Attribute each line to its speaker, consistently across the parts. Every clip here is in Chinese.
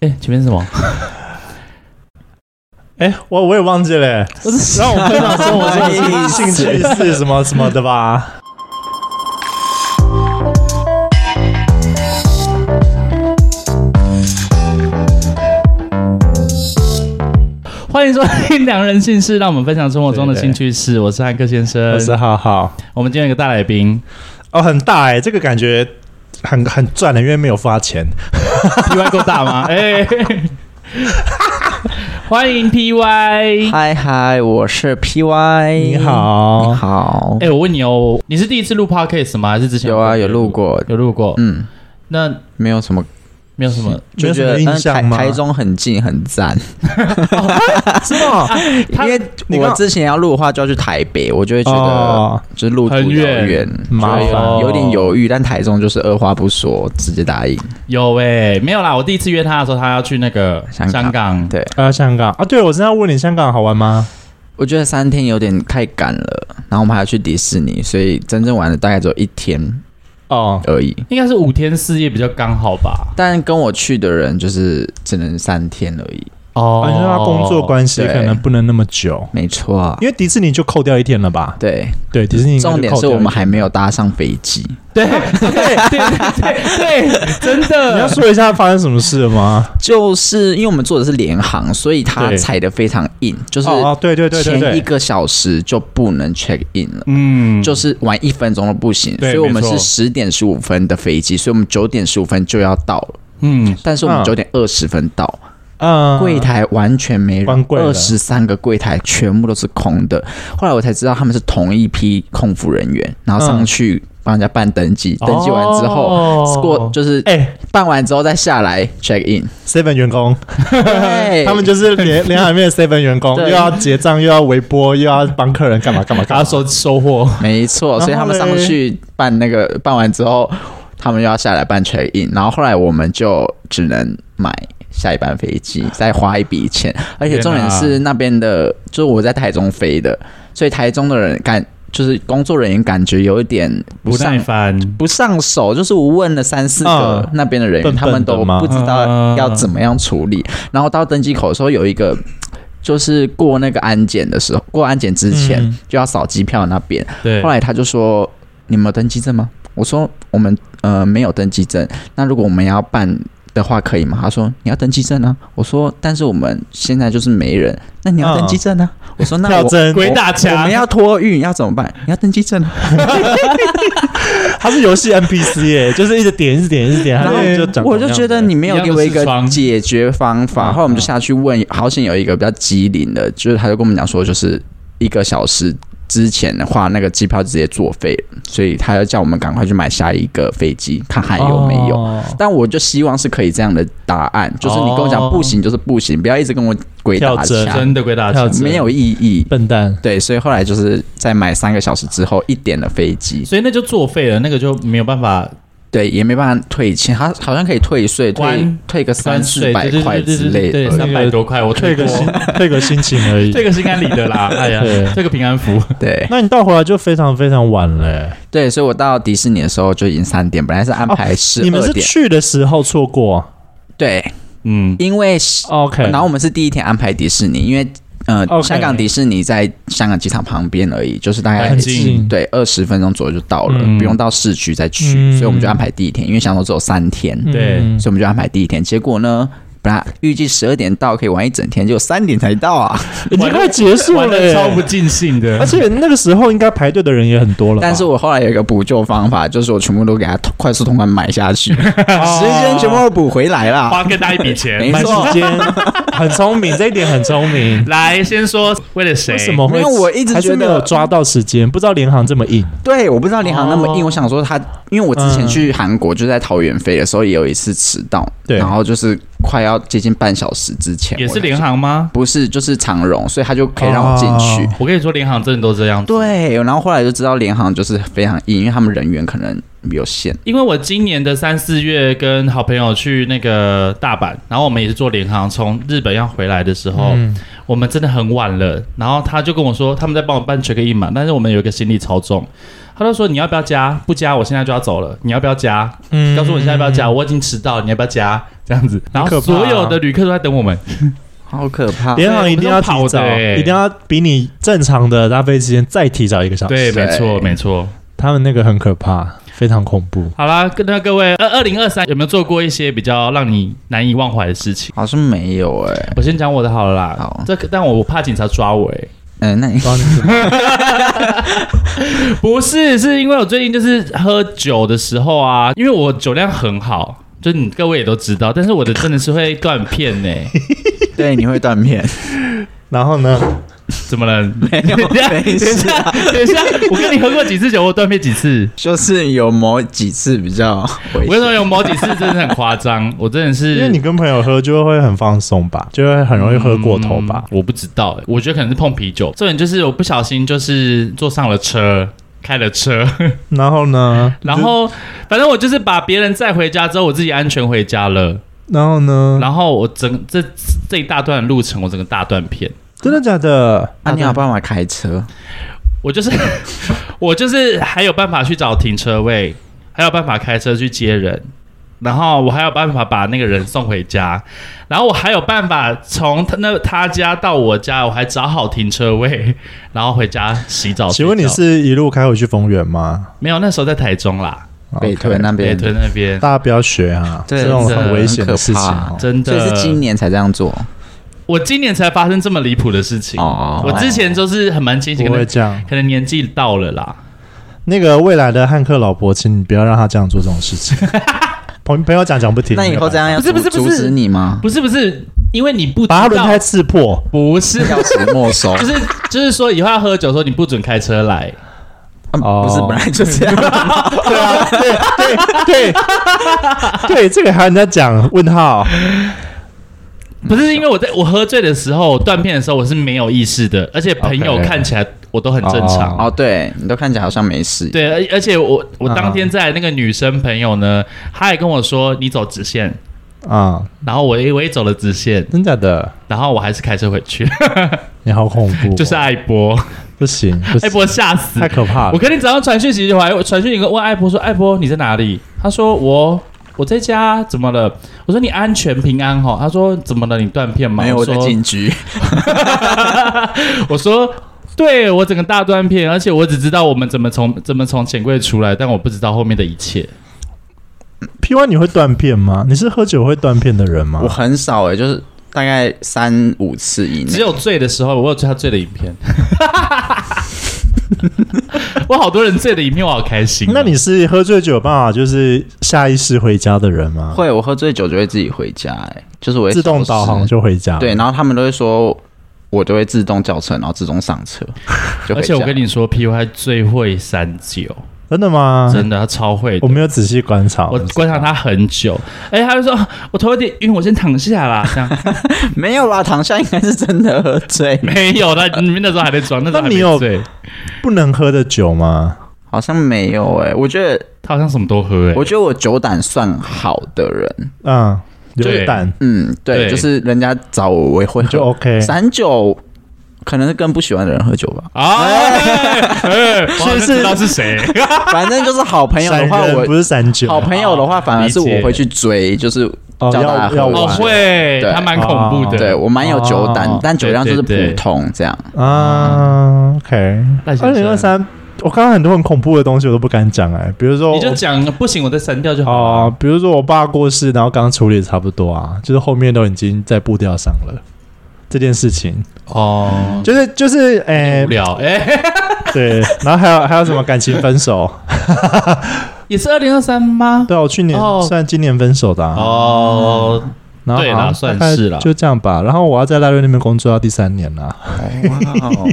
Speaker 1: 哎、前面是什么？
Speaker 2: 哎，我我也忘记了欸，
Speaker 1: 我是
Speaker 2: 然后我们分享生活 中的兴趣是什么什么的吧？
Speaker 1: 欢迎收听《良人姓氏》，让我们分享生活中的
Speaker 2: 对
Speaker 1: 新趣事。我是汉克先生
Speaker 2: 我，是浩浩。
Speaker 1: 我们今天有一个大来 宾，
Speaker 2: 哦，很大哎、这个感觉很很赚的，因为没有付他钱。
Speaker 1: PY 够大吗？哎、欢迎 PY。
Speaker 3: 嗨嗨，我是 PY，
Speaker 2: 你，好，
Speaker 3: 好
Speaker 1: 哎、，我问你哦，你是第一次录 podcast 吗？还是之前
Speaker 3: 有啊，有录，过，
Speaker 1: 有录过？
Speaker 3: 嗯，
Speaker 1: 那
Speaker 3: 没有什么，
Speaker 1: 没有什么，
Speaker 3: 就觉
Speaker 2: 没有
Speaker 3: 得
Speaker 2: 什么印
Speaker 3: 嗯台
Speaker 2: 象吗
Speaker 3: 台中很近，很 赞，
Speaker 2: 是吗？
Speaker 1: 他
Speaker 3: 因为
Speaker 2: 你刚
Speaker 3: 我之前要录的话就要去台北，我就会觉得
Speaker 2: 哦，
Speaker 3: 就是路途
Speaker 1: 很
Speaker 3: 遥
Speaker 1: 远
Speaker 3: 远，
Speaker 2: 麻
Speaker 3: 所以
Speaker 1: 烦
Speaker 3: 有点犹豫，但台中就是二话不说直接答应，
Speaker 1: 有哎、没有啦。我第一次约他的时候，他要去那个
Speaker 3: 香港
Speaker 1: 港
Speaker 3: 对
Speaker 2: 呃，香港啊，对，我正要问你，香港好玩吗？
Speaker 3: 我觉得三天有点太赶了，然后我们还要去迪士尼，所以真正玩的大概只有一天
Speaker 2: 哦，
Speaker 3: 而已。
Speaker 1: 应该是五天四夜比较刚好吧？
Speaker 3: 但跟我去的人就是只能三天而已，
Speaker 1: 哦
Speaker 2: 啊你说他工作关系
Speaker 3: 对
Speaker 2: 可能不能那么久，
Speaker 3: 没错啊，
Speaker 2: 因为迪士尼就扣掉一天了吧？
Speaker 3: 对，
Speaker 2: 对，迪士尼应该就
Speaker 3: 重点
Speaker 2: 扣
Speaker 3: 是
Speaker 2: 掉一
Speaker 3: 我们
Speaker 2: 天
Speaker 3: 还没有搭上飞机，
Speaker 1: 对对对对对，真
Speaker 2: 你
Speaker 1: 的。
Speaker 2: 要说一下发生什么事了吗？
Speaker 3: 就是因为我们坐的是联航，所以它
Speaker 2: 对
Speaker 3: 踩的非常硬，就是
Speaker 2: 哦哦，对对对对
Speaker 3: 前
Speaker 2: 对，
Speaker 3: 一个小时就不能 check in 了。
Speaker 1: 嗯，
Speaker 3: 就是晚一分钟都不行，所
Speaker 1: 对
Speaker 3: 以我
Speaker 1: 没
Speaker 3: 们
Speaker 1: 错
Speaker 3: 是十点十五分的飞机，所以我们九点十五分就要到了，
Speaker 1: 嗯，
Speaker 3: 但是我们
Speaker 2: 嗯
Speaker 3: 九点二十分到，
Speaker 2: 嗯，
Speaker 3: 柜台完全没
Speaker 2: 关
Speaker 3: 人，
Speaker 2: 柜了
Speaker 3: 二十三个柜台全部都是空的。后来我才知道他们是同一批空服人员，然后上
Speaker 2: 嗯
Speaker 3: 去帮人家办登记，登记完之后
Speaker 1: 哦
Speaker 3: 过就是
Speaker 2: 哎
Speaker 3: 办完之后再下来 check in，
Speaker 2: ，seven 员工，
Speaker 3: 对
Speaker 2: 他们就是联联海面的 seven 员工，又
Speaker 3: 对
Speaker 2: 要结账，又要微波，又要帮客人干嘛干嘛
Speaker 1: 他
Speaker 2: 干嘛。
Speaker 1: 收收获，
Speaker 3: 没错，
Speaker 2: 然后
Speaker 3: 所以他们上去办那个办完之后，他们又要下来办 check in，然后后来我们就只能买下一班飞机，再花一笔钱，而且重点是那边的，就是我在台中飞的，所以台中的人感就是工作人员感觉有一点不
Speaker 1: 不耐
Speaker 3: 上。
Speaker 1: 烦，
Speaker 3: 不上手，就是我问了三四个
Speaker 2: 嗯
Speaker 3: 那边的人员，
Speaker 2: 笨笨的
Speaker 3: 他们都
Speaker 2: 吗啊
Speaker 3: 不知道要怎么样处理。然后到登机口的时候，有一个就是过那个安检的时候，过安检之前
Speaker 2: 嗯
Speaker 3: 就要扫机票那边，
Speaker 1: 对
Speaker 3: 后，来他就说：“你们有登机证吗？”我说：“我们呃没有登机证。那如果我们要办的话，可以吗？”他说：“你要登机证啊。”我说：“但是我们现在就是没人，那你要登机证啊。我说：“ 那
Speaker 2: 跳
Speaker 3: 我
Speaker 2: 针，
Speaker 1: 鬼打
Speaker 3: 我
Speaker 1: 墙
Speaker 3: 们，要托运要怎么办？你要登机证啊。
Speaker 2: 他是游戏 NPC 耶，就是一直点，一直点，一直点，
Speaker 3: 然
Speaker 2: 他
Speaker 3: 后
Speaker 2: 们就长
Speaker 3: 我就觉得你没有给我一
Speaker 1: 一
Speaker 3: 个
Speaker 1: 样的是
Speaker 3: 解决方法，
Speaker 1: 嗯
Speaker 3: 后来我们就下去问，好险有一个比较机灵的，就是他就跟我们讲说，就是一个小时之前的话，那个机票直接作废了，所以他要叫我们赶快去买下一个飞机，看还有没
Speaker 1: 哦
Speaker 3: 有。
Speaker 2: 有
Speaker 3: 但我就希望是可以这样的答案，就是你跟我讲
Speaker 1: 哦
Speaker 3: 不行就是不行，不要一直跟我鬼打
Speaker 2: 跳针
Speaker 3: 墙，
Speaker 1: 真的鬼打墙，
Speaker 3: 没有意义。
Speaker 2: 笨蛋。
Speaker 3: 对，所以后来就是在买三个小时之后一点的飞机，
Speaker 1: 所以那就作废了，那个就没有办法
Speaker 3: 对，也没办法退钱，他好像可以退税，退
Speaker 1: 关
Speaker 3: 退个三四
Speaker 1: 税，
Speaker 3: 百块之类
Speaker 1: 对，
Speaker 3: 的。
Speaker 1: 三百多块，我
Speaker 2: 退个
Speaker 1: 过
Speaker 2: 心， 退个心情而已。
Speaker 1: 这个是应该理的 啦，哎呀
Speaker 2: 对，
Speaker 1: 这个平安符，
Speaker 3: 对
Speaker 2: 那你到回来就非常非常晚了耶。
Speaker 3: 对，所以我到迪士尼的时候就已经三点，本来是安排十
Speaker 2: 你们
Speaker 3: 二
Speaker 2: 是
Speaker 3: 点。
Speaker 2: 去的时候错过啊
Speaker 3: 对，
Speaker 1: 嗯，
Speaker 3: 因为
Speaker 2: 哦，OK？
Speaker 3: 然后我们是第一天安排迪士尼，因为呃
Speaker 2: OK
Speaker 3: 香港迪士尼在香港机场旁边而已，就是大概
Speaker 1: 很近
Speaker 3: 对二十分钟左右就到了，
Speaker 2: 嗯
Speaker 3: 不用到市区再去，
Speaker 2: 嗯
Speaker 3: 所以我们就安排第一天，因为想说只有三天，
Speaker 2: 嗯
Speaker 1: 对
Speaker 3: 所以我们就安排第一天。结果呢，本来预计十二点到可以玩一整天，结果三点才到啊！
Speaker 2: 已经快结束
Speaker 1: 玩
Speaker 2: 了
Speaker 1: 的
Speaker 2: 耶，
Speaker 1: 超不尽兴
Speaker 2: 而
Speaker 1: 的，
Speaker 2: 且那个时候应该排队的人也很多了吧，
Speaker 3: 但是我后来有一个补救方法，就是我全部都给它快速通关买下 去，
Speaker 2: 哦
Speaker 3: 时间全部都补回来啦。
Speaker 1: 花更大一笔钱
Speaker 3: 没。
Speaker 2: 买时间很聪明，这一点很聪明。
Speaker 1: 来，先说为了谁？
Speaker 2: 为什么
Speaker 3: 因
Speaker 2: 会？
Speaker 3: 为我一直
Speaker 2: 还是
Speaker 3: 觉
Speaker 2: 没有
Speaker 3: 得，
Speaker 2: 抓到时间，不知道联航这么硬。
Speaker 3: 对，我不知道联航那么硬，
Speaker 1: 哦
Speaker 3: 我想说他，因为我之前去韩国就在桃园飞的时候也有一次迟到，
Speaker 2: 对
Speaker 3: 然后就是快要接近半小时之前，
Speaker 1: 也
Speaker 3: 我
Speaker 1: 是
Speaker 3: 才
Speaker 1: 联，航吗？
Speaker 3: 不是就是长荣，所以他就可以让我进去。
Speaker 2: 哦
Speaker 1: 我跟你说，联航真的都这样。，
Speaker 3: 对，然后后来就知道联航就是非常硬，因为他们人员可能有限。
Speaker 1: 因为我今年的三四月跟好朋友去那个大阪，然后我们也是坐联航从日本要回来的时候，
Speaker 2: 嗯，
Speaker 1: 我们真的很晚了。然后他就跟我说，他们在帮我办 check in 嘛，但是我们有一个行李超重，他就说你要不要加？不加，我现在就要走了。你要不要加？
Speaker 2: 嗯
Speaker 1: 告诉我你现在要不要加，我已经迟到了，你要不要加？这样子，然
Speaker 2: 很可
Speaker 1: 后
Speaker 2: 怕
Speaker 1: 所
Speaker 2: 啊
Speaker 1: 有的旅客都在等我们，
Speaker 3: 嗯好可怕。
Speaker 2: 嗯联航一定
Speaker 1: 我
Speaker 2: 要
Speaker 1: 们
Speaker 2: 提
Speaker 1: 都跑
Speaker 2: 早
Speaker 1: 的，欸
Speaker 2: 一定要比你正常的搭飞机时间再提早一个小
Speaker 1: 对，
Speaker 2: 时。
Speaker 1: 没错，
Speaker 3: 对
Speaker 1: 没错。
Speaker 2: 他们那个很可怕，非常恐怖。
Speaker 1: 好啦，跟那各位，二二零二三有没有做过一些比较让你难以忘怀的事情？
Speaker 3: 好像没有哎、
Speaker 1: 我先讲我的好了啦。
Speaker 3: 好
Speaker 1: 这个但我我怕警察抓我哎、
Speaker 3: 嗯、那你
Speaker 2: 不知道你怎么
Speaker 1: 不是，是因为我最近就是喝酒的时候啊，因为我酒量很好，就是你各位也都知道，但是我的真的是会断片呢、
Speaker 3: 对你会断片？
Speaker 2: 然后 呢？
Speaker 1: 怎么了？
Speaker 3: 没
Speaker 1: 等
Speaker 3: 有
Speaker 1: 一下，等
Speaker 3: 没
Speaker 1: 一
Speaker 3: 事
Speaker 1: 下，
Speaker 3: 啊
Speaker 1: 等一下，我跟你喝过几次酒，我断片几 次？
Speaker 3: 就是有某几次比较危
Speaker 1: 我跟你说，
Speaker 3: 险。
Speaker 1: 有某几次真的很夸张，我真的是，
Speaker 2: 因为你跟朋友喝就会很放松吧，就会很容易喝过头吧。
Speaker 1: 我不知道、欸，我觉得可能是碰啤酒。重点就是我不小心就是坐上了车，开了 车，
Speaker 2: 然后呢？
Speaker 1: 然后反正我就是把别人载回家之后，我自己安全回家了。
Speaker 2: 然后
Speaker 3: 嗯
Speaker 2: 呢？
Speaker 1: 然后我整这这一大段路程，我整个大断片。
Speaker 2: 真的假的？
Speaker 3: 啊，你有办法开车？
Speaker 1: 我就是 我就是还有办法去找停车位，还有办法开车去接人，然后我还有办法把那个人送回家，然后我还有办法从他那他家到我家，我还找好停车位，然后回家洗澡睡觉。
Speaker 2: 请问你是一路开回去丰原吗？
Speaker 1: 没有那时候在台中啦，
Speaker 3: 北
Speaker 2: OK
Speaker 3: 屯那
Speaker 1: 哦北
Speaker 3: 边
Speaker 1: 屯那边
Speaker 2: 大家不要学啊，
Speaker 3: 对
Speaker 2: 这种很危险的事情
Speaker 3: 真的
Speaker 1: 真
Speaker 2: 哦。
Speaker 3: 很可所以
Speaker 1: 的
Speaker 3: 是今年才这样做
Speaker 1: 我今年才发生这么离谱的事情。
Speaker 3: 哦。
Speaker 1: 我之前就是很蛮清醒，
Speaker 2: 不
Speaker 1: 可
Speaker 2: 会
Speaker 1: 能
Speaker 2: 这样。
Speaker 1: 可能年纪到了啦。
Speaker 2: 那个未来的汉克老婆，请你不要让他这样做这种事 情。朋朋友讲讲不听，
Speaker 3: 那以后这样要
Speaker 1: 不是不是
Speaker 3: 阻
Speaker 1: 不是
Speaker 3: 阻止你吗？
Speaker 1: 不是不是，因为你不知
Speaker 2: 把他轮
Speaker 1: 道
Speaker 2: 胎刺 破，
Speaker 1: 不是
Speaker 3: 钥匙没 收，
Speaker 1: 就是就是说，以后要喝酒的时候，你不准开车来。
Speaker 3: 嗯
Speaker 2: 哦
Speaker 3: 不是本来就这 样。
Speaker 2: 对啊，对对对对，这个还有人家讲问号，
Speaker 1: 不是因为我在我喝醉的时候断片的时候，我是没有意识的，而且朋友
Speaker 2: OK
Speaker 1: 看起来我都很正常。
Speaker 3: 哦，对你都看起来好像没事。
Speaker 1: 对，而而且我我
Speaker 2: 嗯
Speaker 1: 当天在那个女生朋友呢，她也跟我说你走直线，
Speaker 2: 啊、
Speaker 1: 然后我也我也走了直线，
Speaker 2: 真假的？
Speaker 1: 然后我还是开车回去，
Speaker 2: 你好恐怖哦、
Speaker 1: 就是艾波，
Speaker 2: 不行，不
Speaker 1: 艾
Speaker 2: 行，
Speaker 1: 波吓死
Speaker 2: 太。可怕
Speaker 1: 我
Speaker 2: 了。
Speaker 1: 跟你早上传讯息，我还传讯息问艾波说：“艾波你在哪里？”他说：“我我在家，怎么了？”我说：“你安全平安哈。”他说：“怎么了？你断片吗？”
Speaker 3: 没有
Speaker 1: 我
Speaker 3: 我在
Speaker 1: 说
Speaker 3: 警局，
Speaker 1: 我说，对我整个大断片，而且我只知道我们怎么从怎么从钱柜出来，但我不知道后面的一切。
Speaker 2: P Y 你会断片吗？你是喝酒会断片的人吗
Speaker 1: 啊
Speaker 3: 我？很少哎，就是大概三五次以内
Speaker 1: 只。有醉的时候，我有他醉的影片。 我好多人醉的影片，我好开心哦、
Speaker 2: 那你是喝醉酒有办法就是下意识回家的人吗？
Speaker 3: 会，我喝醉酒就会自己回家，哎，就是我会
Speaker 2: 自动导
Speaker 3: 消
Speaker 2: 航
Speaker 3: 失
Speaker 2: 就回家。
Speaker 3: 对，，然后他们都会说，我都会自动叫车，然后自动上车，就
Speaker 1: 而
Speaker 3: 回
Speaker 1: 且
Speaker 3: 家
Speaker 1: 我跟你说，PY 最会三九，
Speaker 2: 真的吗？
Speaker 1: 真的他超会的
Speaker 2: 我没有仔细观察，
Speaker 1: 我观察他很久，哎、他就说我头有点晕，我先躺下啦。 这样
Speaker 3: 没有啦，躺下应该是真的喝醉，
Speaker 1: 没有，他你 们那时候还在装，那时候还
Speaker 2: 那你
Speaker 1: 没
Speaker 2: 有
Speaker 1: 醉，
Speaker 2: 不能喝的酒吗？
Speaker 3: 好像没有哎、我觉得，
Speaker 1: 他好像什么都喝、哎，
Speaker 3: 我觉得我酒胆算好的人，
Speaker 2: 嗯，
Speaker 1: 对
Speaker 2: 有胆
Speaker 3: 嗯，对，
Speaker 1: 对，
Speaker 3: 就是人家找我，我也会
Speaker 2: 就
Speaker 3: 喝。
Speaker 2: OK。
Speaker 3: 散酒可能是跟不喜欢的人喝酒吧
Speaker 1: 哎，哎我好像知 道是啊谁。
Speaker 3: 反正就是好朋友的 话，
Speaker 2: 闪人
Speaker 3: 我
Speaker 2: 不是散酒，
Speaker 3: 好朋友的话，反而是
Speaker 1: 理解
Speaker 3: 我会去追，就是
Speaker 2: 哦
Speaker 3: 叫大
Speaker 2: 要要
Speaker 3: 家喝
Speaker 1: 哦，
Speaker 2: 玩
Speaker 3: 酒。
Speaker 1: 会，
Speaker 3: 对
Speaker 1: 还蛮恐怖的。
Speaker 3: 对我蛮有酒胆
Speaker 2: 哦，
Speaker 3: 但酒量就是
Speaker 1: 对对对
Speaker 3: 普通这样。
Speaker 2: 啊，OK，
Speaker 1: 赖先
Speaker 2: 二零
Speaker 1: 生
Speaker 2: 二三，我刚刚很多很恐怖的东西我都不敢讲哎、比如说
Speaker 1: 你就
Speaker 2: 我
Speaker 1: 讲不行，我再删掉就好
Speaker 2: 哦
Speaker 1: 了。，
Speaker 2: 比如说我爸过世，然后刚处理得差不多啊，就是后面都已经在步调上了。这件事情
Speaker 1: 哦，
Speaker 2: 就是就是哎、
Speaker 1: 无聊，哎，
Speaker 2: 对，然后还有还有什么感情分手？
Speaker 1: 也是二零二三吗？
Speaker 2: 对啊，我去年、
Speaker 1: 哦
Speaker 2: 算今年分手的、啊，
Speaker 1: 哦，
Speaker 2: 然后
Speaker 1: 对啦
Speaker 2: 好像
Speaker 1: 算
Speaker 2: 大概
Speaker 1: 是啦
Speaker 2: 就这样吧。然后我要在大瑞那边工作到第三年啦，
Speaker 3: 哇哦，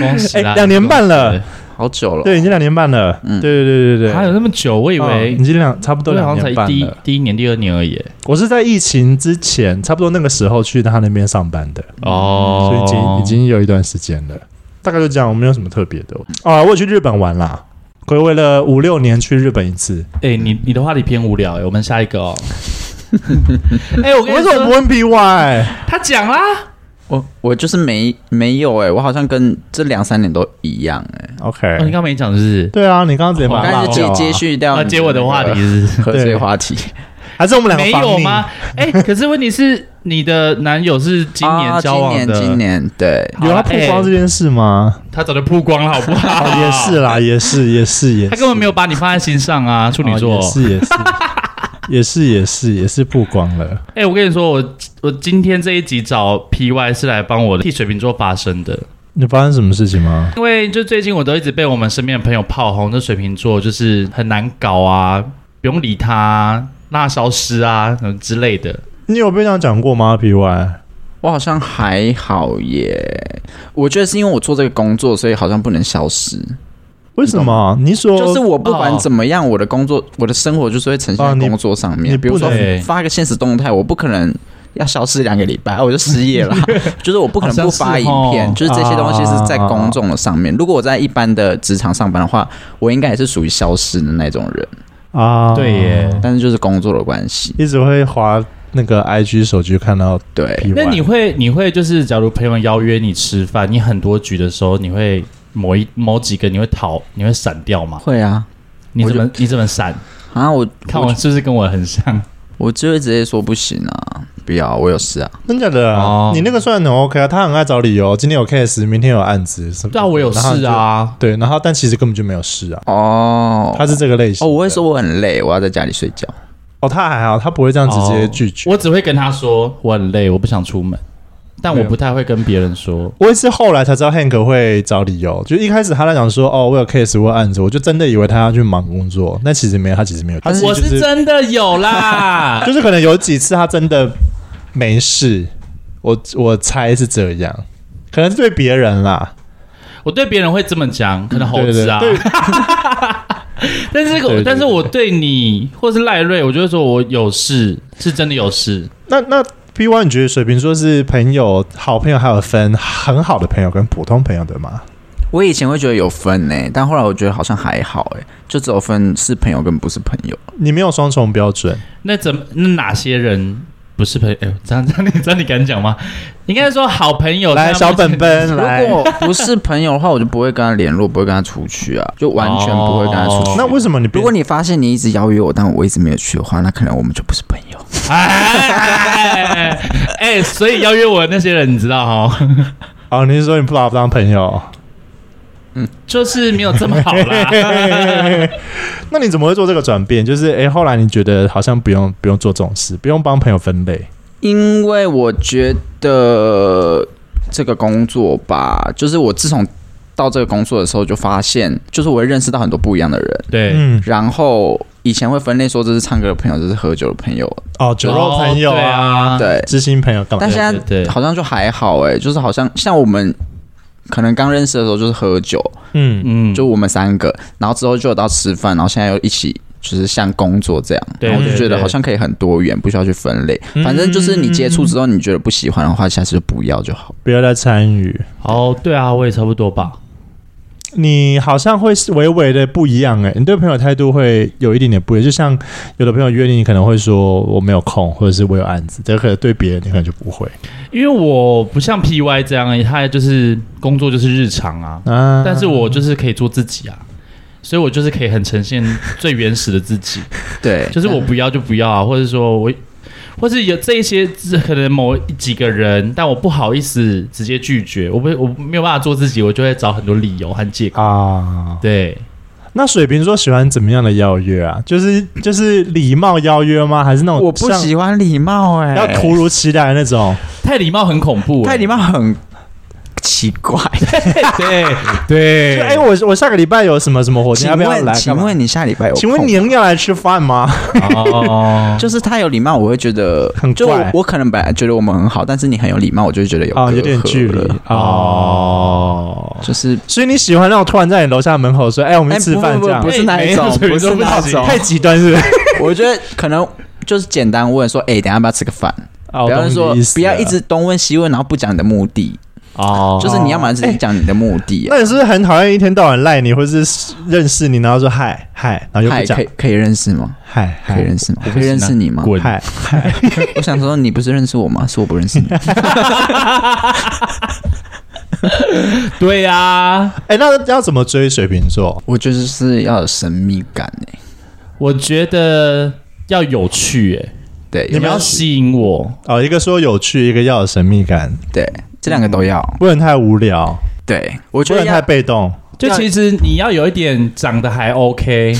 Speaker 1: 恭喜啦！
Speaker 2: 哎两年半了
Speaker 3: 好久了，
Speaker 2: 对，已经两年半了，
Speaker 3: 嗯
Speaker 2: 对对对对对，
Speaker 1: 还有那么久，我以
Speaker 2: 哦
Speaker 1: 为
Speaker 2: 已经两差不多
Speaker 1: 对，好
Speaker 2: 两
Speaker 1: 像
Speaker 2: 年
Speaker 1: 才
Speaker 2: 半
Speaker 1: 第一
Speaker 2: 了。
Speaker 1: 第一年、第二年而已。
Speaker 2: 我是在疫情之前，差不多那个时候去他那边上班的，
Speaker 1: 哦，
Speaker 2: 所以已经已经有一段时间了。大概就这样，我没有什么特别的。啊，我有去日本玩啦，回味了五六年去日本一次。
Speaker 1: 哎，你你的话题偏无聊，哎，我们 下一个哦。哎，我跟
Speaker 2: 为
Speaker 1: 你
Speaker 2: 什么
Speaker 1: 说，
Speaker 2: 不问 PY？
Speaker 1: 他讲啦，
Speaker 3: 我我就是没没有哎、我好像跟这两三年都一样哎、
Speaker 2: OK，、
Speaker 1: 哦，你刚哦没讲是
Speaker 2: 对啊，你刚刚直接把
Speaker 3: 我
Speaker 2: 它
Speaker 3: 刚
Speaker 2: 拉
Speaker 3: 才
Speaker 2: 掉
Speaker 3: 接
Speaker 2: 啊
Speaker 3: 接续掉
Speaker 1: 不是？
Speaker 3: 你
Speaker 1: 啊，接我的
Speaker 3: 那
Speaker 1: 话
Speaker 3: 个
Speaker 1: 题是
Speaker 3: 喝
Speaker 2: 对
Speaker 3: 醉话题，
Speaker 2: 还是我们两
Speaker 1: 没
Speaker 2: 个防
Speaker 1: 有
Speaker 2: 你
Speaker 1: 吗？哎，可是问题是你的男友是今年
Speaker 3: 啊
Speaker 1: 交往
Speaker 3: 今
Speaker 1: 的，
Speaker 3: 年今年对，
Speaker 1: 好哎
Speaker 2: 有
Speaker 1: 啦
Speaker 2: 要曝光这件事吗？
Speaker 1: 他早就曝光了，好 不好？哎
Speaker 2: 哦，也是啦，也是，也是，也
Speaker 1: 他
Speaker 2: 是，
Speaker 1: 根本没有把你放在心上啊，处女座。
Speaker 2: 哦也是，也是， 也是，也是，也是曝光了。
Speaker 1: 哎、我跟你说，我我今天这一集找 P Y 是来帮我替水瓶座发声的，
Speaker 2: 你发生什么事情吗？
Speaker 1: 因为就最近我都一直被我们身边的朋友炮轰，这水瓶座就是很难搞啊，不用理他、啊，那消失啊什么之类的。
Speaker 2: 你有被这样讲过吗？P Y，
Speaker 3: 我好像还好耶，我觉得是因为我做这个工作，所以好像不能消失。
Speaker 2: 为什么？你说
Speaker 3: 就是我不管
Speaker 1: 哦
Speaker 3: 怎么样，我的工作、我的生活就是会呈现
Speaker 2: 哦你
Speaker 3: 在工作上
Speaker 2: 你
Speaker 3: 面。比
Speaker 2: 不
Speaker 3: 如说
Speaker 1: 能
Speaker 3: 发个现实动态，我不可能要消失两个礼拜，我 就失 业了。就是我不可能不发影
Speaker 1: 好像是
Speaker 3: 片，
Speaker 1: 哦啊
Speaker 3: 就是这些东西是在公众的上面。如果我在一般的职场上班的话，我应该也是属于消失的那种人，
Speaker 2: 啊，
Speaker 1: 对耶，
Speaker 3: 但是就是工作的关系。
Speaker 2: 一直会滑那个 I G 手机看到
Speaker 3: 对，
Speaker 2: P Y。
Speaker 1: 那你会你会就是，假如朋友邀约你吃饭，你很多局的时候，你会某一某几个你会逃，你会闪掉吗？
Speaker 3: 会啊
Speaker 1: 你怎么你怎么闪？
Speaker 3: 啊！我
Speaker 1: 看我是不是跟我很像？
Speaker 3: 我就会直接说不行啊，不要，我有事啊。
Speaker 2: 真假的、
Speaker 1: 哦
Speaker 2: 你那个算很 OK 啊，他很爱找理由，今天有 case，明天有案子什么的。
Speaker 1: 对啊，我有
Speaker 2: 然后
Speaker 1: 事啊。
Speaker 2: 就。对，然后但其实根本就没有事啊，
Speaker 3: 哦，
Speaker 2: 他是这个类型
Speaker 3: 哦，
Speaker 2: 的。
Speaker 3: 我会说我很累，我要在家里睡觉。
Speaker 2: 哦，他还好，他不会这样直接拒绝。
Speaker 1: 我只会跟他说我很累，我不想出门，但
Speaker 2: 没
Speaker 1: 我
Speaker 2: 有
Speaker 1: 不太会跟别人说。
Speaker 2: 我也是后来才知道 Hank 会找理由，就一开始他在讲说哦，我有 case，我有案子，我就真的以为他要去忙工作，那其实没有，他其实没有，他其实
Speaker 1: 我
Speaker 2: 就是是
Speaker 1: 真的有 啦，
Speaker 2: 就是可能有几次他真的没事，我我猜是这样，可能是对别人啦，
Speaker 1: 我对别人会这么讲，可能猴
Speaker 2: 对对
Speaker 1: 子啊。
Speaker 2: 对
Speaker 1: 但是
Speaker 2: 对对
Speaker 1: 我，但是我对你或是赖瑞，我就会说我有事，是真的有事。
Speaker 2: 那那 B One 你觉得水瓶座是朋友好朋友还有分很好的朋友跟普通朋友的吗？
Speaker 3: 我以前会觉得有分呢、但后来我觉得好像还好哎、就只有分是朋友跟不是朋友。
Speaker 2: 你没有双重标准，
Speaker 1: 那怎么？那哪些人不是朋友？哎呦，这样这样你这样你敢讲吗？应该说好朋友。
Speaker 2: 来
Speaker 1: 像
Speaker 2: 小本本
Speaker 3: 如
Speaker 2: 来。
Speaker 3: 果不是朋友的话，我就不会跟他联络，不会跟他出去啊，就完全不会跟他出去。
Speaker 1: 哦
Speaker 2: 那为什么你
Speaker 3: 如
Speaker 2: 变
Speaker 3: 果你发现你一直邀约我，但我一直没有去的话，那可能我们就不是朋友。
Speaker 1: 哎哎哎哎，所以邀约我的那些人，你知道哈，
Speaker 2: 哦？你是说你不把他当朋友？
Speaker 1: 就是没有这么好啦。
Speaker 2: 那你怎么会做这个转变？就是诶，后来你觉得好像不用不用做这种事，不用帮朋友分类。
Speaker 3: 因为我觉得这个工作吧，就是我自从到这个工作的时候，就发现，就是我会认识到很多不一样的人。
Speaker 1: 对，
Speaker 2: 嗯，
Speaker 3: 然后以前会分类说这是唱歌的朋友，这是喝酒的朋友，
Speaker 2: 哦，酒肉朋友
Speaker 1: 对
Speaker 2: 啊，
Speaker 1: 啊，
Speaker 3: 对。
Speaker 2: 知心朋友干嘛
Speaker 3: 但？现
Speaker 1: 对对
Speaker 3: 在好像就还好哎、就是好像像我们可能刚认识的时候就是喝酒，
Speaker 2: 嗯，
Speaker 1: 嗯，
Speaker 3: 就我们三个，然后之后就有到吃饭，然后现在又一起。就是像工作这样，
Speaker 1: 对
Speaker 3: 然后就
Speaker 1: 对
Speaker 3: 觉得
Speaker 1: 对
Speaker 3: 好像可以很多元，不需要去分类。
Speaker 2: 嗯
Speaker 3: 反正就是你接触之后，你觉得不喜欢的话，下次就不要就好。
Speaker 2: 不要再参与。
Speaker 1: 哦，对啊，我也差不多吧。
Speaker 2: 你好像会微微的不一样诶，欸你对朋友态度会有一点点不一样。就像有的朋友约你，你可能会说我没有空，或者是我有案子，这可能对别人你可能就不会
Speaker 1: 因为我不像 PY 这样，他就是工作就是日常啊，
Speaker 3: 嗯
Speaker 2: 啊。
Speaker 1: 但是我就是可以做自己啊，所以我就是可以很呈现最原始的自己，
Speaker 3: 对，
Speaker 1: 就是我不要就不要啊，或者说我，或是有这一些这可能某几个人，但我不好意思直接拒绝，我不我没有办法做自己，我就会找很多理由和借口。
Speaker 3: 哦
Speaker 2: 啊，
Speaker 1: 对，
Speaker 2: 那水瓶座喜欢怎么样的邀约啊？就是就是礼貌邀约吗？还是那种
Speaker 3: 我不
Speaker 2: 像
Speaker 3: 喜欢礼貌哎、
Speaker 2: 要突如其来的那种？
Speaker 1: 太礼貌很恐怖、欸
Speaker 3: 太礼
Speaker 1: 貌，
Speaker 3: 貌很奇怪。
Speaker 1: 对对
Speaker 2: 就哎、我我下个礼拜有什么什么活动，
Speaker 3: 请
Speaker 2: 要不要来？
Speaker 3: 问，请
Speaker 2: 干嘛
Speaker 3: 问你下礼拜有空吗？
Speaker 2: 请问您要来吃饭吗？
Speaker 1: 哦，
Speaker 3: 就是他有礼貌，我会觉得
Speaker 2: 很
Speaker 3: 就
Speaker 2: 怪
Speaker 3: 我我可能本来觉得我们很好，但是你很有礼貌，我就会觉得有
Speaker 2: 啊、有
Speaker 3: 隔
Speaker 2: 点
Speaker 3: 阂
Speaker 2: 距 离
Speaker 3: 了
Speaker 2: 哦。
Speaker 3: 就是
Speaker 2: 所以你喜欢那种突然在你楼下门口说：“哎、我们
Speaker 3: 哎，
Speaker 2: 去吃
Speaker 3: 不
Speaker 2: 饭。”这
Speaker 3: 不不
Speaker 2: 样
Speaker 3: 不是哦那一种
Speaker 1: 哎，没有
Speaker 3: 不是那
Speaker 1: 不
Speaker 3: 种
Speaker 1: 行，
Speaker 2: 太极端是不是？
Speaker 3: 我觉得可能就是简单问说，哎，等一下要不要吃个饭？
Speaker 2: 啊，
Speaker 3: 不
Speaker 2: 我
Speaker 3: 要
Speaker 2: 懂你
Speaker 3: 说
Speaker 2: 的意思
Speaker 3: 不要一
Speaker 2: 了
Speaker 3: 直东问西问，然后不讲你的目的。
Speaker 1: 哦，
Speaker 3: 就是你要么
Speaker 2: 哎
Speaker 3: 直接讲你的目的、啊，
Speaker 2: 那你是不是很讨厌一天到晚赖你，或者是认识你，然后说嗨嗨，然后又
Speaker 3: 嗨
Speaker 2: 不讲
Speaker 3: 可以可以认识吗？
Speaker 2: 嗨
Speaker 3: 可以
Speaker 2: 嗨
Speaker 3: 认识吗？
Speaker 1: 我
Speaker 3: 我
Speaker 1: 不
Speaker 3: 可以认识你吗？
Speaker 1: 滚！
Speaker 2: 嗨，
Speaker 3: 我想说你不是认识我吗？是我不认 识你。
Speaker 1: 对啊呀、
Speaker 2: 哎，那要怎么追水瓶座？
Speaker 3: 我觉得就是要有神秘感哎、
Speaker 1: 我觉得要有趣、欸，
Speaker 3: 对，
Speaker 1: 你们要吸引我。
Speaker 2: 哦，一个说有趣，一个要有神秘感，
Speaker 3: 对这两个都要。
Speaker 2: 不能太无聊，
Speaker 3: 对，我
Speaker 2: 不
Speaker 3: 觉得
Speaker 2: 能太
Speaker 3: 要
Speaker 2: 被动。
Speaker 1: 就其实你要有一点长得还 OK，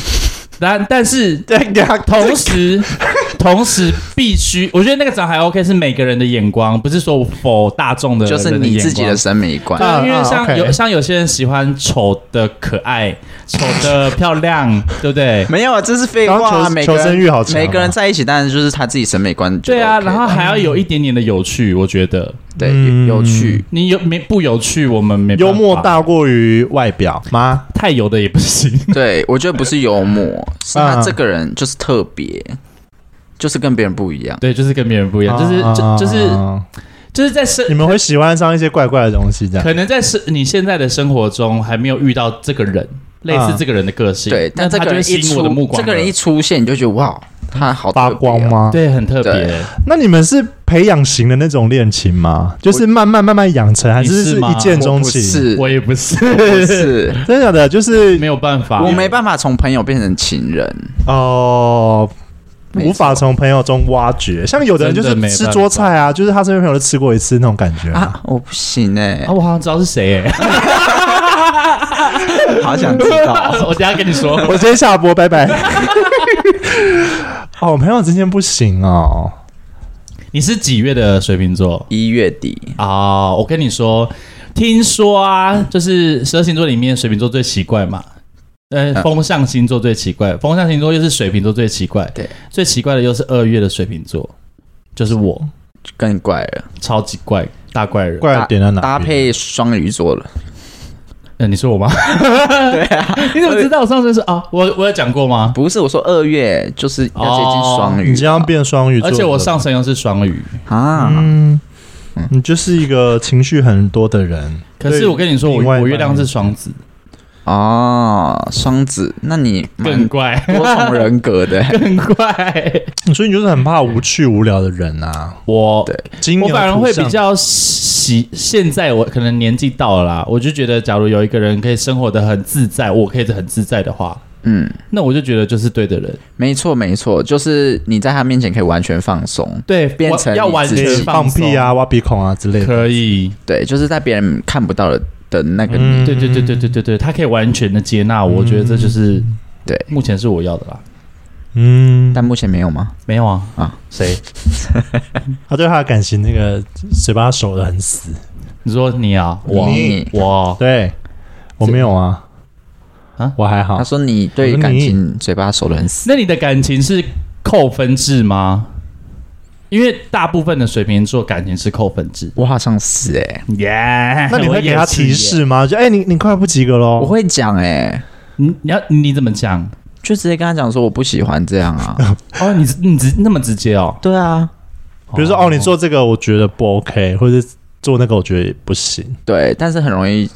Speaker 1: 但 但是
Speaker 2: 对呀，
Speaker 1: 同时 同时必须，我觉得那个长得还 OK 是每个人的眼光，不是说否大众的，
Speaker 3: 就是你自己的。审美观
Speaker 1: 对。啊，因为
Speaker 2: 啊
Speaker 1: 像
Speaker 2: ，OK
Speaker 1: 有像有些人喜欢丑的可爱，丑的漂 亮，对不对？
Speaker 3: 没有啊，这是废
Speaker 2: 然后
Speaker 3: 话啊。
Speaker 2: 求
Speaker 3: 每个
Speaker 2: 求生
Speaker 3: 人
Speaker 2: 欲好强啊
Speaker 3: 每个人在一起，当然就是他自己审美观觉得
Speaker 1: 对
Speaker 3: OK 的。
Speaker 1: 啊，然后还要有一点点的有趣，我觉得
Speaker 3: 对
Speaker 2: 嗯
Speaker 3: 有有趣，
Speaker 1: 你有没不有趣，我们没办法
Speaker 2: 幽默大过于外表吗？
Speaker 1: 太油的也不行。
Speaker 3: 对我觉得不是幽默，是
Speaker 2: 啊
Speaker 3: 他这个人就是特别，就是跟别人不一样。
Speaker 1: 对，就是跟别人不一样，就是
Speaker 2: 啊
Speaker 1: 就就是就是在生，
Speaker 2: 你们会喜欢上一些怪怪的东西，这样
Speaker 1: 可能在生你现在的生活中还没有遇到这个人，类似这个人的个性，
Speaker 3: 对，
Speaker 1: 那
Speaker 3: 但这
Speaker 1: 他
Speaker 3: 个
Speaker 1: 就
Speaker 3: 人
Speaker 1: 会吸
Speaker 3: 一
Speaker 1: 引我的目
Speaker 3: 出，
Speaker 1: 光
Speaker 3: 这
Speaker 1: 了，
Speaker 3: 个人一出现，你就觉得哇，他好特别
Speaker 2: 发
Speaker 3: 啊
Speaker 2: 光？吗？
Speaker 1: 对很特别
Speaker 3: 对，
Speaker 2: 那你们是培养型的那种恋情吗？就是慢慢慢慢养成，还
Speaker 1: 你
Speaker 2: 是
Speaker 1: 是
Speaker 2: 是
Speaker 1: 吗
Speaker 2: 一见
Speaker 3: 我
Speaker 2: 钟
Speaker 3: 不
Speaker 2: 情？
Speaker 3: 是，
Speaker 1: 我也不是，
Speaker 3: 不是，
Speaker 2: 真的假的？就是
Speaker 1: 没有办法，
Speaker 3: 我没办法从朋友变成情人。
Speaker 2: 哦。
Speaker 3: 没错
Speaker 2: 无法从朋友中挖掘，像有的人就
Speaker 1: 真的没
Speaker 2: 是
Speaker 1: 办
Speaker 2: 吃
Speaker 1: 法
Speaker 2: 桌菜啊，就是他身边朋友都吃过一次那种感觉啊。
Speaker 3: 啊，我不行哎、
Speaker 1: 啊，我好像知道是谁哎，
Speaker 3: 好想知道。
Speaker 1: 我等一下跟你说，
Speaker 2: 我今天下播，拜 拜。哦，朋友之间不行哦，
Speaker 1: 你是几月的水瓶座
Speaker 3: 一月底，
Speaker 1: 啊？我跟你说，听说啊，就是十二星座里面水瓶座最奇怪嘛。呃，
Speaker 3: 嗯
Speaker 1: 风象星座最奇怪，风象星座又是水瓶座最奇怪，
Speaker 3: 对，
Speaker 1: 最奇怪的又是二月的水瓶座，就是我，
Speaker 3: 更怪了，
Speaker 1: 超级怪大怪人。
Speaker 2: 怪的点在哪？
Speaker 3: 搭配双鱼座了。
Speaker 1: 呃，你说我吗？
Speaker 3: 对啊，
Speaker 1: 你怎么知道我上次是啊？我我有讲过吗？
Speaker 3: 不是我说二月就是要接近双鱼、
Speaker 2: 你这样变双鱼
Speaker 1: 啊
Speaker 2: 座
Speaker 1: 而
Speaker 2: 了，
Speaker 1: 且我上升啊又是双鱼，
Speaker 3: 啊，
Speaker 2: 嗯
Speaker 3: 嗯，
Speaker 2: 你就是一个情绪很多的人。
Speaker 1: 可是我跟你说，我
Speaker 2: 另外一半
Speaker 1: 我月亮是双子，
Speaker 3: 哦，双子，那你
Speaker 1: 更
Speaker 3: 蛮
Speaker 1: 怪，
Speaker 3: 多重人 格的、
Speaker 1: 更怪。
Speaker 2: 所以你就是很怕无趣无聊的人啊。
Speaker 1: 我
Speaker 3: 对
Speaker 2: 金
Speaker 1: 我
Speaker 2: 牛
Speaker 1: 反而会
Speaker 2: 土象
Speaker 1: 比较喜，现在我可能年纪到了啦，我就觉得，假如有一个人可以生活的很自在，我可以很自在的话，
Speaker 3: 嗯，
Speaker 1: 那我就觉得就是对的人，
Speaker 3: 没错没错，就是你在他面前可以完全放松，
Speaker 1: 对，
Speaker 3: 变
Speaker 1: 我
Speaker 3: 成你
Speaker 1: 要完
Speaker 2: 可
Speaker 1: 全
Speaker 2: 以放
Speaker 1: 松
Speaker 2: 屁，啊、挖鼻孔啊之类的。
Speaker 1: 可以，
Speaker 3: 对，就是在别人看不到的的那个你，
Speaker 2: 嗯
Speaker 1: 对对对对对对对，他可以完全的接纳我，我觉得这就是
Speaker 3: 对
Speaker 1: 目前是我要的啦。
Speaker 2: 嗯，
Speaker 3: 但目前没有吗？
Speaker 1: 没有啊
Speaker 3: 啊，
Speaker 1: 谁？
Speaker 2: 他对他的感情那个嘴巴守得很死。
Speaker 1: 你说你啊，我
Speaker 3: 你
Speaker 1: 我
Speaker 2: 对，我没有啊
Speaker 1: 啊，
Speaker 2: 我还好
Speaker 3: 他。说你
Speaker 2: 我
Speaker 3: 对
Speaker 2: 说你
Speaker 3: 感情嘴巴守得很死，
Speaker 1: 那你的感情是扣分制吗？因为大部分的水瓶座感情是扣分制。
Speaker 3: 我好像是哎、
Speaker 1: 耶、
Speaker 2: 那你会给他提？示吗？就哎，你你快不及格喽。
Speaker 3: 我会讲哎、
Speaker 1: 你你要你怎么讲？
Speaker 3: 就直接跟他讲说我不喜欢这样啊。
Speaker 1: 哦，你你直那么直接哦。
Speaker 3: 对啊，
Speaker 2: 比如说哦，你做这个我觉得不 OK，或者是做那个我觉得不行，
Speaker 3: 对，但是很容易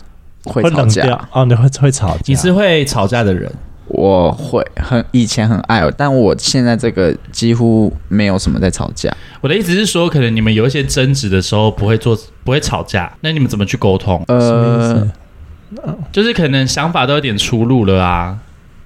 Speaker 3: 会
Speaker 2: 会
Speaker 3: 吵
Speaker 2: 冷掉
Speaker 3: 架。
Speaker 2: 哦，你会会吵架。
Speaker 1: 你是会吵架的人，
Speaker 3: 我会很以前很爱，但我现在这个几乎没有什么在吵架。
Speaker 1: 我的意思是说，可能你们有一些争执的时候不会做，不会吵架，那你们怎么去沟通？
Speaker 2: 什么意
Speaker 3: 呃
Speaker 2: 思，
Speaker 1: 就是可能想法都有点出入了啊，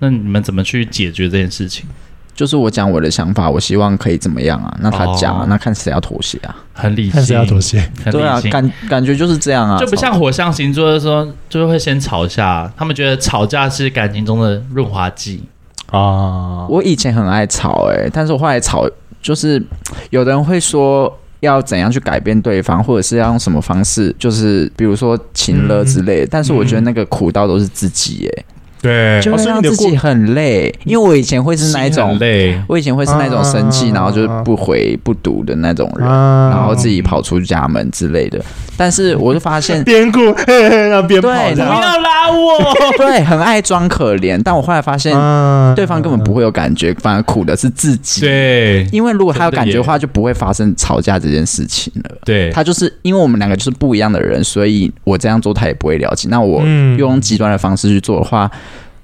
Speaker 1: 那你们怎么去解决这件事情？
Speaker 3: 就是我讲我的想法，我希望可以怎么样啊？那他讲、
Speaker 1: 哦
Speaker 3: 那看谁要妥协啊？
Speaker 1: 很理性，
Speaker 2: 看谁要妥协。
Speaker 1: 很
Speaker 3: 对啊
Speaker 1: 理，性，
Speaker 3: 感感觉就是这样啊，
Speaker 1: 就不像火象星座说，就会先吵架，他们觉得吵架是感情中的润滑剂。
Speaker 2: 啊，
Speaker 3: 我以前很爱吵哎、但是我后来吵，就是有的人会说要怎样去改变对方，或者是要用什么
Speaker 1: 嗯
Speaker 3: 方式，就是比如说情勒之类的。但是我觉得那个苦到都是自己哎、
Speaker 1: 对，
Speaker 3: 就会
Speaker 2: 所以
Speaker 3: 让
Speaker 2: 你的
Speaker 3: 自己
Speaker 2: 过
Speaker 3: 很累。因为我以前会是那一
Speaker 1: 嗯心很
Speaker 3: 种，
Speaker 1: 累，
Speaker 3: 我以前会是那种生气，
Speaker 2: 啊
Speaker 3: 然后就是不回不读的那种人，
Speaker 2: 啊，
Speaker 3: 然后自己跑出家门之类的。但是我就发现
Speaker 2: 边哭嘿嘿，然后边跑
Speaker 3: 对
Speaker 1: 不
Speaker 2: 这
Speaker 3: 然
Speaker 2: 样，
Speaker 3: 后
Speaker 1: 要拉我。
Speaker 3: 对，很爱装可怜，但我后来发现，
Speaker 2: 嗯
Speaker 3: 对方根本不会有感觉，反而苦的是自己。
Speaker 1: 对
Speaker 3: 因为如果他有
Speaker 1: 真的
Speaker 3: 感觉
Speaker 1: 耶
Speaker 3: 的话，就不会发生吵架这件事情了。
Speaker 1: 对，
Speaker 3: 他就是因为我们两个就是不一样的人，所以我这样做他也不会了解。那我
Speaker 2: 嗯
Speaker 3: 用极端的方式去做的话，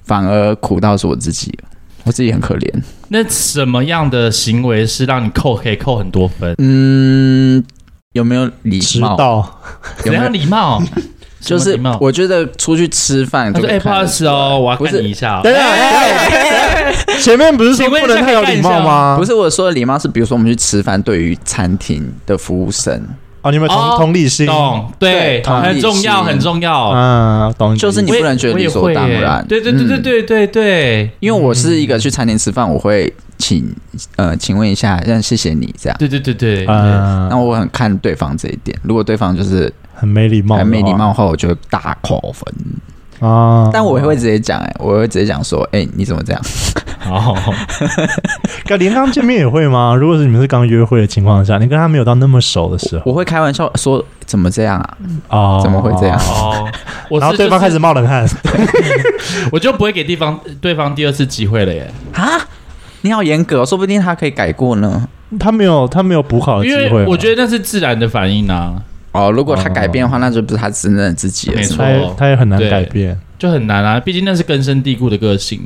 Speaker 3: 反而苦到是我自己，我自己很可怜。
Speaker 1: 那什么样的行为是让你扣可以扣很多分？
Speaker 3: 嗯，有没有礼
Speaker 2: 迟
Speaker 3: 貌？
Speaker 2: 到，
Speaker 1: 怎
Speaker 3: 有没有
Speaker 1: 样？礼貌？
Speaker 3: 就
Speaker 1: 什么
Speaker 3: 是
Speaker 1: 礼貌
Speaker 3: 我觉得出去吃饭
Speaker 1: 他
Speaker 3: 就
Speaker 1: 说：“
Speaker 3: 可
Speaker 1: 哎，
Speaker 3: 以
Speaker 1: 不
Speaker 3: 看
Speaker 1: 好
Speaker 3: 得
Speaker 1: 意思哦，我要看
Speaker 3: 不是
Speaker 1: 你一下哦。
Speaker 2: 等一下
Speaker 3: 哎
Speaker 2: 等一下，前面不是说
Speaker 1: 请问一
Speaker 2: 不能
Speaker 1: 下
Speaker 2: 太有礼貌吗？
Speaker 3: 不是我说的礼貌，是比如说我们去吃饭，对于餐厅的服务生，
Speaker 2: 哦，你们
Speaker 1: 哦
Speaker 2: 同同理心，
Speaker 1: 懂？
Speaker 3: 对
Speaker 1: 对，
Speaker 3: 同理
Speaker 1: 很重要，
Speaker 3: 心
Speaker 1: 很重要。
Speaker 2: 嗯，懂的意思，
Speaker 3: 就是你
Speaker 1: 我也
Speaker 3: 不能觉得
Speaker 1: 我也
Speaker 3: 理所
Speaker 1: 会
Speaker 3: 当
Speaker 1: 耶
Speaker 3: 然
Speaker 1: 对对对对对对对
Speaker 3: 因为我是一个去餐厅吃饭，我会请呃，请问一下，让谢谢你这样。
Speaker 1: 对对对对。
Speaker 2: 嗯
Speaker 3: 那，我很看对方这一点，如果对方就是
Speaker 2: 很没礼貌，
Speaker 3: 很没礼貌的话，我就会大扣分。
Speaker 2: 啊！
Speaker 3: 但我也会直接讲，哎，我会直接讲说，哎，你怎么这样？
Speaker 1: 哦，
Speaker 2: 跟连刚见面也会吗？ 如果是你们是刚约会的情况下，你跟他没有到那么熟的时候
Speaker 3: 我会开玩笑说怎么这样啊？
Speaker 2: 啊，
Speaker 3: 怎么会这样？
Speaker 1: 哦，我
Speaker 2: 然后
Speaker 1: 是
Speaker 2: 对方
Speaker 1: 就
Speaker 2: 开
Speaker 1: 是
Speaker 2: 始冒冷汗，
Speaker 1: 我就不会给地方对方第二次机会了耶，
Speaker 3: 啊，你好严格哦，说不定他可以改过呢。
Speaker 2: 他没有他没有补考的
Speaker 1: 因
Speaker 2: 机会
Speaker 1: 为
Speaker 2: 吗，
Speaker 1: 我觉得那是自然的反应啊，
Speaker 3: 哦，如果他改变的话，那就不是他真正的自己了。
Speaker 1: 没
Speaker 3: 是吗
Speaker 2: 他也他也很难改变
Speaker 1: 就很难啊，毕竟那是根深蒂固的个性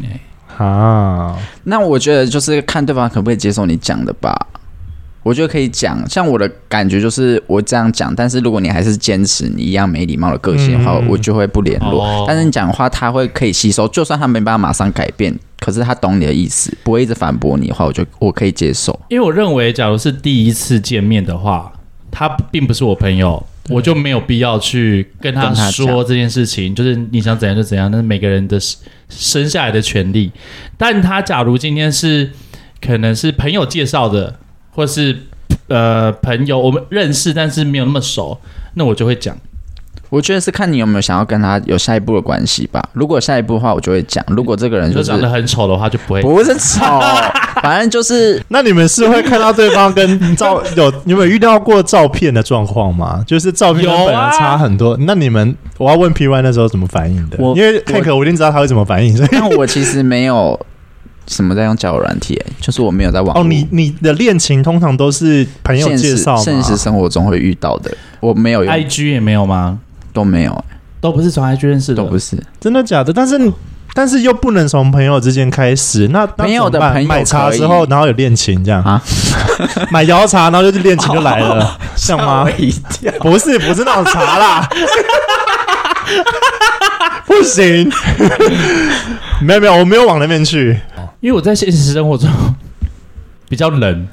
Speaker 1: 哎。
Speaker 2: 啊。
Speaker 3: 那我觉得就是看对方可不可以接受你讲的吧。我觉得可以讲，像我的感觉就是我这样讲，但是如果你还是坚持你一样没礼貌的个性的话，
Speaker 2: 嗯
Speaker 3: 我就会不联络。
Speaker 1: 哦
Speaker 3: 但是你讲的话，他会可以吸收，就算他没办法马上改变，可是他懂你的意思，不会一直反驳你的话，我就我可以接受。
Speaker 1: 因为我认为，假如是第一次见面的话，他并不是我朋友，我就没有必要去跟他
Speaker 3: 嗯跟他讲
Speaker 1: 说这件事情。就是你想怎样就怎样，那是每个人的生下来的权利。但他假如今天是可能是朋友介绍的，或是呃朋友我们认识，但是没有那么熟，那我就会讲。
Speaker 3: 我觉得是看你有没有想要跟他有下一步的关系吧。如果有下一步的话，我就会讲；如果这个人
Speaker 1: 你
Speaker 3: 就
Speaker 1: 说
Speaker 3: 是
Speaker 1: 长得很丑的话，就不会。
Speaker 3: 不是丑，反正就是
Speaker 2: 那你们是会看到对方跟照 有你们有遇到过照片的状况吗？就是照片跟
Speaker 1: 有啊
Speaker 2: 本人差很多。那你们我要问 P Y 那时候怎么反应的？
Speaker 3: 我
Speaker 2: 因为看可我一定知道他会怎么反应，所以
Speaker 3: 但我其实没有什么在用交友软体、欸就是我没有在网络
Speaker 2: 哦，你你的恋情通常都是朋友
Speaker 3: 现
Speaker 2: 介
Speaker 3: 实
Speaker 2: 绍吗？
Speaker 3: 现实生活中会遇到的，我没有用，
Speaker 1: IG 也没有吗？
Speaker 3: 都没有，
Speaker 1: 都不是从 IG 认识的，
Speaker 3: 都不是
Speaker 2: 真的假的？但是你但是又不能从朋友之间开始，那那
Speaker 3: 朋友的
Speaker 2: 怎么办
Speaker 3: 朋友
Speaker 2: 买茶
Speaker 3: 可以
Speaker 2: 之后，然后有恋情这样
Speaker 3: 啊， 哦
Speaker 2: 买摇茶，然后就是恋情就来了，像吗？
Speaker 3: 一跳，
Speaker 2: 不是不是那种茶啦， 不行， 没有没有，我没有往那边去。
Speaker 1: 因为我在现实生活中 比较冷，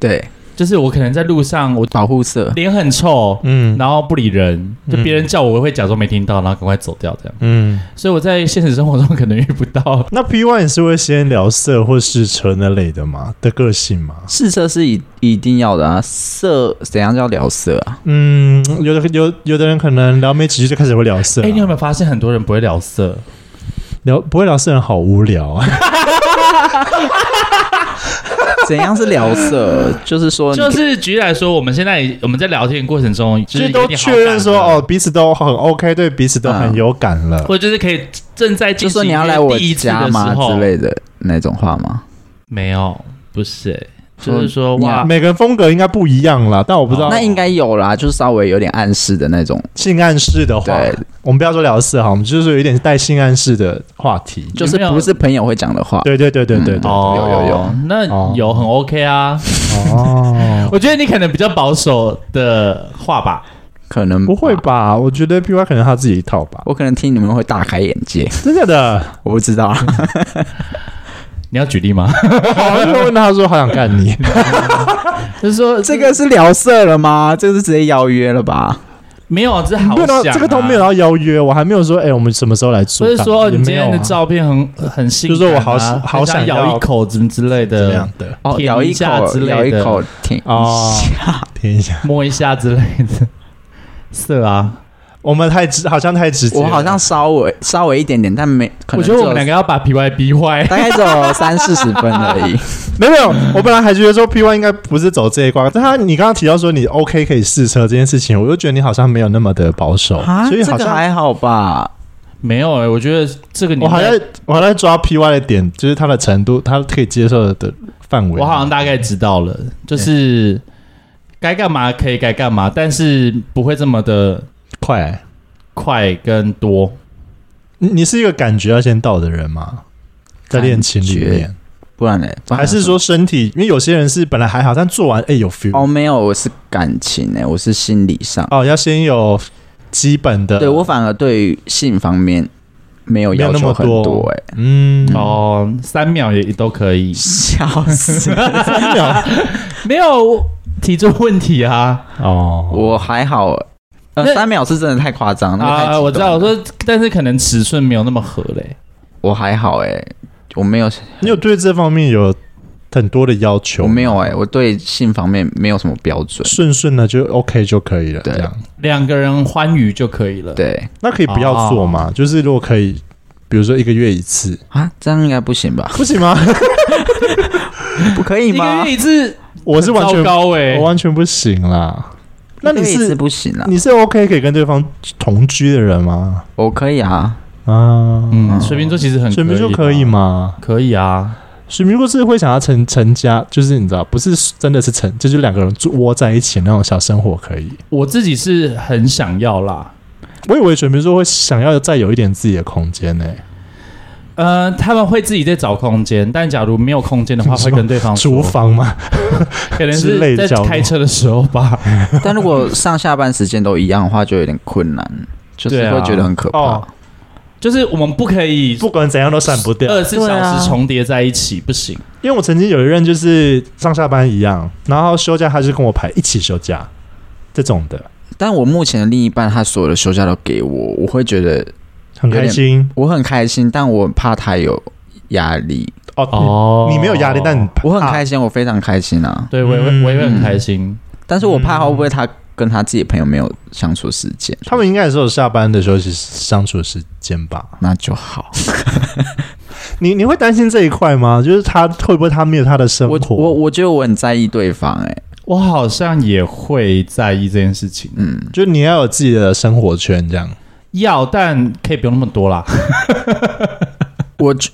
Speaker 3: 对，
Speaker 1: 就是我可能在路上我
Speaker 3: 保护色，
Speaker 1: 脸很臭，
Speaker 2: 嗯
Speaker 1: 然后不理人，就别人叫我，我会假装没听到，然后赶快走掉这样。
Speaker 2: 嗯，
Speaker 1: 所以我在现实生活中可能遇不到。
Speaker 2: 那 P One 是会先聊色或试车那类的吗？的个性吗？
Speaker 3: 试车是一一定要的啊，色怎样叫聊色啊？
Speaker 2: 嗯，有的有有的人可能聊没几句就开始会聊色、啊
Speaker 1: 哎、你有没有发现很多人不会聊色？
Speaker 2: 聊不会聊色人好无聊啊。
Speaker 3: 怎样是聊色？就是说哦你 可
Speaker 1: 就
Speaker 3: 以，
Speaker 1: 是举例来说，我们现在我们在聊天过程中，就
Speaker 2: 就是是都
Speaker 1: 有点好感
Speaker 2: 确认说
Speaker 1: 的，啊
Speaker 2: 哦，彼此都很 OK，对彼此都很有感了。
Speaker 1: 或者就是可以正在进行
Speaker 3: 就说你要来我
Speaker 1: 第一次
Speaker 3: 家
Speaker 1: 的时
Speaker 3: 吗
Speaker 1: 候
Speaker 3: 之类的那种话吗？
Speaker 1: 没有，不是、欸就是
Speaker 3: 说
Speaker 1: 说
Speaker 3: 你要
Speaker 1: 哇，
Speaker 2: 每个人风格应该不一样啦，但我不
Speaker 1: 啊
Speaker 2: 知道
Speaker 3: 那应该有啦，就是稍微有点暗示的那种，
Speaker 2: 性暗示的话
Speaker 3: 对，
Speaker 2: 我们不要说聊色哈，我们就是有一点带性暗示的话题。
Speaker 3: 就是
Speaker 1: 有没有
Speaker 3: 不是朋友会讲的话。
Speaker 2: 对对对对对
Speaker 3: 嗯
Speaker 2: 对，
Speaker 1: 哦，
Speaker 3: 有有有，
Speaker 1: 那
Speaker 2: 哦
Speaker 1: 有很 OK 啊。
Speaker 2: 哦，
Speaker 1: 我觉得你可能比较保守的话吧，
Speaker 3: 可能
Speaker 2: 不会吧？我觉得 P Y 可能他自己一套吧，
Speaker 3: 我可能听你们会大开眼界，
Speaker 2: 真的的。
Speaker 3: 我不知道啊。
Speaker 1: 你要举例吗？
Speaker 2: 我就问他说，好想干你，
Speaker 1: 就是说
Speaker 3: 这个是聊色了吗？这个是直接邀约了吧？
Speaker 1: 没有，这 好
Speaker 2: 没
Speaker 1: 想、
Speaker 2: 有到
Speaker 1: 啊、
Speaker 2: 这个都没有到邀约，我还没有说，哎，我们什么时候来
Speaker 1: 不
Speaker 2: 做？
Speaker 1: 是说哦
Speaker 2: 也
Speaker 1: 你今
Speaker 2: 没有
Speaker 1: 天的
Speaker 2: 啊
Speaker 1: 照片很很性感啊、
Speaker 2: 就是我好想好
Speaker 1: 很想
Speaker 2: 想要
Speaker 1: 咬一口怎么之类
Speaker 2: 这样
Speaker 1: 的，
Speaker 2: 的
Speaker 3: 哦，
Speaker 1: 舔
Speaker 3: 咬
Speaker 1: 一
Speaker 3: 一
Speaker 1: 下
Speaker 3: 口
Speaker 1: 之，类
Speaker 3: 咬一
Speaker 1: 的
Speaker 3: 口， 舔一下。
Speaker 2: 哦，听一下。
Speaker 1: 摸一下之类的，色啊，
Speaker 2: 我们太直，好像太直接了。
Speaker 3: 我好像稍微稍微一点点，但没，可
Speaker 1: 我
Speaker 3: 能
Speaker 1: 觉得我们
Speaker 3: 只有
Speaker 1: 两个要把 P Y 逼坏。
Speaker 3: 大概只有三四十分而已。
Speaker 2: 没有没有，我本来还觉得说 P one 应该不是走这一关，但他你刚刚提到说你 OK 可以试车这件事情，我就觉得你好像没有那么的保守，
Speaker 1: 啊
Speaker 2: 所以
Speaker 3: 啊这
Speaker 2: 好
Speaker 3: 个
Speaker 2: 像、
Speaker 3: 还好吧？
Speaker 1: 没有哎、我觉得这个
Speaker 2: 我
Speaker 1: 年
Speaker 2: 还
Speaker 1: 代，
Speaker 2: 在我还在抓 P one 的点，就是他的程度，他可以接受的范围。
Speaker 1: 我好像大概知道了，就是该干嘛可以该干嘛，但是不会这么的
Speaker 2: 快、
Speaker 1: 快跟多。
Speaker 2: 你你是一个感觉要先到的人吗？在恋情里面，
Speaker 3: 不然呢？不然
Speaker 2: 还是说身体？因为有些人是本来还好，但做完哎、有 feel
Speaker 3: 哦，
Speaker 2: 哦
Speaker 3: 没有，我是感情哎、我是心理上。
Speaker 1: 哦
Speaker 2: 要先有基本的。
Speaker 3: 对我反而对于性方面没有
Speaker 2: 没有
Speaker 3: 要
Speaker 2: 那
Speaker 3: 求
Speaker 2: 么
Speaker 3: 很 多哎、，
Speaker 2: 嗯，
Speaker 1: 哦，三秒也都可以
Speaker 3: 笑 死！
Speaker 2: 三 秒
Speaker 1: 没有提出问题啊
Speaker 2: 哦，
Speaker 3: 我还好，呃，
Speaker 1: 那
Speaker 3: 三秒是真的太夸张，那个太极
Speaker 1: 啊！
Speaker 3: 端
Speaker 1: 我知道，
Speaker 3: 了
Speaker 1: 我说，但是可能尺寸没有那么合嘞。
Speaker 3: 我还好哎、我没有，
Speaker 2: 你有对这方面有很多的要求？
Speaker 3: 我没有哎、我对性方面没有什么标准。
Speaker 2: 顺顺的就 OK 就可以了。
Speaker 3: 对
Speaker 2: 这样，
Speaker 1: 两个人欢愉就可以了。，
Speaker 3: 对
Speaker 2: 那可以不要做嘛？就是如果可以，比如说一个月一次，
Speaker 3: 啊，这样应该不 行吧？
Speaker 2: 不行吗？
Speaker 3: 不可以
Speaker 1: 一个
Speaker 3: 吗
Speaker 1: 月？一次，
Speaker 2: 我是完
Speaker 1: 糟
Speaker 2: 全
Speaker 1: 糕哎、
Speaker 2: 我完全不行啦。那你
Speaker 3: 一个月一次
Speaker 2: 是
Speaker 3: 不行啊？
Speaker 2: 你是 OK 可以跟对方同居的人吗？
Speaker 3: 我可以啊，
Speaker 2: 啊，
Speaker 1: 嗯，水瓶座其实很
Speaker 2: 水瓶座可以
Speaker 1: 吧？
Speaker 2: 吗？
Speaker 1: 可以啊，
Speaker 2: 水瓶座是会想要成成家，就是你知道，不是真的是成，就是两个人住窝在一起那种小生活可以。
Speaker 1: 我自己是很想要啦。
Speaker 2: 我以为水瓶座会想要再有一点自己的空间呢、
Speaker 1: 呃，他们会自己在找空间，但假如没有空间 的话，
Speaker 2: 你说
Speaker 1: 会跟
Speaker 3: 哦
Speaker 1: 对方
Speaker 2: 厨
Speaker 1: 说，
Speaker 2: 房嘛，
Speaker 1: 可能
Speaker 2: 之类
Speaker 1: 是
Speaker 2: 的
Speaker 1: 在
Speaker 2: 角落
Speaker 1: 开车的时候吧。
Speaker 3: 但如果上下班时间都一样的话，就有点困难，就是
Speaker 1: 对啊
Speaker 3: 会觉得很可怕。
Speaker 2: 哦
Speaker 1: 就是我们不可以
Speaker 2: 不管怎样都散不掉。
Speaker 1: 二十四
Speaker 3: 对啊
Speaker 1: 小时重叠在一起，不行。
Speaker 2: 因为我曾经有一任就是上下班一样，然后休假他就跟我排一起休假，这种的
Speaker 3: 但我目前的另一半，他所有的休假都给我，我会觉得
Speaker 2: 很开心
Speaker 3: 我很开心，但我很怕他有压力。
Speaker 2: 哦。
Speaker 1: 哦
Speaker 2: 你你没有压力，但你
Speaker 3: 我很开
Speaker 2: 心。
Speaker 3: 心，我非常开心啊！
Speaker 1: 对我也会，
Speaker 2: 嗯
Speaker 1: 我也会很开心。
Speaker 3: 但是我怕会不会他跟他自己的朋友没有相处时间，
Speaker 2: 他们应该也是有下班的休息相处时间吧？
Speaker 3: 那就好。
Speaker 2: 你你会担心这一块吗？就是他会不会他没有他的生
Speaker 3: 我
Speaker 2: 活？
Speaker 3: 我我觉得我很在意对方、哎，
Speaker 1: 我好像也会在意这件事情，
Speaker 3: 嗯，
Speaker 2: 就你要有自己的生活圈，这样
Speaker 1: 要但可以不用那么多啦。
Speaker 3: 我觉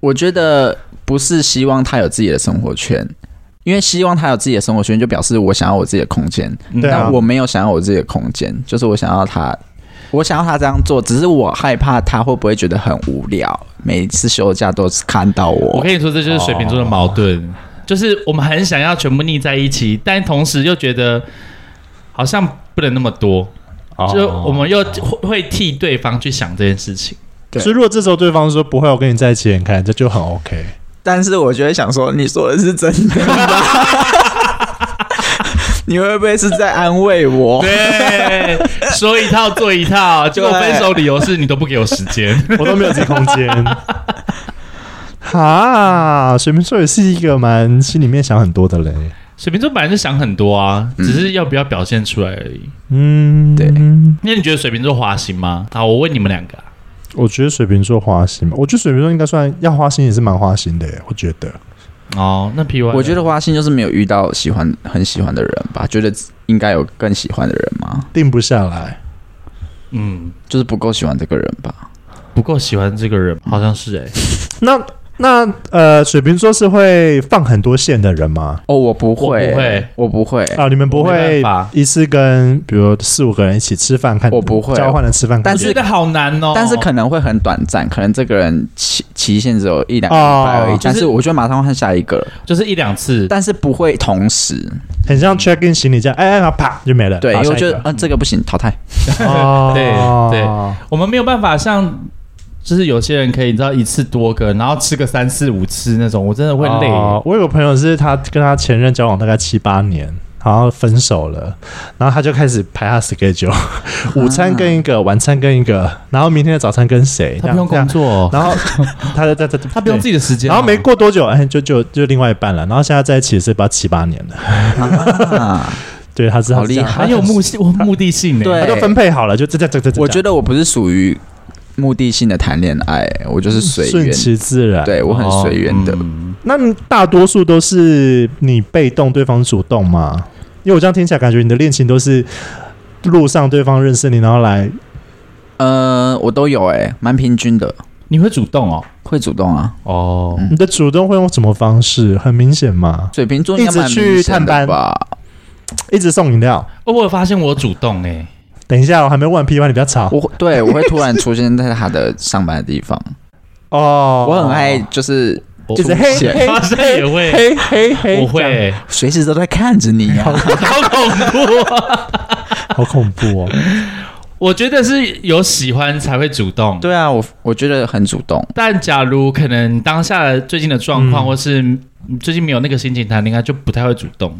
Speaker 3: 我觉得不是希望他有自己的生活圈，因为希望他有自己的生活圈，就表示我想要我自己的空间，
Speaker 2: 对啊
Speaker 3: 但我没有想要我自己的空间，就是我想要他。我想要他这样做，只是我害怕他会不会觉得很无聊，每一次休假都是看到
Speaker 1: 我
Speaker 3: 我。哦
Speaker 1: 跟你说，这就是水瓶座的矛盾，就是我们很想要全部腻在一起，但同时又觉得好像不能那么多，
Speaker 3: 哦
Speaker 1: 就
Speaker 2: 哦
Speaker 1: 我们又会会替对方去想这件事情。
Speaker 3: 对
Speaker 2: 所以如果这时候对方说不会，我跟你在一起很开心，这就很 OK。
Speaker 3: 但是我就会想说，你说的是真的吗？ 你会不会是在安慰我？
Speaker 1: 对，说一套做一套，结果
Speaker 3: 对
Speaker 1: 分手理由是你都不给我时 间。
Speaker 2: 我都没有自己空间。哈，水瓶座也是一个蛮心里面想很多的嘞。
Speaker 1: 水瓶座本来就想很多啊，
Speaker 3: 嗯
Speaker 1: 只是要不要表现出来而已。
Speaker 2: 嗯，
Speaker 3: 对。
Speaker 1: 那你觉得水瓶座花心吗？好，我问你们两个啊、
Speaker 2: 我觉得水瓶座花心吧，我觉得水瓶座应该算要花心也是蛮花心的耶。我觉得
Speaker 1: 哦，那 P Y，
Speaker 3: 我觉得花心就是没有遇到喜欢很喜欢的人吧，觉得应该有更喜欢的人嘛，
Speaker 2: 定不下来，
Speaker 1: 嗯
Speaker 3: 就是不够喜欢这个人吧。
Speaker 1: 不够喜欢这个人，好像是哎、
Speaker 2: 那那呃，水瓶座是会放很多线的人吗？
Speaker 3: 哦，我不会，
Speaker 1: 我不会，
Speaker 3: 我不会，
Speaker 2: 啊，你们不
Speaker 1: 我没
Speaker 2: 会
Speaker 1: 办法
Speaker 2: 一次跟比如四五个人一起吃饭看，
Speaker 3: 我不会
Speaker 2: 交换了吃饭看，
Speaker 3: 但
Speaker 1: 我
Speaker 3: 是
Speaker 1: 觉得好难哦。
Speaker 3: 但是可能会很短暂，可能这个人期期限只有一两个
Speaker 2: 哦
Speaker 3: 礼拜而已，
Speaker 2: 就是
Speaker 3: 但是我就马上换下一个了，
Speaker 1: 就是一两次，
Speaker 3: 但是不会同时。
Speaker 2: 很像 check in 行李这样，哎哎啪就没了。
Speaker 3: 对，
Speaker 2: 嗯
Speaker 3: 因
Speaker 2: 好
Speaker 3: 为我
Speaker 2: 下一
Speaker 3: 觉得
Speaker 2: 个
Speaker 3: 啊、呃这个不行，淘汰。
Speaker 2: 哦
Speaker 1: 对对我们没有办法像。就是有些人可以，你知道一次多个，然后吃个三四五次那种，我真的会累。
Speaker 2: 哦我有个朋友是他跟他前任交往大概七八年，然后分手了，然后他就开始排他 schedule，午 餐跟一个，晚餐跟一个，然后明天的早餐跟谁，
Speaker 1: 他不用
Speaker 2: 这样
Speaker 1: 工，作哦、
Speaker 2: 这样然后 他在在 在
Speaker 1: 他不用自
Speaker 2: 己。
Speaker 1: 己的时间哦、
Speaker 2: 然后没过多久，哎，就就就另外一半了。然后现在在一起是不知道七八年了，
Speaker 3: 啊
Speaker 2: 对，他知道
Speaker 3: 好厉害
Speaker 2: 他
Speaker 1: 很有目性，目的性呢。
Speaker 3: 对
Speaker 2: 他就分配好了，就这这这这这。
Speaker 3: 我觉得我不是属于目的性的谈恋爱，我就是随
Speaker 2: 顺
Speaker 3: 缘，
Speaker 2: 其自然。，哦
Speaker 3: 对我很随缘的。
Speaker 1: 嗯
Speaker 2: 那你大多数都是你被动，对方主动嘛？因为我这样听起来，感觉你的恋情都是路上对方认识你，然后来嗯
Speaker 3: 呃，我都有哎、蛮平均的，
Speaker 1: 你会主动哦，
Speaker 3: 会主动啊。
Speaker 1: 哦，
Speaker 2: 你的主动会用什么方式？很明显嘛，
Speaker 3: 水瓶座应该蛮
Speaker 2: 一直去
Speaker 3: 明显
Speaker 2: 探
Speaker 3: 的
Speaker 2: 班
Speaker 3: 吧？
Speaker 2: 一直送饮料。
Speaker 1: 哦我有发现我主动哎，
Speaker 2: 等一下，我还没问完 P Y，你不要吵
Speaker 3: 我会对我会突然出现在他的上班的地方，
Speaker 2: 哦。
Speaker 3: 我很爱，就是
Speaker 1: 我
Speaker 2: 就是
Speaker 3: 出
Speaker 2: 嘿
Speaker 3: 现
Speaker 2: 嘿
Speaker 1: 发现也会
Speaker 2: 嘿嘿嘿，
Speaker 1: 我
Speaker 2: 这样，
Speaker 1: 会，欸
Speaker 3: 随时都在看着你啊。
Speaker 1: 好恐怖哦。
Speaker 2: 好恐怖哦。
Speaker 1: 我觉得是有喜欢才会主动，
Speaker 3: 对啊，我我觉得很主动，
Speaker 1: 但假如可能当下的最近的状况，
Speaker 2: 嗯
Speaker 1: 或是最近没有那个心情谈恋爱，就不太会主动。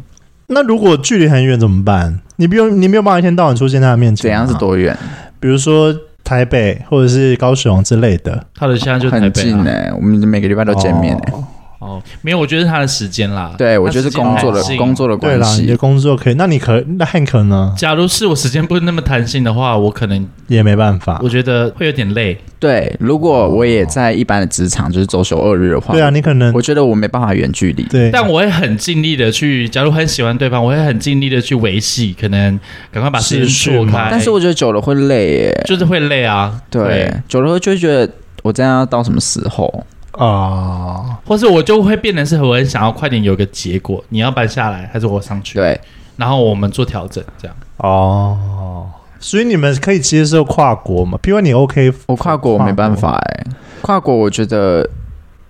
Speaker 2: 那如果距离很远怎么办？你不用，你没有办法一天到晚出现在他面前。
Speaker 3: 怎样是？多远？
Speaker 2: 比如说台北或者是高雄之类的，
Speaker 1: 他的现在就台
Speaker 3: 很
Speaker 1: 北
Speaker 3: 近
Speaker 1: 啊、
Speaker 3: 哎、我们每个礼拜都见面哎、
Speaker 2: 哦
Speaker 1: 哦，啊没有，我觉得是他的时间啦。
Speaker 3: 对，我觉得
Speaker 1: 他时
Speaker 3: 是
Speaker 1: 间
Speaker 3: 工作的
Speaker 1: 弹性
Speaker 3: 工。作的
Speaker 2: 对
Speaker 3: 关
Speaker 2: 啦，你的
Speaker 3: 系。
Speaker 2: 工作可以，那你可那汉克呢
Speaker 1: 假如是我时间不是那么弹性的话，我可能
Speaker 2: 也没办
Speaker 3: 啊
Speaker 2: 法。
Speaker 1: 我觉得会有点累。
Speaker 3: 对，如果我也在一般的职场，就是周休二日的话，
Speaker 2: 对啊，你可能
Speaker 3: 我觉得我没办法远距离。
Speaker 2: 对，
Speaker 1: 但我会很尽力的去，假如很喜欢对方，我会很尽力的去维系，可能赶快把事情
Speaker 2: 是是
Speaker 1: 做
Speaker 2: 嘛
Speaker 1: 开。
Speaker 3: 但是我觉得久了会累耶、
Speaker 1: 就是会累啊，
Speaker 3: 对，久了会就会觉得我这样要到什么时候？
Speaker 2: 啊，
Speaker 1: 或是我就会变成是我很想要快点有个结果，你要搬下来还是我上去？，
Speaker 3: 对，
Speaker 1: 然后我们做调整，这样
Speaker 2: 哦，所以你们可以接受跨国嘛？譬如你 OK，
Speaker 3: 我跨国我没办法哎、跨国我觉得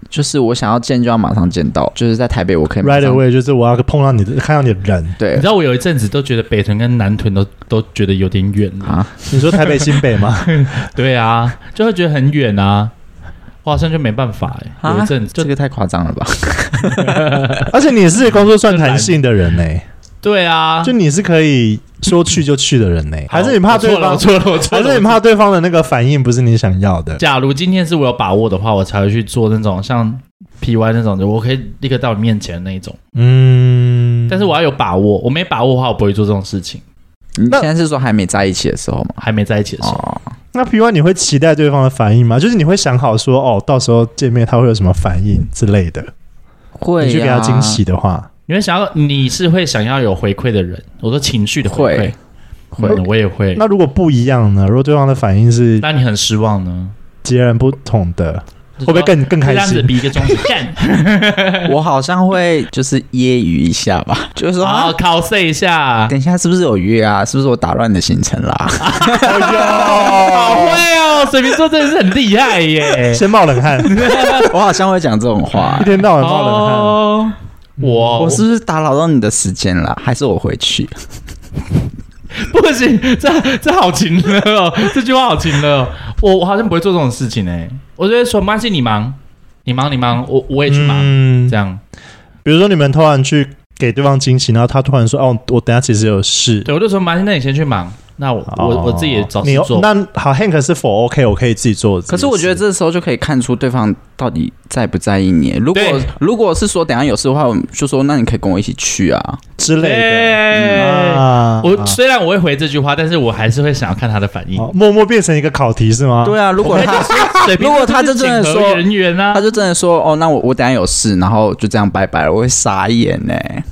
Speaker 3: 就是我想要见就要马上见到，就是在台北我可以马
Speaker 2: right
Speaker 3: 上
Speaker 2: away，就是我要碰到你的，看到你的人。
Speaker 1: 你
Speaker 3: 对
Speaker 1: 知道我有一阵子都觉得北屯跟南屯都都觉得有点远了，
Speaker 3: 啊，
Speaker 2: 你说台北新北吗？
Speaker 1: 对啊，就会觉得很远啊，我好像就没办法哎、
Speaker 3: 啊
Speaker 1: 有一阵子
Speaker 3: 这
Speaker 1: 就
Speaker 3: 个太夸张了吧？
Speaker 2: 而且你是工作算弹性的人呢、
Speaker 1: 对啊，
Speaker 2: 就你是可以说去就去的人呢、还是你怕
Speaker 1: 我错
Speaker 2: 对
Speaker 1: 了，我
Speaker 2: 方？
Speaker 1: 错了，我错
Speaker 2: 还
Speaker 1: 了，
Speaker 2: 是你
Speaker 1: 我错了。
Speaker 2: 怕对方的那个反应不是你想要的？
Speaker 1: 假如今天是我有把握的话，我才会去做那种像 P Y 那种的，我可以立刻到你面前那一种。
Speaker 2: 嗯，
Speaker 1: 但是我要有把握，我没把握的话，我不会做这种事情。
Speaker 3: 你
Speaker 2: 那
Speaker 3: 嗯现在是说还没在一起的时候吗？
Speaker 1: 还没在一起的时候，
Speaker 3: 哦，
Speaker 2: 那譬如说你会期待对方的反应吗？就是你会想好说，哦，到时候见面他会有什么反应之类的，
Speaker 3: 会、啊、
Speaker 2: 你去给他惊喜，的话，
Speaker 1: 你会想要，你是会想要有回馈的人，我说情绪的回馈，
Speaker 3: 会
Speaker 1: 嗯我也会。
Speaker 2: 那如果不一样呢？如果对方的反应是
Speaker 1: 那你很失望呢？
Speaker 2: 截然不同的，
Speaker 1: 会
Speaker 2: 会不会更更开
Speaker 1: 这样子
Speaker 2: 心？
Speaker 1: 比一个中指 干，
Speaker 3: 我好像会就是揶揄一下吧， 就是说、
Speaker 1: 然
Speaker 3: 啊
Speaker 1: 后 cos 一下，
Speaker 3: 等一下是不是有约啊？是不是我打乱你的行程啦、
Speaker 1: 好
Speaker 2: 哎
Speaker 1: 会哦！水瓶座真的是很厉害耶
Speaker 2: 呦，！先冒冷汗，
Speaker 3: 我好像会讲这种话、
Speaker 2: 一天到晚冒冷汗。
Speaker 1: 哦，我
Speaker 3: 我是不是打扰到你的时间了？还是我回去？
Speaker 1: 不行，这这好勤了哦， 这句话好勤了哦。我我好像不会做这种事情哎，我就会说没关系，你忙，你忙，你忙，我我也去忙，
Speaker 2: 嗯
Speaker 1: 这，样。
Speaker 2: 比如说你们突然去给对方惊喜，然后他突然说：“哦，我等下其实有事。
Speaker 1: 对，我就说没关系，那你先去忙，那我
Speaker 2: 哦”
Speaker 1: 我我自己也找
Speaker 2: 你
Speaker 1: 事做。
Speaker 2: 那好，Hank 是否 OK？我可以自己做。
Speaker 3: 可是我觉得这时候就可以看出对方到底在不在意你。如果
Speaker 1: 对
Speaker 3: 如果是说等一下有事的话，我们就说那你可以跟我一起去啊。
Speaker 2: 之类的
Speaker 1: 哎
Speaker 2: 啊
Speaker 1: 我虽然我会回这句话，但是我还是会想要看他的反应。
Speaker 2: 哦默默变成一个考题是吗？
Speaker 3: 对啊，如果 他
Speaker 1: 水瓶
Speaker 3: 如果
Speaker 1: 座
Speaker 3: 他
Speaker 1: 就
Speaker 3: 真
Speaker 1: 是
Speaker 3: 正的
Speaker 1: 检核
Speaker 3: 说
Speaker 1: 人员啊
Speaker 3: 他，就真的说哦，那我我等一下有事，然后就这样拜拜了，我会傻眼欸呢、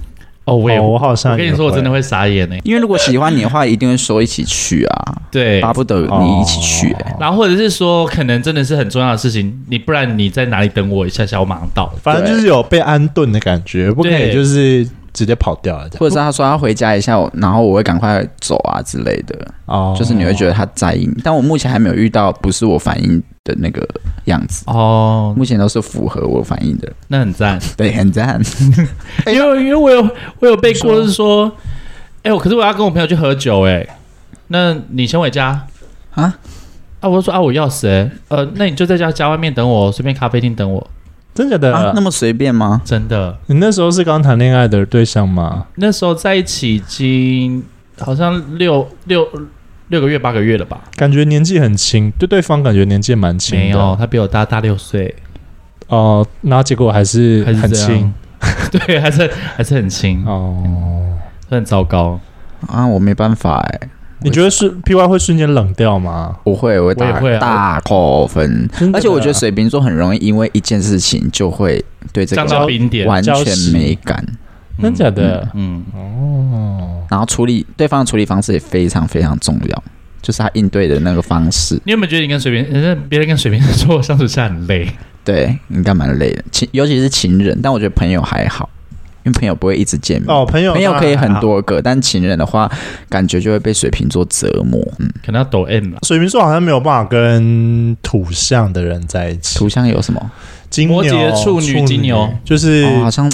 Speaker 1: 哦，我也
Speaker 2: 哦，我好像
Speaker 1: 我跟你说，我真的
Speaker 2: 会
Speaker 1: 会傻眼呢。
Speaker 3: 因为如果喜欢你的话，一定会说一起去啊，
Speaker 1: 对，哦
Speaker 3: 巴不得你一起去、欸。
Speaker 1: 然后或者是说，可能真的是很重要的事情，你不然你在哪里等我一下下，我马上到了。
Speaker 2: 反正就是有被安顿的感觉，不可以就是直接跑掉了这样。
Speaker 3: 或者是他说他回家一下，我然后我会赶快走啊之类的，
Speaker 2: 哦
Speaker 3: 就是你会觉得他在意你，但我目前还没有遇到不是我反应的那个样子，
Speaker 1: 哦，
Speaker 3: 目前都是符合我反应的，
Speaker 1: 那很赞，
Speaker 3: 对，很赞。
Speaker 1: 因为因为我有我有被过是说，哎、我可是我要跟我朋友去喝酒、哎，那你先回家
Speaker 3: 啊？
Speaker 1: 啊，我就说啊，我钥匙、哎，呃，那你就在家家外面等我，随便咖啡厅等我，
Speaker 2: 真假的、
Speaker 3: 啊，那么随便吗？
Speaker 1: 真的。
Speaker 2: 你那时候是刚谈恋爱的对象吗？
Speaker 1: 那时候在一起已经好像六六六个月八个月了吧？
Speaker 2: 感觉年纪很轻，对对方感觉年纪蛮轻的。
Speaker 1: 没有，他比我大大六岁，
Speaker 2: 哦，然后结果还是
Speaker 1: 还是
Speaker 2: 很
Speaker 1: 这样
Speaker 2: 轻。，
Speaker 1: 对，还是还是很轻，
Speaker 2: 哦，
Speaker 1: 很糟糕。
Speaker 3: 啊，我没办法哎、
Speaker 2: 你觉得是 P Y 会瞬间冷掉吗？
Speaker 3: 不会，我会打
Speaker 1: 我也会啊
Speaker 3: 大扣分。
Speaker 2: 真的啊
Speaker 3: 而且我觉得水瓶座很容易因为一件事情就会对这
Speaker 1: 降到
Speaker 3: 个
Speaker 1: 冰点，
Speaker 3: 完
Speaker 2: 交
Speaker 3: 全
Speaker 2: 心
Speaker 3: 没感，
Speaker 2: 真的假的？
Speaker 1: 嗯，
Speaker 2: 哦，
Speaker 3: 然后处理对方的处理方式也非常非常重要，就是他应对的那个方式。
Speaker 1: 你有没有觉得你跟水瓶，呃别人跟 水瓶座相处下很累？
Speaker 3: 对，应该蛮累的，情尤其是情人，但我觉得朋友还好，因为朋友不会一直
Speaker 1: 嗯
Speaker 3: 见面。
Speaker 2: 哦，朋友
Speaker 3: 朋友可以很
Speaker 2: 当然还好。
Speaker 3: 多个，但情人的话，感觉就会被水瓶座折磨。嗯，
Speaker 1: 可能要抖 M 了。
Speaker 2: 水瓶座好像没有办法跟土象的人在一起
Speaker 3: 图，像有什么？
Speaker 2: 金
Speaker 1: 摩
Speaker 2: 牛
Speaker 1: 羯、处女金牛
Speaker 2: 就是
Speaker 3: 哦，好像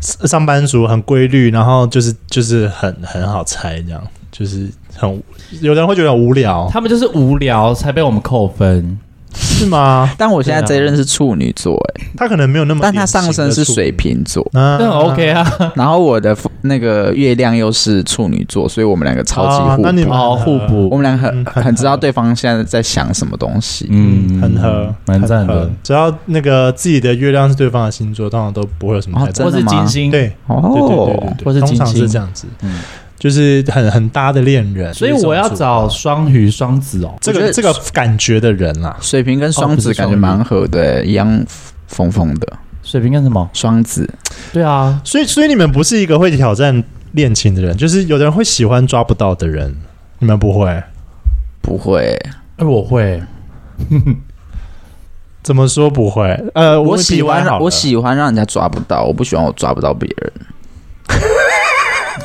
Speaker 2: 上班族很规律，然后就是就是很很好猜，这样就是很有人会觉得很无聊，
Speaker 1: 他们就是无聊才被我们扣分，
Speaker 2: 是 吗？
Speaker 3: 但我现在这一任是处女座，哎、
Speaker 2: 他可能没有那么，
Speaker 3: 但他上升是水，瓶座，
Speaker 2: 那
Speaker 1: 那很 OK 啊，
Speaker 3: 然后我的那个月亮又是处女座，所以我们两个超级
Speaker 2: 哦
Speaker 3: 互补。
Speaker 2: 那你们
Speaker 1: 哦，互
Speaker 3: 我
Speaker 1: 补，
Speaker 3: 们俩很
Speaker 2: 嗯
Speaker 3: 很知道对方现在在想什么东西，
Speaker 2: 嗯，很合，
Speaker 1: 蛮赞
Speaker 2: 很
Speaker 1: 的
Speaker 2: 合。。只要那个自己的月亮是对方的星座，通常都不会有什么
Speaker 3: 哦
Speaker 2: 太大
Speaker 3: 真
Speaker 1: 或
Speaker 3: 的
Speaker 1: 是
Speaker 3: 吗
Speaker 1: 金星，
Speaker 2: 对对对对对
Speaker 3: 哦，
Speaker 2: 对，
Speaker 1: 或是
Speaker 2: 通
Speaker 1: 金
Speaker 2: 常
Speaker 1: 星
Speaker 2: 是这样子，
Speaker 3: 嗯
Speaker 2: 就是很很搭的恋人。
Speaker 1: 所以我要
Speaker 2: 就是
Speaker 1: 找双鱼、双子哦。
Speaker 2: 这
Speaker 3: 我觉
Speaker 2: 种
Speaker 3: 得
Speaker 2: 这个这个感觉的人啦，
Speaker 3: 水瓶跟双子感觉蛮合的，一样疯疯的。
Speaker 1: 水瓶跟什么？
Speaker 3: 双子
Speaker 1: 对啊，
Speaker 2: 所以所以你们不是一个会挑战恋情的人，就是有的人会喜欢抓不到的人，你们不会。
Speaker 3: 不会，
Speaker 1: 哎，我会，
Speaker 2: 怎么说不会？呃，
Speaker 3: 我
Speaker 2: 们
Speaker 3: 喜
Speaker 2: 比完
Speaker 3: 欢
Speaker 2: 好
Speaker 3: 让
Speaker 2: 了
Speaker 3: 我喜欢让人家抓不到，我不喜欢我抓不到别人。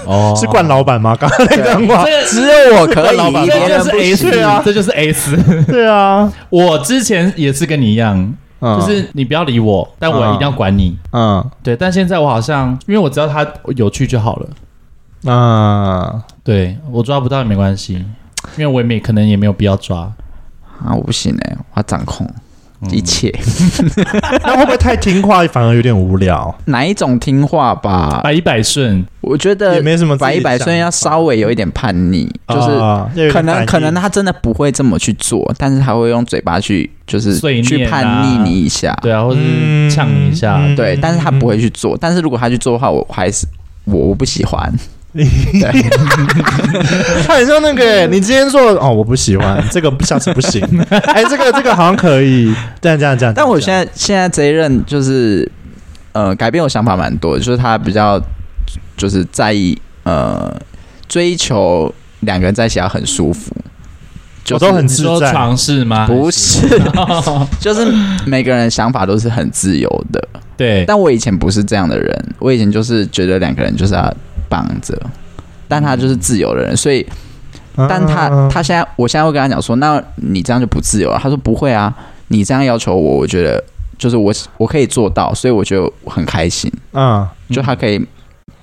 Speaker 1: 哦
Speaker 2: 是冠老板吗？刚刚那段话，
Speaker 1: 这
Speaker 3: 只有我可
Speaker 2: 这个老板
Speaker 3: 以，别
Speaker 1: 这
Speaker 3: 人
Speaker 1: 就是
Speaker 3: 不
Speaker 1: S
Speaker 3: 行。
Speaker 1: 啊，这就是 S。
Speaker 2: 对 啊，
Speaker 1: 我之前也是跟你一样，
Speaker 2: 嗯
Speaker 1: 就是你不要理我，但我一定要管你。
Speaker 2: 嗯
Speaker 1: 对，但现在我好像，因为我知道他有趣就好了。
Speaker 2: 嗯，
Speaker 1: 对我抓不到也没关系，因为我也没可能也没有必要抓。嗯
Speaker 3: 啊，我不行哎、我要掌控一切。
Speaker 2: 那会不会太听话反而有点无聊？
Speaker 3: 哪一种听话吧？
Speaker 1: 百依百顺，
Speaker 3: 我觉
Speaker 2: 也
Speaker 3: 得
Speaker 2: 没什么自己
Speaker 3: 百
Speaker 2: 的
Speaker 3: 依呃百顺要
Speaker 2: 想法
Speaker 3: 稍微有一点叛逆，就是
Speaker 2: 啊要有点
Speaker 3: 可能
Speaker 2: 反应
Speaker 3: 可能他真的不会这么去做，但是他会用嘴巴去就是
Speaker 1: 碎念啊
Speaker 3: 去叛逆你一下，
Speaker 1: 对啊，或是呛你一下，
Speaker 2: 嗯
Speaker 3: 对，但是他不会去做。但是如果他去做的话，我还是我我不喜欢。
Speaker 2: 他很像那个欸，你今天做哦，我不喜 欢这个，下次不行。哎，这个这个好像可以，这样这样这样。
Speaker 3: 但我
Speaker 2: 这
Speaker 3: 现
Speaker 2: 样
Speaker 3: 在现在这一任就是，呃，改变我想法蛮多的，就是他比较就是在意呃追求两个人在一起要很舒服，就
Speaker 2: 我
Speaker 3: 是
Speaker 2: 都很
Speaker 1: 你
Speaker 2: 自
Speaker 1: 说
Speaker 2: 在，
Speaker 1: 床事吗？
Speaker 3: 嗯不是， 就是每个人想法都是很自由的。
Speaker 1: 对，
Speaker 3: 但我以前不是这样的人，我以前就是觉得两个人就是要绑着，但他就是自由的人，所以
Speaker 2: 嗯
Speaker 3: 但他
Speaker 2: 嗯嗯
Speaker 3: 他现在，我现在会跟他讲说，那你这样就不自由了。他说不会啊，你这样要求我，我觉得就是我我可以做到，所以我觉得我很开心。
Speaker 2: 嗯
Speaker 3: 就他可以，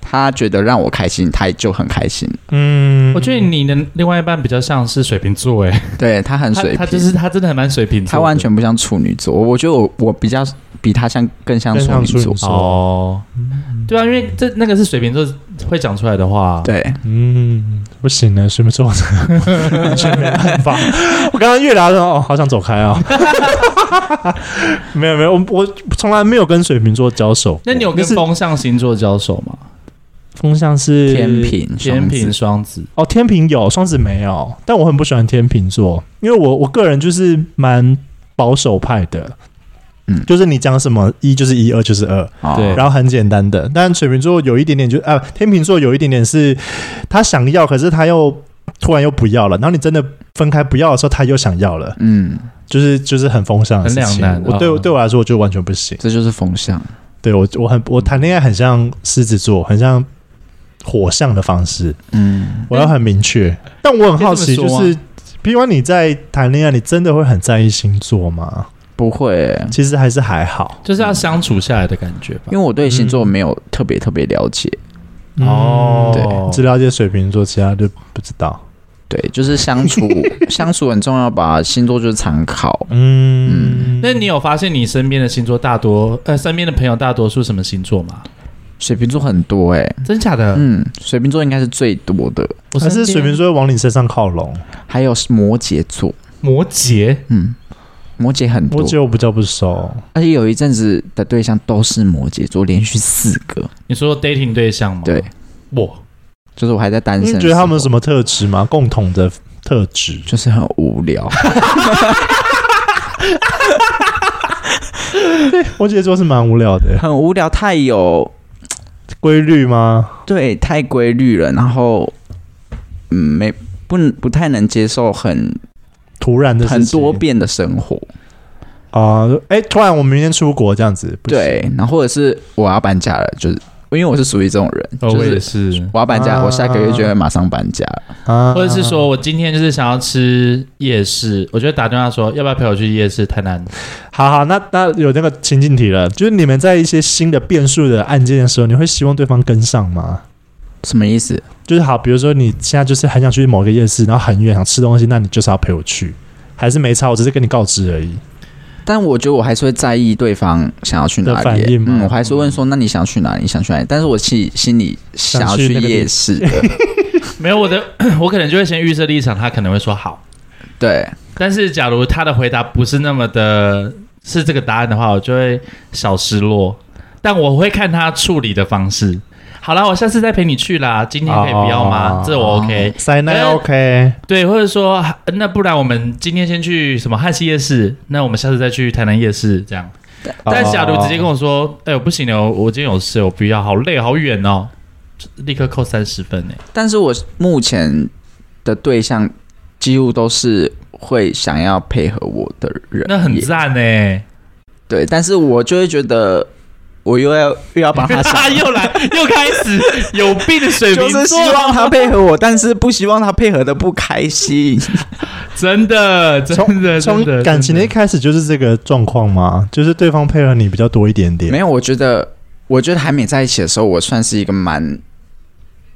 Speaker 3: 他觉得让我开心，他就很开心。
Speaker 2: 嗯
Speaker 1: 我觉得你的另外一半比较像是水瓶座，哎，
Speaker 3: 对他很
Speaker 1: 他
Speaker 3: 水
Speaker 1: 他
Speaker 3: 平，
Speaker 1: 就是他真的很蛮水瓶座的，
Speaker 3: 他完全不像处女座。我我觉得我我比较比他像更像
Speaker 2: 更
Speaker 3: 处
Speaker 2: 像
Speaker 3: 女
Speaker 2: 处女
Speaker 3: 座。
Speaker 2: 座嗯
Speaker 1: 哦，
Speaker 3: 嗯
Speaker 1: 对啊，因为这那个是水瓶座会讲出来的话，
Speaker 3: 对，
Speaker 2: 嗯，不行了，水瓶座完全没办法。我刚刚越聊的哦，好想走开啊、 没有没有，我我从来没有跟水瓶座交手过。
Speaker 1: 那你有跟
Speaker 2: 但是
Speaker 1: 风象星座交手吗？嗯
Speaker 2: 风象是
Speaker 3: 天平，
Speaker 1: 天
Speaker 3: 双
Speaker 1: 平、
Speaker 3: 子，
Speaker 1: 双子，
Speaker 2: 哦，天平有，双子没有。但我很不喜欢天秤座，因为我我个人就是蛮保守派的。
Speaker 3: 嗯
Speaker 2: 就是你讲什么一就是一，二就是二，
Speaker 3: 哦
Speaker 1: 对
Speaker 2: 然后很简单的。但水瓶座有一点点就啊，天秤座有一点点是他想要，可是他又突然又不要了。然后你真的分开不要的时候，他又想要了，
Speaker 3: 嗯，
Speaker 2: 就是就是很风向的事
Speaker 1: 很
Speaker 2: 情。
Speaker 1: 两难
Speaker 2: 我对我
Speaker 1: 哦
Speaker 2: 对我来说，我就完全不行。
Speaker 3: 这就是风向。
Speaker 2: 对我我很我谈恋爱很像狮子座，很像火象的方式，
Speaker 3: 嗯，
Speaker 2: 我要很明确。但我很好奇，
Speaker 1: 可以这么
Speaker 2: 就
Speaker 1: 说吗
Speaker 2: 是。比如你在谈恋爱，你真的会很在意星座吗？
Speaker 3: 不会
Speaker 1: 嗯
Speaker 3: 欸，
Speaker 2: 其实还是还好
Speaker 1: 就是要相处下来的感觉吧
Speaker 3: 因为。我对星座没有特别特别了解。
Speaker 1: 哦
Speaker 2: 嗯只了解水瓶座，其他就不知道。
Speaker 3: 对，就是相处相处很重要吧，星座就是参考。
Speaker 2: 嗯，
Speaker 1: 那你有发现你身边的星座大
Speaker 3: 嗯
Speaker 1: 多，呃，身边的朋友大多数什么星座吗？
Speaker 3: 水瓶座很多哎、
Speaker 1: 真假的？
Speaker 3: 嗯，水瓶座应该是最多的，
Speaker 1: 我
Speaker 2: 还是
Speaker 1: 身边
Speaker 2: 水瓶座会往你身上靠拢？
Speaker 3: 还有摩羯座，
Speaker 1: 摩羯，
Speaker 3: 嗯，摩羯很多
Speaker 2: 我，觉得我比较不熟，
Speaker 3: 而且有一阵子的对象都是摩羯座，连续四个，
Speaker 2: 哦
Speaker 1: 你说 dating 对象吗？
Speaker 3: 对，
Speaker 1: 我
Speaker 3: 就是我还在单
Speaker 2: 你
Speaker 3: 身，
Speaker 2: 觉得他们有
Speaker 3: 是
Speaker 2: 什么特质吗？共同的特质？
Speaker 3: 就是很无 聊，
Speaker 2: 摩羯座是蛮无聊的，
Speaker 3: 很无聊，太有
Speaker 2: 规律吗？
Speaker 3: 对太规律了，然后嗯没不不太能接受很
Speaker 2: 突然的事
Speaker 3: 很
Speaker 2: 情
Speaker 3: 多变的生活，
Speaker 2: 啊！哎、突然我明天出国这样子，不行，
Speaker 3: 对，然后或者是我要搬家了，就是因为我是属于这种人，
Speaker 1: 哦
Speaker 3: 就
Speaker 1: 我也
Speaker 3: 是
Speaker 1: 是，
Speaker 3: 我要搬家，
Speaker 2: 啊
Speaker 3: 我下个月就会马上搬家了。
Speaker 2: 啊，
Speaker 1: 或者是说我今天就是想要吃夜市，我就会打电话说要不要陪我去夜市，太难。
Speaker 2: 好好，那那有那个情境题了，就是你们在一些新的变数的案件的时候，你会希望对方跟上吗？
Speaker 3: 什么意思？
Speaker 2: 就是好，比如说你现在就是很想去某个夜市，然后很远想吃东西，那你就是要陪我去，还是没差？我只是跟你告知而已。
Speaker 3: 但我觉得我还是会在意对方想要去哪
Speaker 2: 的反
Speaker 3: 里
Speaker 2: 应，吗
Speaker 3: 嗯，我还是会问说，那你想去哪里？你想去哪里？但 是我其实心里想要去夜市的，
Speaker 1: 没有我的， 我可能就会先预设立场，他可能会说好。
Speaker 3: 对，
Speaker 1: 但是假如他的回答不是那么的是这个答案的话，我就会小失落。但我会看他处理的方式。好啦，我下次再陪你去啦，今天可以不要
Speaker 3: 啊
Speaker 1: 吗？
Speaker 2: 哦
Speaker 1: 这我 OK。
Speaker 2: 塞奈
Speaker 1: 但
Speaker 2: OK，
Speaker 1: 对，或者说啊那不然我们今天先去什么汉西夜市，那我们下次再去台南夜市这样。
Speaker 3: 啊
Speaker 2: 哦
Speaker 1: 但假如直接跟
Speaker 2: 我
Speaker 1: 我说，哎、我不行了，我我今天有事，我不要，好累，好远哦，立刻扣三十分哎、
Speaker 3: 但是我目前的对象几乎都是会想要配合我的人，
Speaker 1: 那很赞哎、
Speaker 3: 对，但是我就会觉得我又要又要帮他 想。
Speaker 1: 他又来又开始有病的水
Speaker 3: 就
Speaker 1: 瓶座，
Speaker 3: 是希望他配合我，但是不希望他配合的不开心。
Speaker 1: 真的真的真
Speaker 2: 从
Speaker 1: 的
Speaker 2: 感情的一
Speaker 1: 真
Speaker 2: 开始就是这个状况吗？就是对方配合你比较多一点点
Speaker 3: 没。有，我觉得，我觉得还没在一起的时候，我算是一个蛮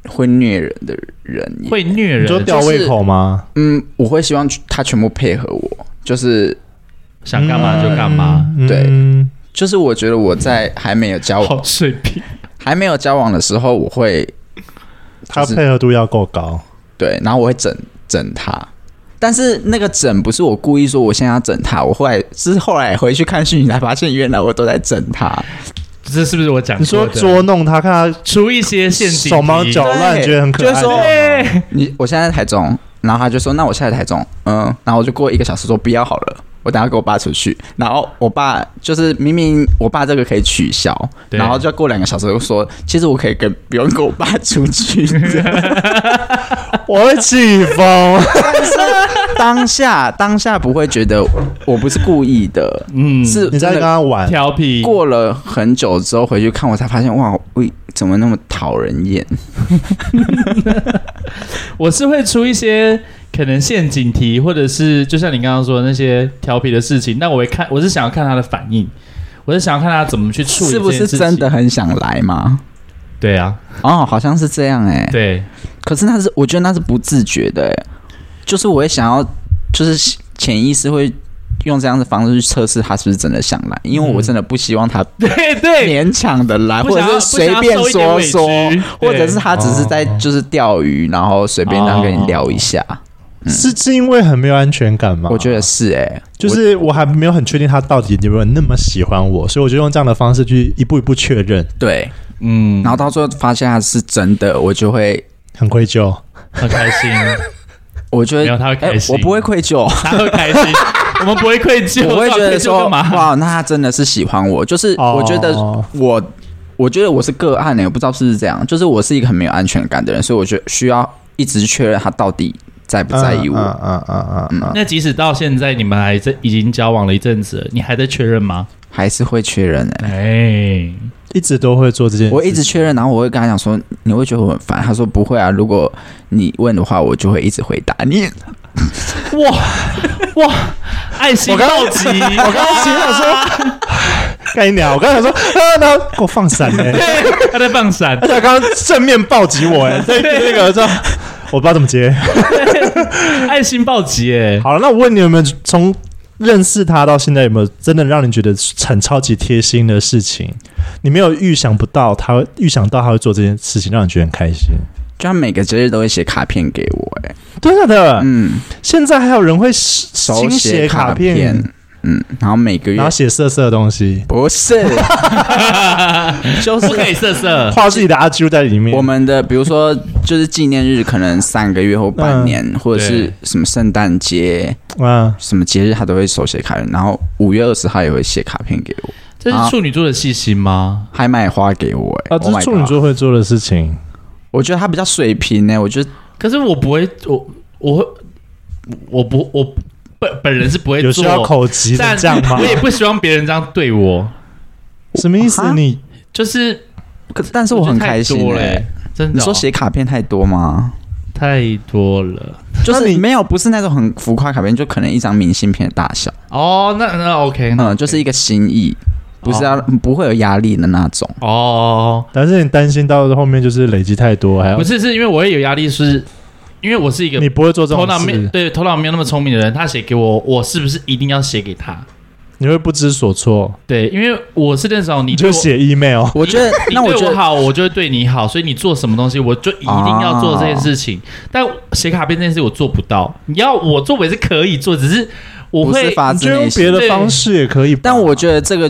Speaker 3: 会虐人的人
Speaker 1: 的。会虐
Speaker 2: 你就
Speaker 1: 人，
Speaker 2: 吊胃口吗？
Speaker 3: 嗯，我会希望他全部配合我，就是
Speaker 1: 想干嘛就干嘛，
Speaker 2: 嗯
Speaker 3: 对
Speaker 2: 嗯
Speaker 3: 就是，我觉得我在还没有交往
Speaker 1: 好水平。
Speaker 3: 还没有交往的时候，我会
Speaker 2: 他
Speaker 3: 就是
Speaker 2: 配合度要够高。
Speaker 3: 对，然后我会整整他。但是那个整不是我故意说我现在要整他，我后来是后来回去看讯息才发现，原来我都在整他。
Speaker 1: 这是不是我讲
Speaker 2: 你说
Speaker 1: 过的
Speaker 2: 捉弄他，看
Speaker 1: 出一些陷
Speaker 2: 他
Speaker 1: 阱题
Speaker 2: 手忙脚乱，
Speaker 3: 对
Speaker 2: 觉得很可爱。
Speaker 3: 就是说
Speaker 2: 对吗
Speaker 3: 你我现在在台中，然后他就说那我现在在台中，嗯，然后我就过一个小时说不要好了，我等下跟我爸出去，然后我爸就是明明我爸这个可以取消，
Speaker 1: 对
Speaker 3: 然后就过两个小时又说其实我可以跟不用跟我爸出去，这 样
Speaker 2: 我会气 疯。
Speaker 3: 但是当下当下不会觉得我不是故意的，
Speaker 1: 嗯，
Speaker 3: 是
Speaker 2: 你在跟
Speaker 3: 真的
Speaker 2: 他玩，
Speaker 1: 调皮。
Speaker 3: 过了很久之后回去看我才发现哇，我怎么那么讨人厌？
Speaker 1: 我是会出一些可能陷阱题，或者是就像你刚刚说的那些调皮的事情，那我会看，我是想要看他的反应，我是想要看他怎么去处理
Speaker 3: 是不
Speaker 1: 这件
Speaker 3: 是
Speaker 1: 事情
Speaker 3: 真的？很想来吗？
Speaker 1: 对啊，
Speaker 3: 哦，好像是这样哎、
Speaker 1: 对，
Speaker 3: 可是那是我觉得那是不自觉的、欸，就是我会想要，就是潜意识会用这样的方式去测试他是不是真的想来，因为我真的不希望他
Speaker 1: 对对，
Speaker 3: 勉强的来，
Speaker 1: 嗯不
Speaker 3: 或者
Speaker 1: 想要
Speaker 3: 是随便
Speaker 1: 不
Speaker 3: 说说，，
Speaker 1: 想要
Speaker 3: 或
Speaker 1: 受一点委屈
Speaker 3: 者是他只是在
Speaker 2: 哦
Speaker 3: 就是钓鱼，然后随便这样跟你聊一下。嗯
Speaker 2: 是是因为很没有安全感吗？
Speaker 3: 我觉得是哎、
Speaker 2: 就是我还没有很确定他到底有没有那么喜欢我，所以我就用这样的方式去一步一步确认，
Speaker 3: 对，
Speaker 1: 对嗯，
Speaker 3: 然后到最后发现他是真的，我就会，
Speaker 2: 很愧疚。
Speaker 1: 很开心，
Speaker 3: 我就
Speaker 1: 没
Speaker 3: 会
Speaker 1: 有，他会
Speaker 3: 哎、
Speaker 1: 开心，
Speaker 3: 我不会，愧疚。
Speaker 1: 他会开心，我们不会愧疚，
Speaker 3: 我会觉
Speaker 1: 愧
Speaker 3: 得
Speaker 1: 疚
Speaker 3: 说，
Speaker 1: 干嘛？
Speaker 3: 哇，那他真的是喜欢我，就是我觉得
Speaker 2: 哦
Speaker 3: 我我觉得我是个案欸呢、我不知道是不是这样，就是我是一个很没有安全感的人，所以我觉得需要一直确认他到底在不在意我。
Speaker 2: 嗯嗯嗯嗯嗯嗯，
Speaker 1: 那即使到现在你们还在已经交往了一阵子了，你还在确认吗？
Speaker 3: 还是会确认哎、
Speaker 1: 哎，
Speaker 2: 一直都会做这件事。
Speaker 3: 我一直确认，然后我会跟他讲说，你会觉得我很烦。他说不会啊，如果你问的话，我就会一直回答你。
Speaker 1: 哇哇，爱心
Speaker 2: 我刚
Speaker 1: 暴击！
Speaker 2: 我刚刚心想说， 干你娘！我刚才想说，啊，然后给我放闪呢、欸，
Speaker 1: 对他在放闪
Speaker 2: 而，且他刚刚正面暴击我 哎、欸，这那个这。我不知道怎么接。
Speaker 1: 爱心暴击哎，
Speaker 2: 好了，那我问你有没有从认识他到现在有没有真的让你觉得很超级贴心的事情？你没有预想不到他会预想到他会做这件事情，让你觉得很开心。
Speaker 3: 就他每个节日都会写卡片给我哎、
Speaker 2: 真的假的？
Speaker 3: 嗯，
Speaker 2: 现在还有人会
Speaker 3: 手
Speaker 2: 手
Speaker 3: 写
Speaker 2: 写
Speaker 3: 卡
Speaker 2: 片，
Speaker 3: 嗯，然后每个月
Speaker 2: 然后写色色的东西，
Speaker 3: 不是， 就是啊
Speaker 1: 不可以色色。
Speaker 2: 画自己的阿 Q 在里面。
Speaker 3: 我们的，比如说就是纪念日，可能三个月或半年，或者是什么圣诞节、
Speaker 2: 嗯，
Speaker 3: 什么节日，他都会手写卡片。然后五月二十号也会写卡片给我，
Speaker 1: 这是处女座的细心吗？
Speaker 3: 还买花给我、欸。
Speaker 2: 啊，这
Speaker 3: Oh my
Speaker 2: 是处女
Speaker 3: God
Speaker 2: 座会做的事情。
Speaker 3: 我觉得他比较水平呢、我觉得
Speaker 1: 可是我不会，我我会，我不我本本人是不会
Speaker 2: 有需要
Speaker 1: 做，
Speaker 2: 口急的
Speaker 1: 但
Speaker 2: 这样吗
Speaker 1: 我？也不希望别人这样对我，
Speaker 2: 什么意思？
Speaker 3: 啊
Speaker 2: 你
Speaker 1: 就是
Speaker 3: 可但是我很开心、
Speaker 1: 我觉得太多
Speaker 3: 欸。
Speaker 1: 了欸真的哦、
Speaker 3: 你说写卡片太多吗？
Speaker 1: 太多了
Speaker 3: 就是
Speaker 2: 你
Speaker 3: 没有，不是那种很浮夸卡片，就可能一张明信片的大小，
Speaker 1: 哦，那那 OK，那
Speaker 3: 嗯，就是一个心意，不是要不会有压力的那种。
Speaker 1: 哦，
Speaker 2: 但是你担心到后面就是累积太多，还要
Speaker 1: 不是是因为我会有压力是，因为我是一个
Speaker 2: 哦你不会做这
Speaker 1: 头
Speaker 2: 种
Speaker 1: 脑没
Speaker 2: 事，
Speaker 1: 对头脑没有那么聪明的人，他写给我，我是不是一定要写给他？
Speaker 2: 你会不知所措，
Speaker 1: 对，因为我是那种你
Speaker 2: 你
Speaker 1: 对
Speaker 2: 就
Speaker 1: 我
Speaker 2: 写 email。
Speaker 3: 我觉得，
Speaker 1: 你
Speaker 3: 那我觉
Speaker 1: 对我
Speaker 3: 得
Speaker 1: 好，我就会对你好，所以你做什么东西，我就一定要做这件事情。但写卡片这件事我做不到，你要我做我也是可以做，只是我
Speaker 3: 不是
Speaker 1: 会
Speaker 3: 发
Speaker 2: 你
Speaker 3: 自
Speaker 2: 就用
Speaker 3: 内
Speaker 2: 别
Speaker 3: 心，
Speaker 2: 的
Speaker 1: 对
Speaker 2: 方式也可以吧，
Speaker 3: 但我觉得这个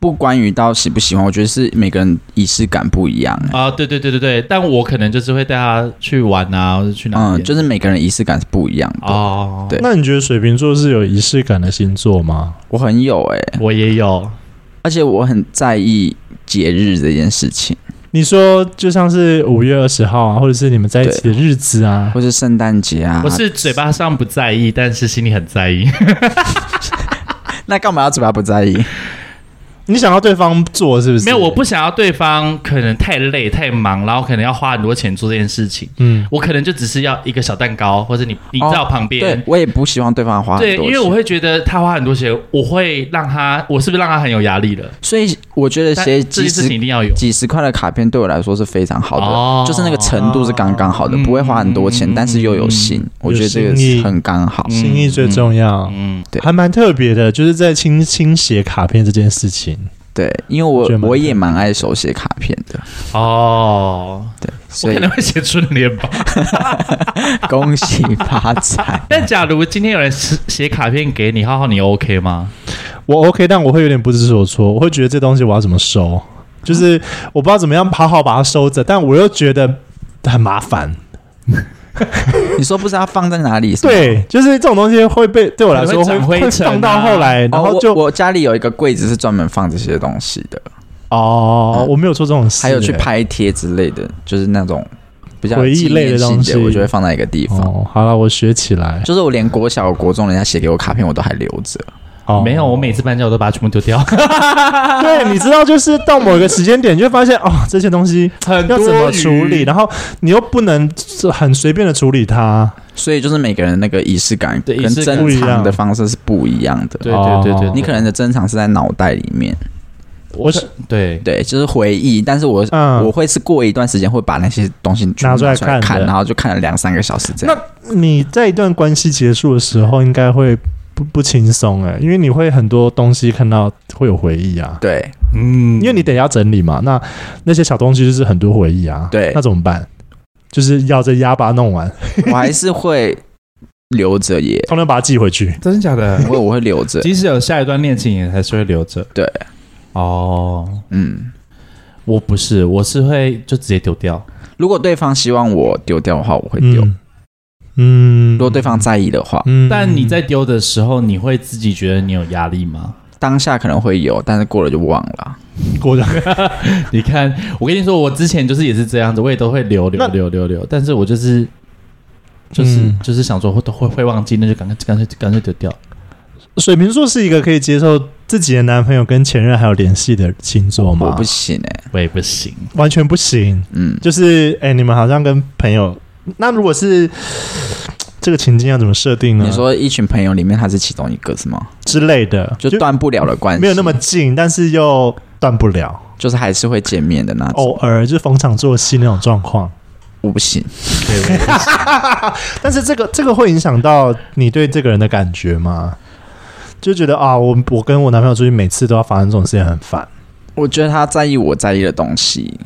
Speaker 3: 不关于到喜不喜欢，我觉得是每个人仪式感不一样、欸
Speaker 1: 啊，对对对对对，但我可能就是会带他去玩啊，或者去哪
Speaker 3: 嗯，
Speaker 1: 边，
Speaker 3: 就是每个人仪式感是不一样的。
Speaker 1: 哦，
Speaker 3: 对
Speaker 2: 那你觉得水瓶座是有仪式感的星座吗？
Speaker 3: 我很有哎、
Speaker 1: 我也有，
Speaker 3: 而且我很在意节日这件事情，
Speaker 2: 你说就像是五月二十号啊，或者是你们在一起的日子啊，
Speaker 3: 或是圣诞节啊。
Speaker 1: 我是嘴巴上不在意，但是心里很在意。
Speaker 3: 那干嘛要嘴巴不在意？
Speaker 2: 你想要对方做是不 是？
Speaker 1: 没有，我不想要对方可能太累、太忙，然后可能要花很多钱做这件事情。
Speaker 2: 嗯，
Speaker 1: 我可能就只是要一个小蛋糕，或者你你在我旁边
Speaker 3: 对。我也不希望对方花很
Speaker 1: 对，
Speaker 3: 多
Speaker 1: 因为我
Speaker 3: 钱
Speaker 1: 会觉得他花很多钱，我会让他，我是不是让他很有压力了？
Speaker 3: 所以我觉得
Speaker 1: 但
Speaker 3: 写
Speaker 1: 这
Speaker 3: 几
Speaker 1: 件事
Speaker 3: 十
Speaker 1: 情一定要有。
Speaker 3: 几十块的卡片对我来说是非常好的，
Speaker 1: 哦
Speaker 3: 就是那个程度是刚刚好的，
Speaker 1: 嗯
Speaker 3: 不会花很多钱，
Speaker 1: 嗯
Speaker 3: 但是又有心，我觉得这个
Speaker 2: 心意
Speaker 3: 是很刚好。
Speaker 1: 嗯
Speaker 2: 心意最重要，
Speaker 1: 嗯，
Speaker 3: 对
Speaker 2: 还蛮特别的，就是在清清写卡片这件事情，
Speaker 3: 对，因为
Speaker 2: 我觉得
Speaker 3: 我
Speaker 2: 蛮
Speaker 3: 我也蛮爱手写卡片 的，
Speaker 1: 哦，
Speaker 3: 对，
Speaker 1: 我
Speaker 3: 所
Speaker 1: 可
Speaker 3: 以
Speaker 1: 能会写春联 吧。
Speaker 3: 恭喜发
Speaker 1: 。
Speaker 3: 财
Speaker 1: 但假如今天有人写写卡片给你，浩浩，你 OK 吗？
Speaker 2: 我 OK，但我会有点不知所措，我会觉得这东西我要怎么收，就是我不知道怎么样好好把它收着，但我又觉得很麻烦。
Speaker 3: 你说不知道放在哪里？哦是吗，
Speaker 2: 对，就是这种东西会被对我来说
Speaker 1: 可
Speaker 2: 会
Speaker 1: 能会长灰
Speaker 2: 会
Speaker 1: 尘啊
Speaker 2: 放到后来，然
Speaker 3: 哦
Speaker 2: 后就
Speaker 3: 我我家里有一个柜子是专门放这些东西的，
Speaker 2: 哦，我没有做这种事，
Speaker 3: 还有去
Speaker 2: 欸
Speaker 3: 拍贴之类的，就是那种比较
Speaker 2: 回忆类的
Speaker 3: 纪念性
Speaker 2: 东西
Speaker 3: 我就会放在一个地方。
Speaker 2: 哦，好了，我学起来。
Speaker 3: 就是我连国小、国中人家写给我卡片，我都还留着。
Speaker 2: 哦，
Speaker 1: 没有，我每次搬家我都把它全部丢 掉，
Speaker 2: 对，你知道，就是到某一个时间点，你就会发现哦，这些东西
Speaker 1: 很
Speaker 2: 要
Speaker 1: 多
Speaker 2: 怎么
Speaker 1: 余
Speaker 2: 处理，然后你又不能很随便的处理它。
Speaker 3: 所以就是每个人那个仪式感
Speaker 1: 对
Speaker 3: 跟
Speaker 1: 仪式感
Speaker 3: 珍藏的方式是不一样的。
Speaker 1: 对对对对，
Speaker 2: 哦
Speaker 3: 你可能的珍藏是在脑袋里面，
Speaker 1: 我
Speaker 2: 是
Speaker 1: 是对
Speaker 3: 对，就是回忆。但是我、
Speaker 2: 嗯
Speaker 3: 我会是过一段时间会把那些东西全部
Speaker 2: 拿出来
Speaker 3: 拿出来
Speaker 2: 看
Speaker 3: 看，
Speaker 2: 的
Speaker 3: 然后就看了两三个小时这样。
Speaker 2: 你在一段关系结束的时候，应该会不不轻松哎，因为你会很多东西看到会有回忆啊，
Speaker 3: 对，
Speaker 1: 嗯
Speaker 2: 因为你得要整理嘛。那那些小东西就是很多回忆啊，
Speaker 3: 对
Speaker 2: 那怎么办？就是要这鸭把它弄完，
Speaker 3: 我还是会留着耶，
Speaker 2: 通常把它寄回去。
Speaker 1: 真的假的
Speaker 3: 我我会 留 着。
Speaker 1: 即使有下一段恋情，也还是会留着。
Speaker 3: 对，
Speaker 1: 哦，
Speaker 3: 嗯，
Speaker 1: 我不是，我是会就直接丢掉。
Speaker 3: 如果对方希望我丢掉的话，我会丢；
Speaker 2: 嗯，嗯，
Speaker 3: 如果对方在意的话，
Speaker 2: 嗯
Speaker 1: 但你在丢的时候，你会自己觉得你有压力吗？
Speaker 3: 当下可能会有，但是过了就忘了。
Speaker 2: 过的
Speaker 1: 你看，我跟你说，我之前就是也是这样子，我也都会留留
Speaker 2: 那
Speaker 1: 留留留，但是我就是。就是、
Speaker 2: 嗯
Speaker 1: 就是想说会会会忘记，那就赶快干脆干脆丢掉。
Speaker 2: 水瓶座是一个可以接受自己的男朋友跟前任还有联系的星座吗？
Speaker 3: 我不行哎、
Speaker 1: 我也不 行，
Speaker 2: 完全不行。
Speaker 3: 嗯，
Speaker 2: 就是哎、你们好像跟朋友，那如果是这个情境要怎么设定呢？
Speaker 3: 你说一群朋友里面他是其中一个是吗？
Speaker 2: 之类的，
Speaker 3: 就断不了的关系，
Speaker 2: 没有那么近，但是又断不 了，
Speaker 3: 就是还是会见面的那种。
Speaker 2: 偶尔就逢场作戏那种状况。
Speaker 3: 我不行，
Speaker 1: 对，我也不行
Speaker 2: 但是这个这个会影响到你对这个人的感觉吗？就觉得啊，我我跟我男朋友出去，每次都要发生这种事情，很烦。
Speaker 3: 我觉得他在意我在意的东西，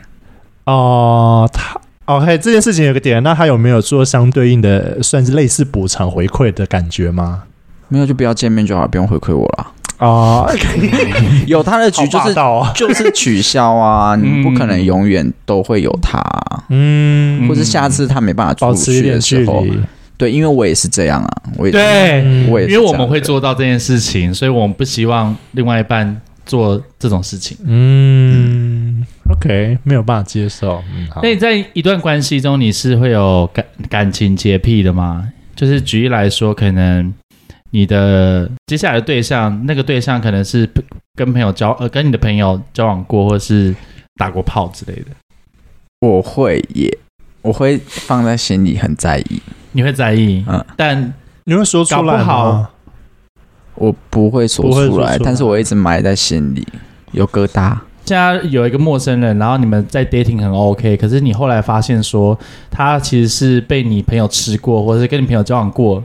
Speaker 2: 哦，他 OK 这件事情有个点，那他有没有做相对应的，算是类似补偿回馈的感觉吗？
Speaker 3: 没有就不要见面就好，不用回馈我 了。
Speaker 2: 啊，
Speaker 3: 有他的局就
Speaker 2: 好霸
Speaker 3: 是
Speaker 2: 道啊，
Speaker 3: 就是取 消啊，你不可能
Speaker 1: 嗯
Speaker 3: 永远都会有他啊、
Speaker 2: 嗯，
Speaker 3: 或者下次他没办法
Speaker 2: 保
Speaker 3: 出
Speaker 2: 持一
Speaker 3: 去
Speaker 2: 点
Speaker 3: 的
Speaker 2: 距
Speaker 3: 时候，
Speaker 2: 离，
Speaker 3: 对，因为我也是这样啊，我也，
Speaker 1: 对，
Speaker 2: 嗯
Speaker 3: 我也
Speaker 1: 因为
Speaker 3: 是这
Speaker 1: 我
Speaker 3: 样
Speaker 1: 们会
Speaker 3: 的
Speaker 1: 做到这件事情，所以我们不希望另外一半做这种事情。
Speaker 2: 嗯，OK，没有办法接受，嗯，好
Speaker 1: 那，你在一段关系中，你是会有感感情洁癖的吗？就是举例来说，可能你的接下来的对象，那个对象可能是跟朋友交呃，跟你的朋友交往过，或是打过炮之类的，
Speaker 3: 我会也我会放在心里，很在意，
Speaker 1: 你会在意。
Speaker 3: 嗯
Speaker 1: 但
Speaker 2: 你会说出来吗
Speaker 1: 搞不好
Speaker 3: 我不会说
Speaker 2: 不会
Speaker 3: 出
Speaker 2: 说
Speaker 3: 来，
Speaker 2: 出来
Speaker 3: 但是我一直埋在心里，有疙瘩。
Speaker 1: 现在有一个陌生人，然后你们在 dating 很 OK，可是你后来发现说他其实是被你朋友吃过，或者是跟你朋友交往过，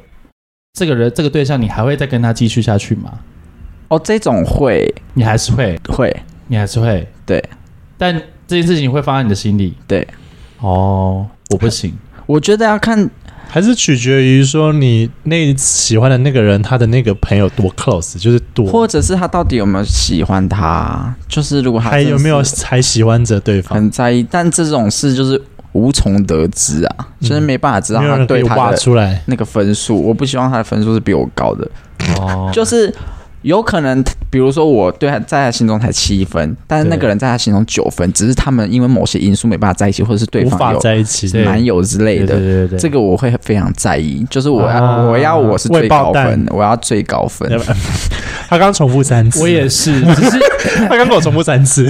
Speaker 1: 这个人这个对象，你还会再跟他继续下去吗？
Speaker 3: 哦，这种会
Speaker 1: 你还是会，
Speaker 3: 会，
Speaker 1: 你还是会，
Speaker 3: 对，
Speaker 1: 但这件事情会放在你的心里，
Speaker 3: 对，
Speaker 1: 哦，我不行，
Speaker 3: 我觉得要看
Speaker 2: 还是取决于说你那喜欢的那个人，他的那个朋友多 close，就是
Speaker 3: 或
Speaker 2: 多，
Speaker 3: 者是他到底有没有喜欢他，就是如果他
Speaker 2: 还
Speaker 3: 真的
Speaker 2: 有没有
Speaker 3: 是
Speaker 2: 还喜欢着对方，
Speaker 3: 很在意，但这种事就是无从得知啊，
Speaker 2: 嗯
Speaker 3: 就是没办法知道
Speaker 2: 没有
Speaker 3: 他
Speaker 2: 人可
Speaker 3: 对
Speaker 2: 以
Speaker 3: 他
Speaker 2: 挖
Speaker 3: 的
Speaker 2: 出来，
Speaker 3: 那个分数。我不希望他的分数是比我高的，
Speaker 2: 嗯
Speaker 1: 哦，
Speaker 3: 就是有可能，比如说我对他在他心中才七分，但是那
Speaker 2: 对
Speaker 3: 个人在他心中九分，只是他们因为某些因素没办法在一起，或者是对
Speaker 2: 无
Speaker 3: 方
Speaker 2: 法
Speaker 3: 有
Speaker 2: 在一起，
Speaker 1: 对
Speaker 3: 男友之类
Speaker 1: 对对
Speaker 3: 的。
Speaker 1: 对对，
Speaker 3: 这个我会非常在意，就是我要、
Speaker 2: 啊
Speaker 3: 我要我是
Speaker 2: 未
Speaker 3: 最
Speaker 2: 爆
Speaker 3: 高分
Speaker 2: 弹
Speaker 3: 的，我要最高分。
Speaker 2: 他刚重复三次，
Speaker 1: 我也是，只是
Speaker 2: 他刚跟我重复三 次，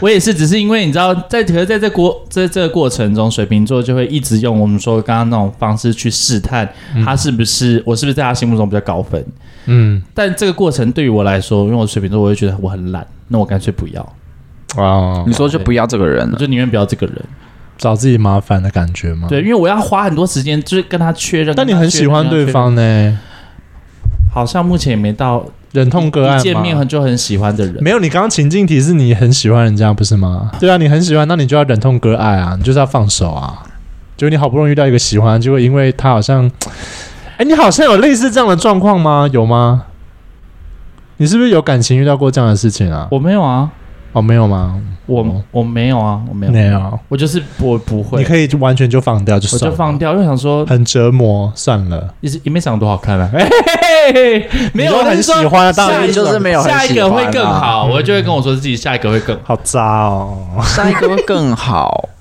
Speaker 1: 我也是，只是因为你知道，在可是在这过在这个过程中，水瓶座就会一直用我们说刚刚那种方式去试探他是不是、我是不是在他心目中比较高分。
Speaker 2: 嗯，
Speaker 1: 但这个过程对于我来说，因为我水瓶座，我会觉得我很懒，那我干脆不要，
Speaker 2: 哇
Speaker 3: 你，说就不要这个人
Speaker 2: 嗯
Speaker 1: 我
Speaker 3: 了，
Speaker 1: 就宁愿不要这个人。
Speaker 2: 找自己麻烦的感觉吗？
Speaker 1: 对，因为我要花很多时间，就是跟他确认。
Speaker 2: 但你
Speaker 1: 跟他
Speaker 2: 很
Speaker 1: 确
Speaker 2: 喜
Speaker 1: 认
Speaker 2: 欢
Speaker 1: 跟他确
Speaker 2: 对
Speaker 1: 认
Speaker 2: 方呢，
Speaker 1: 好像目前也没到
Speaker 2: 忍痛割爱
Speaker 1: 一
Speaker 2: 吗
Speaker 1: 见面就很喜欢的人。
Speaker 2: 没有，你刚刚情境题是你很喜欢人家，不是吗？对啊，你很喜欢，那你就要忍痛割爱啊，你就是要放手啊。就你好不容易遇到一个喜欢，结果因为他好像，哎，你好像有类似这样的状况吗？有吗？你是不是有感情遇到过这样的事情啊？
Speaker 1: 我没有啊，
Speaker 2: 哦，没有吗？
Speaker 1: 我
Speaker 2: 哦
Speaker 1: 我没有啊，我没有，
Speaker 2: 没有，
Speaker 1: 我就是我不会
Speaker 2: 你，可以就完全就放掉，就
Speaker 1: 我
Speaker 2: 算
Speaker 1: 就
Speaker 2: 了
Speaker 1: 放掉，因为想说
Speaker 2: 很折磨，算了。
Speaker 1: 也是也没长得多好看啊，嘿嘿嘿嘿没有，
Speaker 2: 你
Speaker 1: 我
Speaker 2: 都很
Speaker 1: 是
Speaker 2: 喜
Speaker 1: 说
Speaker 2: 欢啊，当
Speaker 1: 下
Speaker 2: 然
Speaker 1: 一
Speaker 3: 你
Speaker 1: 个
Speaker 3: 就是没有很
Speaker 1: 下一
Speaker 3: 喜
Speaker 1: 个
Speaker 3: 欢
Speaker 1: 会
Speaker 3: 啊
Speaker 1: 更好，我就会跟我说自己下一个会更好。
Speaker 2: 好渣哦。
Speaker 3: 下一个会更好。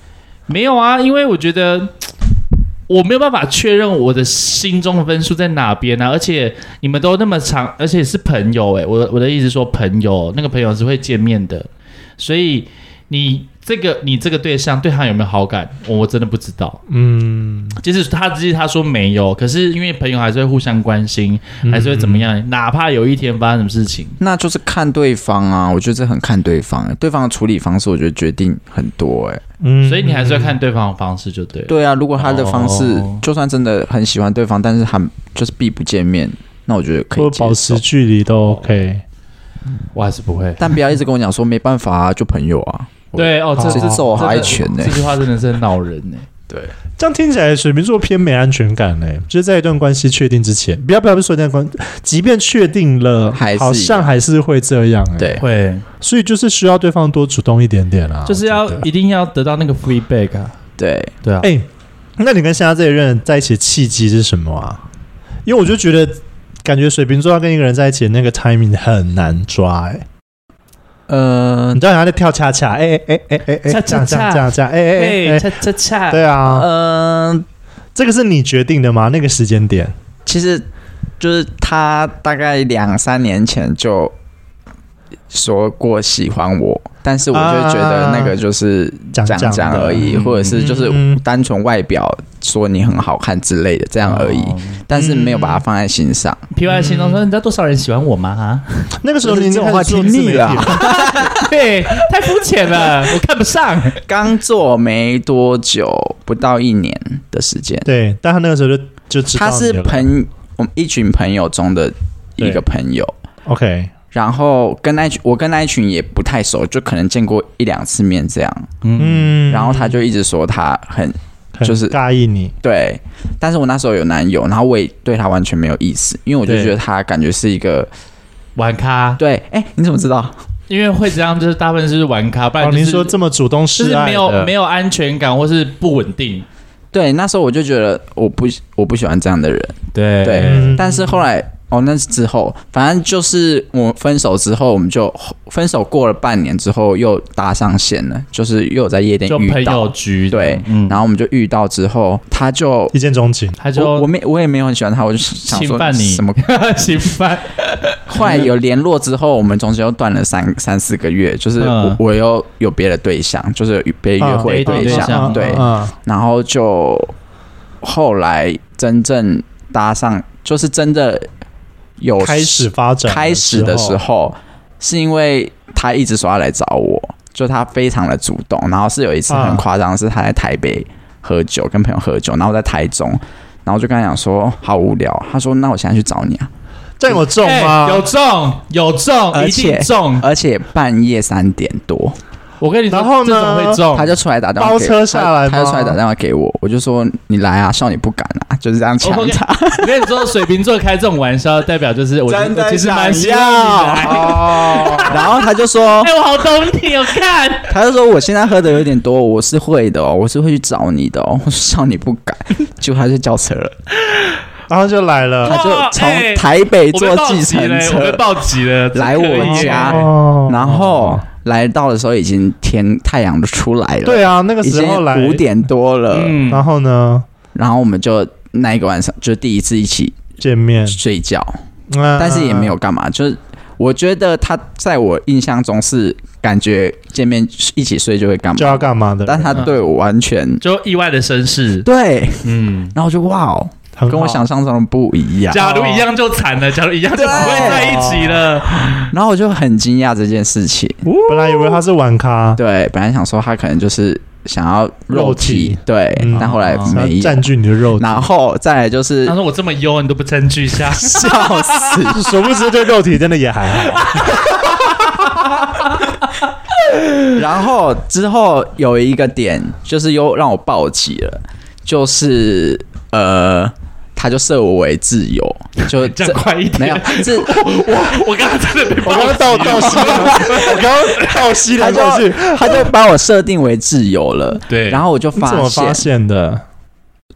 Speaker 1: 没有啊，因为我觉得我没有办法确认我的心中的分数在哪边啊，而且你们都那么长，而且是朋友诶、我的我的意思说朋友，那个朋友是会见面的，所以你这个你这个对象对他有没有好感，我我真的不知道。
Speaker 2: 嗯，
Speaker 1: 即使他即使他说没有，可是因为朋友还是会互相关心，还是会怎么样，哪怕有一天发生什么事情，
Speaker 3: 那就是看对方啊，我觉得这很看对方、对方的处理方式，我觉得决定很多、哎，
Speaker 2: 嗯
Speaker 1: 所以你还是要看对方的方式就对了。
Speaker 3: 对啊，如果他的方式、
Speaker 1: 哦
Speaker 3: 就算真的很喜欢对方，但是他就是避不见面，那我觉得可以
Speaker 2: 多保
Speaker 3: 接
Speaker 2: 持
Speaker 3: 受。
Speaker 2: 距离都 OK。
Speaker 1: 嗯我还是不会。
Speaker 3: 但不要一直跟我讲说没办法啊，就朋友啊。
Speaker 1: 对哦，这
Speaker 2: 好欸
Speaker 1: 这
Speaker 3: 这手还
Speaker 1: 真的
Speaker 3: 拳呢
Speaker 1: 这句话真的是很恼人欸呢、
Speaker 3: 对，
Speaker 2: 这样听起来，水瓶座偏没安全感嘞、就是在一段关系确定之前，不要不要不是说一段关，即便确定了，
Speaker 3: 还是一样
Speaker 2: 好像还是会这样、欸。
Speaker 3: 对
Speaker 1: 会，
Speaker 2: 所以就是需要对方多主动一点点啊，
Speaker 1: 就是
Speaker 2: 我
Speaker 1: 要
Speaker 2: 觉得
Speaker 1: 一定要得到那个 feedback 啊。
Speaker 3: 对，
Speaker 1: 对啊，
Speaker 2: 哎、那你跟现在这一任在一起的契机是什么啊？因为我就觉得，感觉水瓶座要跟一个人在一起的那个 timing 很难抓、欸，哎，
Speaker 3: 呃
Speaker 2: 你知道人家在跳恰恰，哎哎哎哎哎，
Speaker 1: 恰恰
Speaker 2: 这样这样这样这样，哎哎哎
Speaker 1: 恰恰恰
Speaker 2: 哎，对啊，
Speaker 3: 呃，
Speaker 2: 这个是你决定的吗？那个时间点？
Speaker 3: 其实就是他大概两三年前就说过喜欢我，但是我就觉得那个就是
Speaker 2: 讲
Speaker 3: 讲
Speaker 2: 讲
Speaker 3: 讲
Speaker 2: 的
Speaker 3: 而已，
Speaker 1: 嗯
Speaker 3: 或者是就是
Speaker 2: 嗯
Speaker 3: 单纯外表说你很好看之类的这样而已，
Speaker 1: 哦
Speaker 3: 但是没有把它放在心上。
Speaker 1: P Y 心中说：“你知道多少人喜欢我吗？” 哈，
Speaker 2: 那个时候
Speaker 3: 就是
Speaker 2: 你
Speaker 3: 这种话
Speaker 2: 听
Speaker 3: 听腻了
Speaker 1: 对，太肤浅 了，我看不上。
Speaker 3: 刚做没多久，不到一年的时间，
Speaker 2: 对，但他那个时候就就知道
Speaker 3: 他是
Speaker 2: 你了
Speaker 3: 朋我们一群朋友中的一个朋友。
Speaker 2: OK，
Speaker 3: 然后跟那一群，我跟那一群也不太熟，就可能见过一两次面这样。
Speaker 1: 嗯，
Speaker 2: 嗯，
Speaker 3: 然后他就一直说他很
Speaker 2: 很
Speaker 3: 就是
Speaker 2: 尬意你，
Speaker 3: 对，但是我那时候有男友，然后我也对他完全没有意思，因为我就
Speaker 1: 对
Speaker 3: 觉得他感觉是一个
Speaker 1: 玩咖，
Speaker 3: 对，哎、你怎么知道？
Speaker 1: 因为会这样，就是大部分是玩咖，不然
Speaker 2: 哦，
Speaker 1: 就是、
Speaker 2: 您说这么主动
Speaker 1: 就
Speaker 2: 示
Speaker 1: 是
Speaker 2: 爱
Speaker 1: 没有没
Speaker 2: 有，
Speaker 1: 有安全感，或是不稳定。
Speaker 3: 对，那时候我就觉得我不我不喜欢这样的人，
Speaker 1: 对
Speaker 3: 对
Speaker 2: 嗯
Speaker 3: 但是后来哦，那是之后，反正就是我分手之后，我们就分手过了半年之后又搭上线了，就是又有在夜店
Speaker 1: 就朋
Speaker 3: 遇
Speaker 1: 友
Speaker 3: 到，
Speaker 1: 局
Speaker 3: 对
Speaker 1: 嗯，
Speaker 3: 然后我们就遇到之后，他就
Speaker 2: 一见钟情，
Speaker 1: 他
Speaker 3: 我我
Speaker 1: 就
Speaker 3: 没我也没有很喜欢他，我就想
Speaker 1: 侵
Speaker 3: 说
Speaker 1: 犯你
Speaker 3: 什么？
Speaker 1: 行 吧，
Speaker 3: 后来有联络之后，我们中间又断了三三四个月，就是我、
Speaker 1: 嗯
Speaker 3: 我又有别的对象，就是有别的约会
Speaker 1: 啊别
Speaker 3: 对
Speaker 1: 的对
Speaker 3: 象，
Speaker 1: 象
Speaker 3: 对，
Speaker 2: 嗯
Speaker 3: 然后就后来真正搭上，就是真的有
Speaker 2: 开始发展，
Speaker 3: 开始的时，候，是因为他一直说要来找我，就他非常的主动。然后是有一次很夸张，是他在台北喝酒，跟朋友喝酒，然后我在台中，然后我就跟他讲说好无聊，他说那我现在去找你啊，
Speaker 2: 这样有中吗
Speaker 1: 哎？有中有中，
Speaker 3: 而
Speaker 1: 一定
Speaker 3: 且
Speaker 1: 中。
Speaker 3: 而且半夜三点多，
Speaker 1: 我跟你说，
Speaker 2: 然后呢
Speaker 1: 这种会中，
Speaker 3: 他就出来打电话给
Speaker 2: 包车下来吗
Speaker 3: 他，他就出来打电话给我，我就说你来啊，少女不敢啊，就是这样
Speaker 1: 哦
Speaker 3: 抢 他。
Speaker 1: 我跟你说，水瓶座开这种玩笑，代表就是我
Speaker 2: 真的
Speaker 1: 我其实蛮哦希
Speaker 2: 想
Speaker 1: 望你 来。
Speaker 2: 要，
Speaker 3: 然后他就说
Speaker 1: 哎、，我好懂你，我 看
Speaker 3: 他就说我现在喝的有点多，我是会的哦，我是会去找你的哦。我说少女不敢，结果他就叫车了。
Speaker 2: 然后就来了
Speaker 3: 他
Speaker 1: 哇
Speaker 3: 就
Speaker 1: 哎
Speaker 3: 从台北
Speaker 1: 我被
Speaker 3: 坐
Speaker 1: 报
Speaker 3: 计
Speaker 1: 警
Speaker 3: 程
Speaker 1: 了，我被
Speaker 3: 车，
Speaker 1: 报警了，这
Speaker 3: 来
Speaker 1: 可
Speaker 3: 我
Speaker 1: 以
Speaker 3: 家
Speaker 1: 耶
Speaker 2: 哦
Speaker 3: 然后来到的时候已经天太阳都出来了，
Speaker 2: 对啊，那个
Speaker 3: 已
Speaker 2: 时
Speaker 3: 经
Speaker 2: 候来
Speaker 3: 五，点多了。
Speaker 1: 嗯
Speaker 2: 然，后呢
Speaker 3: 然后我们就那一个晚上就第一次一起
Speaker 2: 见面，
Speaker 3: 睡觉，
Speaker 2: 嗯
Speaker 3: 但是也没有干嘛，就是。我觉得他在我印象中是感觉见面一起睡就会干
Speaker 2: 就嗯
Speaker 3: 嘛，
Speaker 2: 要干嘛的，
Speaker 3: 但他对我完全
Speaker 1: 就意外的绅士，
Speaker 3: 对，
Speaker 1: 嗯，
Speaker 3: 然后我就哇哦，
Speaker 2: 很好
Speaker 3: 跟我想象中的不一样，
Speaker 1: 假如一样就惨了，假如一样就不会在一起了，
Speaker 3: 然后我就很惊讶这件事情。
Speaker 2: 本来以为他是玩咖，
Speaker 3: 对，本来想说他可能就是想要肉
Speaker 2: 肉
Speaker 3: 体，
Speaker 2: 体
Speaker 3: 对，
Speaker 2: 嗯
Speaker 3: 但后来
Speaker 2: 想要
Speaker 3: 没有。
Speaker 2: 占据你的肉体，
Speaker 3: 然后再来就是
Speaker 1: 他说我这么优，你都不占据一下，
Speaker 3: 笑死，
Speaker 2: 殊不知对肉体真的也还好，
Speaker 3: 然后之后有一个点就是又让我暴击了，就是呃，他就设我为自由， 就
Speaker 1: 讲
Speaker 3: 这
Speaker 1: 快一
Speaker 3: 没有
Speaker 1: 点，
Speaker 3: 这
Speaker 1: 我我刚刚真的被报警，
Speaker 2: 倒倒吸，我刚刚倒吸
Speaker 3: 他
Speaker 2: 了过
Speaker 3: 就
Speaker 2: 去，
Speaker 3: 他就把我设定为自由了，
Speaker 1: 对，
Speaker 3: 然后我就
Speaker 2: 你怎
Speaker 3: 发
Speaker 2: 么
Speaker 3: 现
Speaker 2: 发，现的？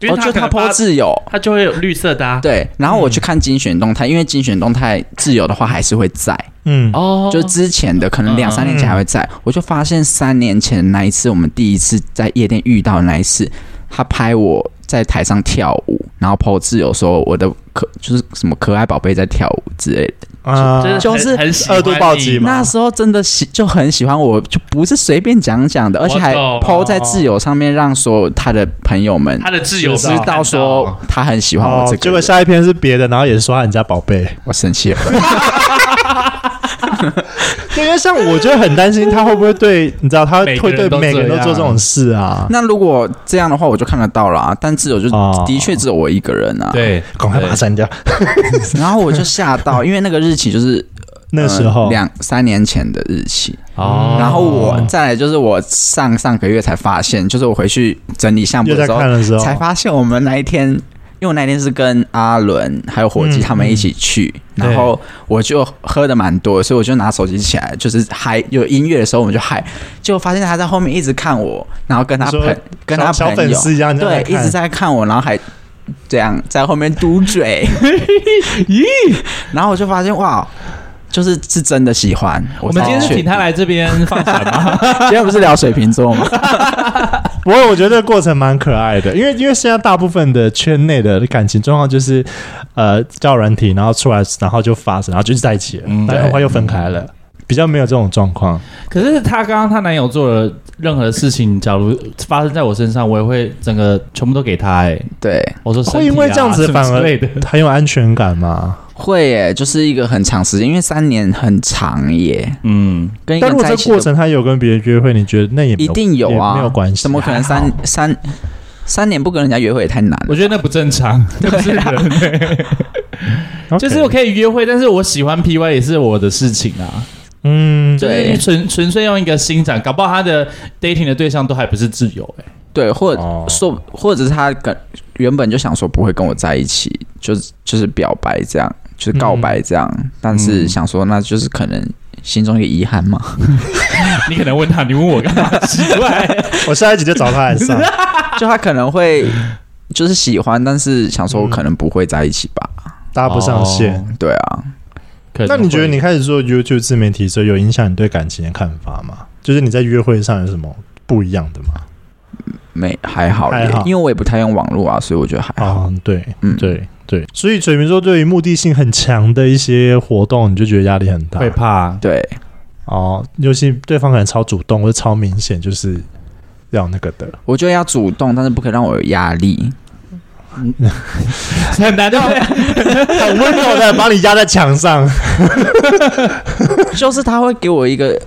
Speaker 1: 因为
Speaker 3: 哦，
Speaker 1: 他
Speaker 3: 就
Speaker 1: 可
Speaker 3: 他
Speaker 1: 能
Speaker 3: 抛
Speaker 1: 发
Speaker 3: 自由，
Speaker 1: 他就会有绿色的、啊，
Speaker 3: 对，然后我去看精选动态，因为精选动态自由的话还是会在，
Speaker 2: 嗯，
Speaker 1: 哦
Speaker 3: 就之前的可能两三年前还会在，我就发现三年前那一次我们第一次在夜店遇到的那一次，他拍我在台上跳舞，然后 PO 自由说我的可就是什么可爱宝贝在跳舞之类的，
Speaker 2: 啊，
Speaker 3: 哦就是
Speaker 1: 很很喜欢
Speaker 2: 二度暴击
Speaker 1: 你
Speaker 2: 嘛
Speaker 3: 那时候真的喜就很喜欢我，就不是随便讲讲的，而且还
Speaker 1: 我懂
Speaker 3: PO 在自由上面让所有他的朋友们
Speaker 1: 他的自由
Speaker 2: 知
Speaker 3: 知
Speaker 2: 道
Speaker 3: 道说他很喜欢我这
Speaker 2: 哦，结
Speaker 3: 个
Speaker 2: 果
Speaker 3: 人，
Speaker 2: 下一篇是别的，然后也是说他人家宝贝，
Speaker 3: 我生气了。
Speaker 2: 对，因为像我就很担心他会不会对，你知道他
Speaker 1: 每个
Speaker 2: 会
Speaker 1: 人
Speaker 2: 对
Speaker 1: 都
Speaker 2: 每个人
Speaker 1: 这
Speaker 2: 都
Speaker 1: 样
Speaker 2: 做这种事啊。
Speaker 3: 那如果这样的话，我就看得到啦。但自由就
Speaker 2: 哦
Speaker 3: 的确只有我一个人啊。
Speaker 1: 对，
Speaker 2: 赶快把它删掉。
Speaker 3: 然后我就吓 到，因为那个日期就是
Speaker 2: 那时
Speaker 3: 呃
Speaker 2: 候，
Speaker 3: 两、三年前的日期。
Speaker 1: 哦
Speaker 3: 然后我再来就是我上上个月才发现，就是我回去整理相簿
Speaker 2: 又
Speaker 3: 的
Speaker 2: 在
Speaker 3: 时候
Speaker 2: 看，的时候，
Speaker 3: 才发现我们那一天，因为我那一天是跟阿伦还有伙计
Speaker 2: 嗯
Speaker 3: 他们一起去，
Speaker 1: 嗯
Speaker 3: 然后我就喝的蛮多，所以我就拿手机起来，就是嗨，有音乐的时候我们就嗨，结果发现他在后面一直看我，然后跟他
Speaker 2: 你说
Speaker 3: 朋跟他
Speaker 2: 小小
Speaker 3: 朋
Speaker 2: 粉
Speaker 3: 友
Speaker 2: 丝一样，这样
Speaker 3: 对
Speaker 2: 来，
Speaker 3: 一
Speaker 2: 看
Speaker 3: 直在看我，然后还这样在后面嘟嘴，咦，然后我就发现哇，就是是真的喜欢。
Speaker 1: 我们今天是请他来这边放闪吗？
Speaker 3: 来， 今天不是聊水瓶座吗？
Speaker 2: 不过我觉得这个过程蛮可爱的，因为因为现在大部分的圈内的感情状况就是，呃，交友软体，然后出来，然后就发生，然后就是在一起了，
Speaker 1: 嗯
Speaker 2: 然后很快又分开了，比较没有这种状况。
Speaker 1: 可是她刚刚她男友做了任何事情，假如发生在我身上，我也会整个全部都给他、哎，
Speaker 3: 对，
Speaker 1: 我说身体啊、
Speaker 2: 会因为这样子
Speaker 1: 什么
Speaker 2: 反而
Speaker 1: 之类的，
Speaker 2: 很有安全感嘛？
Speaker 3: 会耶，就是一个很长时间，因为三年很长耶，
Speaker 1: 嗯，
Speaker 3: 跟一个
Speaker 2: 但
Speaker 3: 人
Speaker 2: 如果
Speaker 3: 在
Speaker 2: 这
Speaker 3: 一起
Speaker 2: 过
Speaker 3: 的
Speaker 2: 程他有跟别人约会，你觉得那也没
Speaker 3: 一定有啊，
Speaker 2: 也没有关系，
Speaker 3: 怎么可
Speaker 2: 还
Speaker 3: 能三
Speaker 2: 好
Speaker 3: 三三年不跟人家约会也太难
Speaker 1: 我
Speaker 3: 了？
Speaker 1: 觉得那不正常，那不是人、
Speaker 2: ？OK
Speaker 1: 就是我可以约会，但是我喜欢 PY 也是我的事情啊，
Speaker 2: 嗯，
Speaker 1: 就是纯纯粹用一个欣赏，搞不好他的 dating 的对象都还不是自由、哎，
Speaker 3: 对，或
Speaker 2: 哦
Speaker 3: 说，或者是他跟原本就想说不会跟我在一起，就是就是表白这样，就是告白这样，
Speaker 2: 嗯
Speaker 3: 但是想说那就是可能心中一个遗憾嘛。
Speaker 2: 嗯
Speaker 1: 你可能问他，你问我干嘛？奇怪，
Speaker 2: 我下一集就找他来上。
Speaker 3: 就他可 能会就是喜欢，但是想说可能不会在一起吧。
Speaker 2: 搭不上 线。
Speaker 1: 哦。
Speaker 3: 对啊，
Speaker 1: 可能
Speaker 2: 那你觉得
Speaker 1: 会
Speaker 2: 你开始做 YouTube 自媒体之后，有影响你对感情的看法吗？就是你在约会上有什么不一样的吗？
Speaker 3: 没还好耶
Speaker 2: 还好
Speaker 3: 因为我也不太用网络啊，所以我觉得还好。
Speaker 2: 啊，对
Speaker 3: 嗯，
Speaker 2: 对对，所以水瓶座对于目的性很强的一些活动，你就觉得压力很大
Speaker 1: 会。怕？
Speaker 3: 对，
Speaker 2: 哦，尤其对方可能超主动或者超明显，就是要那个的。
Speaker 3: 我觉得要主动，但是不可以让我有压 力。
Speaker 1: 很难哦道
Speaker 2: 很温柔的把你压在墙 上。
Speaker 3: 就是他会给我一个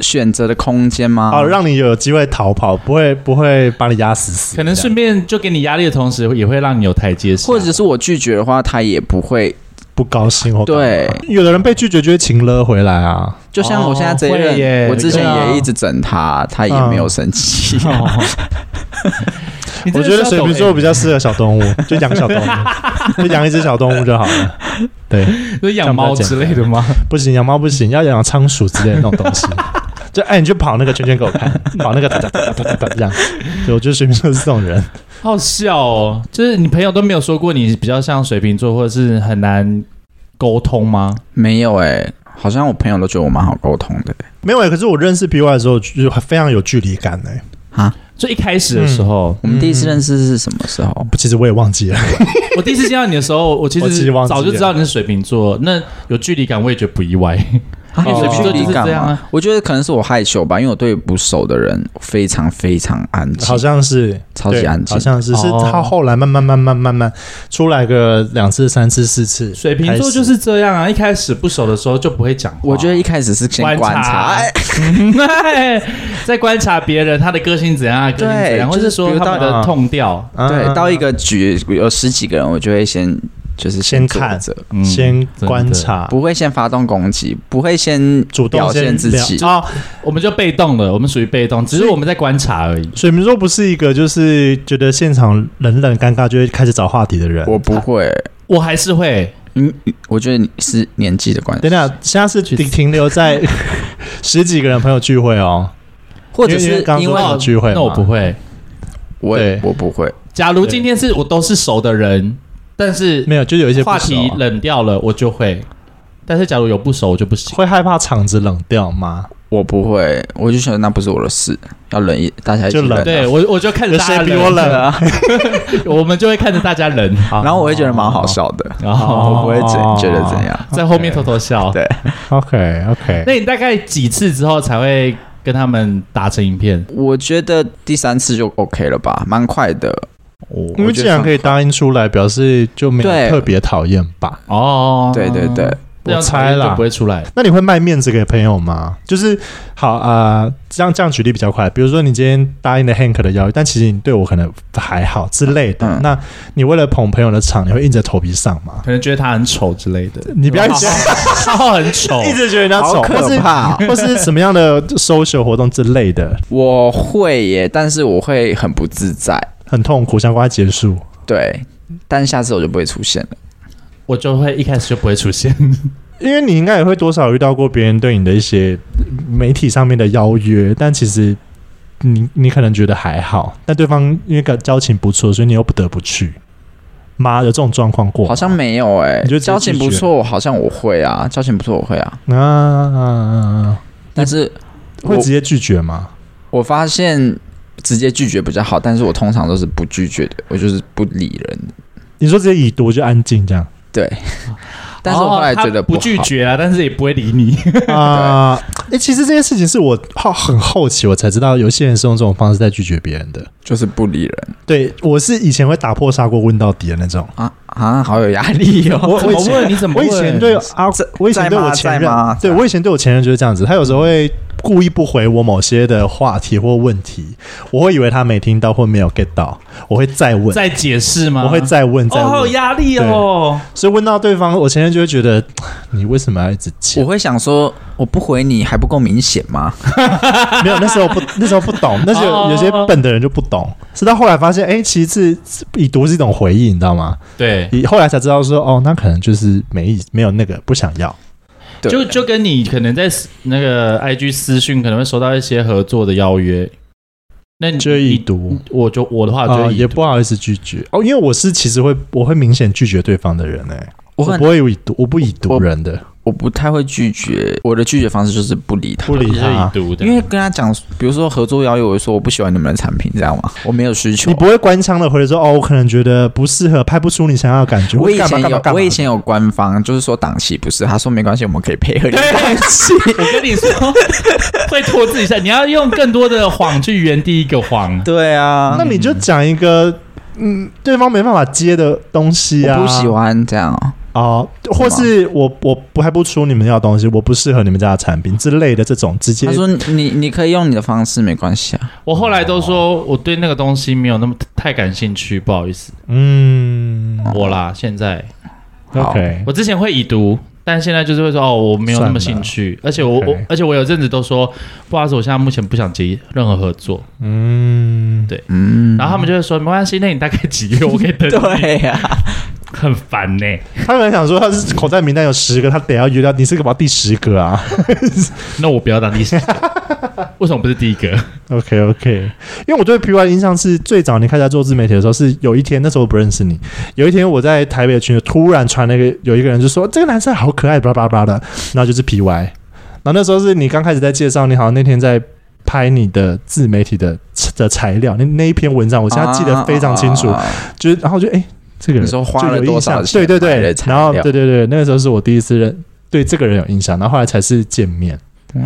Speaker 3: 选择的空间吗？
Speaker 2: 哦，让你有机会逃跑，不会不会把你压死死。
Speaker 1: 可能顺便就给你压力的同时，也会让你有台阶下，
Speaker 3: 或者是我拒绝的话，他也不会。
Speaker 2: 不高兴或干嘛
Speaker 3: 对，
Speaker 2: 有的人被拒绝就会情勒回来啊。
Speaker 3: 就像我现在这一
Speaker 1: 哦会耶
Speaker 3: 任，我之前
Speaker 1: 对啊
Speaker 3: 也一直整他，他也没有生气。
Speaker 2: 嗯
Speaker 1: 哦。 你
Speaker 2: 我
Speaker 1: 真的
Speaker 2: 觉
Speaker 1: 是要
Speaker 2: 得
Speaker 1: 欸
Speaker 2: 水瓶
Speaker 1: 懂
Speaker 2: 座比较适合小动物，就养小动 物，就养一只小动物就好了。对，
Speaker 1: 就是养猫之类的吗？
Speaker 2: 不行，养猫不
Speaker 3: 嗯
Speaker 2: 行，要养仓鼠之类的那种东 西。就哎，你就跑那个圈圈给我看，跑那个哒哒哒哒哒哒这样。对，我觉得水瓶座是这种人，
Speaker 1: 好笑哦！就是你朋友都没有说过你比较像水瓶座，或者是很难沟通吗？
Speaker 3: 没有哎、好像我朋友都觉得我蛮好沟通的、
Speaker 2: 没有、欸。可是我认识 PY 的时候，就非常有距离感哎、
Speaker 1: 就一开始的时候，
Speaker 2: 嗯
Speaker 3: 我们第一次认识是什么时候？
Speaker 2: 其实我也忘记了，
Speaker 1: 我第一次见到你的时候，我其
Speaker 2: 我其实
Speaker 1: 实
Speaker 2: 忘记了
Speaker 1: 早就知道你是水瓶座，那有距离感我也觉得不意 外。因
Speaker 3: 啊
Speaker 1: 为 水瓶座就是这样啊
Speaker 3: 我觉得可能是我害羞吧，因为我对不熟的人非常非常安静
Speaker 2: 好，像是
Speaker 3: 超级
Speaker 2: 对
Speaker 3: 安静
Speaker 2: 好。像是是
Speaker 1: 哦
Speaker 2: 他后来慢慢慢慢慢慢出来个两次、三次、四次，
Speaker 1: 水瓶座就是这样啊，一开始不熟的时候就不会讲话。
Speaker 3: 我觉得一开始是先
Speaker 1: 观
Speaker 3: 观察，
Speaker 1: 察
Speaker 3: 哎
Speaker 1: 在观察别人他的个性怎样，啊个性怎样，
Speaker 3: 对
Speaker 1: 或者是
Speaker 3: 就
Speaker 1: 说
Speaker 3: 是比如
Speaker 1: 他
Speaker 3: 到
Speaker 1: 们的痛调，
Speaker 2: 啊
Speaker 3: 对，到一个局有十几个人，我就会先就是
Speaker 2: 先
Speaker 3: 坐
Speaker 2: 看
Speaker 3: 着，
Speaker 1: 嗯
Speaker 2: 先观，察，
Speaker 3: 不会先发动攻击，不会先
Speaker 2: 主动
Speaker 3: 表
Speaker 2: 先
Speaker 3: 现自己
Speaker 2: 了哦。
Speaker 1: 真的我们就被动了，我们属于被动，只是我们在观察而已。
Speaker 2: 水瓶座不是一个就是觉得现场冷冷尴尬就会开始找话题的人。
Speaker 3: 我不会，
Speaker 1: 我还是会，
Speaker 3: 嗯，我觉得你是年纪的关系，
Speaker 2: 等等，现在是停停留 在十几个人朋友聚会哦，
Speaker 3: 或者
Speaker 2: 因为
Speaker 3: 是
Speaker 2: 刚刚
Speaker 3: 因
Speaker 2: 说
Speaker 3: 为
Speaker 2: 到聚会嘛
Speaker 1: 那我不会。
Speaker 3: 我
Speaker 2: 对
Speaker 3: 我不会，
Speaker 1: 假如今天是我都是熟的人，但是
Speaker 2: 没有，就有一些不熟
Speaker 1: 话
Speaker 2: 啊
Speaker 1: 题冷掉了，我就会；但是假如有不熟，我就不行。
Speaker 2: 会害怕场子冷掉吗？
Speaker 3: 我不会，我就觉得那不是我的事，要忍一，大家一起
Speaker 2: 就忍
Speaker 3: 忍啊。
Speaker 1: 对我，我就看着
Speaker 2: 有
Speaker 1: 大家
Speaker 2: 谁比我
Speaker 1: 冷，
Speaker 2: 冷啊？
Speaker 1: 我们就会看着大家冷，
Speaker 3: 然后我会觉得蛮好笑的，
Speaker 1: 然后
Speaker 2: 哦
Speaker 3: 我不会怎觉得怎样。
Speaker 1: 在后面偷偷笑。
Speaker 3: 对
Speaker 2: OK OK，
Speaker 1: 那你大概几次之后才会跟他们打成一片？
Speaker 3: 我觉得第三次就 OK 了吧，蛮快的。
Speaker 1: 哦
Speaker 2: 因为
Speaker 3: 我觉
Speaker 2: 既
Speaker 3: 得
Speaker 2: 然
Speaker 3: 很
Speaker 2: 可以答应出来，表示就没有
Speaker 3: 对
Speaker 2: 特别讨厌吧？
Speaker 1: 哦，
Speaker 3: 对对对，
Speaker 1: 这样
Speaker 2: 我猜啦
Speaker 1: 就不会出来。
Speaker 2: 那你会卖面子给朋友吗？就是好啊、呃这样这样举例比较快。比如说你今天答应了 Hank 的邀约，但其实你对我可能还好之类的。
Speaker 3: 嗯
Speaker 2: 那你为了捧朋友的场，你会硬着头皮上吗？
Speaker 1: 可能觉得他很丑之类的，哦
Speaker 2: 你不要讲，，
Speaker 1: 他很丑
Speaker 2: 一直觉得人家丑，或
Speaker 3: 好可
Speaker 2: 是
Speaker 3: 怕哦！
Speaker 2: 或是什么样的 social 活动之类的，
Speaker 3: 我会耶，但是我会很不自在。
Speaker 2: 很痛苦，想赶快结束。
Speaker 3: 对，但下次我就不会出现了。
Speaker 1: 我就会一开始就不会出现。
Speaker 2: 因为你应该也会多少遇到过别人对你的一些嗯媒体上面的邀约，但其实你你可能觉得还好，但对方因为感交情不错，所以你又不得不去。妈，有这种状况过吗？
Speaker 3: 好像没有哎
Speaker 2: 你就，直接
Speaker 3: 交情不
Speaker 2: 拒绝
Speaker 3: 错，好像我会啊，交情不错我会啊，
Speaker 2: 啊啊啊，啊
Speaker 3: 但是
Speaker 2: 会
Speaker 3: 我
Speaker 2: 直接拒绝吗？
Speaker 3: 我发现直接拒绝比较好，但是我通常都是不拒绝的，我就是不理人。
Speaker 2: 你说直接已读就安静这样
Speaker 3: 对，但是我后来觉得
Speaker 1: 哦他不
Speaker 3: 好
Speaker 1: 拒，绝啊，但是也不会理你。
Speaker 2: 啊？哎、其实这件事情是我好很后期我才知道，有些人是用这种方式在拒绝别人的。
Speaker 3: 就是不理人
Speaker 2: 对我是以前会打破砂锅问到底的那种。
Speaker 3: 啊啊，好有压力哦。
Speaker 2: 我我以前
Speaker 1: 怎么问？你怎么
Speaker 2: 我
Speaker 1: 问？
Speaker 2: 以前对啊
Speaker 3: 在，
Speaker 2: 我以前对我前
Speaker 3: 在吗在
Speaker 2: 任
Speaker 3: 吗，
Speaker 2: 对我以前对我前任就是这样子，他有时候会故意不回我某些的话题或问题，我会以为他没听到或没有 get 到，我会再问，
Speaker 1: 再解释吗？
Speaker 2: 我会再问，再
Speaker 1: 哦，好有
Speaker 2: 问，
Speaker 1: 压力哦。
Speaker 2: 所以问到对方，我前天就会觉得你为什么要一直讲
Speaker 3: 我？会想说，我不回你还不够明显吗？
Speaker 2: 没有，那时候不，那时候不懂，那时候有些
Speaker 1: 哦
Speaker 2: 笨的人就不懂，是到后来发现，哎、其实是已读是一种回忆，你知道吗？
Speaker 1: 对，
Speaker 2: 以后来才知道说，哦，那可能就是没意没有那个不想要，
Speaker 3: 对，
Speaker 1: 就就跟你可能在私那个 IG 私讯可能会收到一些合作的邀约，那你
Speaker 2: 就会已
Speaker 1: 你
Speaker 2: 读，
Speaker 1: 我就我的话就
Speaker 2: 啊
Speaker 1: 会已
Speaker 2: 也
Speaker 1: 读
Speaker 2: 不好意思拒绝哦，因为我是其实会我会明显拒绝对方的人哎、
Speaker 3: 哦我
Speaker 2: 我
Speaker 3: 很
Speaker 2: 不会有已读，我不已读人的，
Speaker 3: 我不太会拒绝，我的拒绝方式就是不理他
Speaker 2: 不。理
Speaker 1: 也是已
Speaker 2: 他，
Speaker 1: 读的，
Speaker 3: 因为跟他讲，比如说合作邀约，我就说我不喜欢你们的产品，这样吗？我没有需求
Speaker 2: 你。不会官腔的回说哦，我可能觉得不适合，拍不出你想要的感觉。
Speaker 3: 我
Speaker 2: 或
Speaker 3: 以
Speaker 2: 干嘛
Speaker 3: 前
Speaker 2: 干嘛
Speaker 3: 有
Speaker 2: 干，嘛
Speaker 3: 我以前有官方就是说档期不是，他说没关系，我们可以配合你的档期。
Speaker 1: 我跟你 说会拖字一下，你要用更多的谎去圆第一个谎。
Speaker 3: 对啊，
Speaker 2: 那你就讲一个嗯，对方没办法接的东西啊，
Speaker 3: 我不喜欢这样哦。
Speaker 2: 哦，或是我我不还不出你们要的东西，我不适合你们家的产品之类的这种直接
Speaker 3: 他说你你可以用你的方式，没关系啊。
Speaker 1: 我后来都说我对那个东西没有那么太感兴趣，不好意思，
Speaker 2: 嗯
Speaker 1: 我啦，现在
Speaker 3: 好
Speaker 2: ，OK，
Speaker 1: 我之前会已读，但现在就是会说哦，我没有那么兴趣，而且我我
Speaker 2: OK
Speaker 1: 而且我有阵子都说不好意思，我现在目前不想接任何合作，
Speaker 2: 嗯，
Speaker 3: 嗯，
Speaker 1: 然后他们就会说没关系，那你大概几月我可以 等你，
Speaker 3: 对呀，
Speaker 1: 很烦呢、
Speaker 2: 他可能想说他是口袋名单有十个，他得要约到你是干嘛第十个啊
Speaker 1: 那我不要当第 十个，为什么不是第一个？
Speaker 2: ？OK OK，因为我对 PY 的印象是最早你开始在做自媒体的时候，是有一天那时候我不认识你，有一天我在台北的群里突然传了一个有一个人就说这个男生好可爱，巴拉巴拉巴拉的，然后就是 PY，然后那时候是你刚开始在介绍，你好像那天在。拍你的自媒体的的材料，那那一篇文章，我
Speaker 3: 我
Speaker 2: 现在记得非常清楚。就是然后就哎、诶这个人
Speaker 3: 啊你说花了
Speaker 2: 就有印象
Speaker 3: 多少钱
Speaker 2: 对对
Speaker 3: 买
Speaker 2: 对
Speaker 3: 的，材料
Speaker 2: 然后对对对，那个时候是我第一次认对这个人有印象，然后后来才是见面，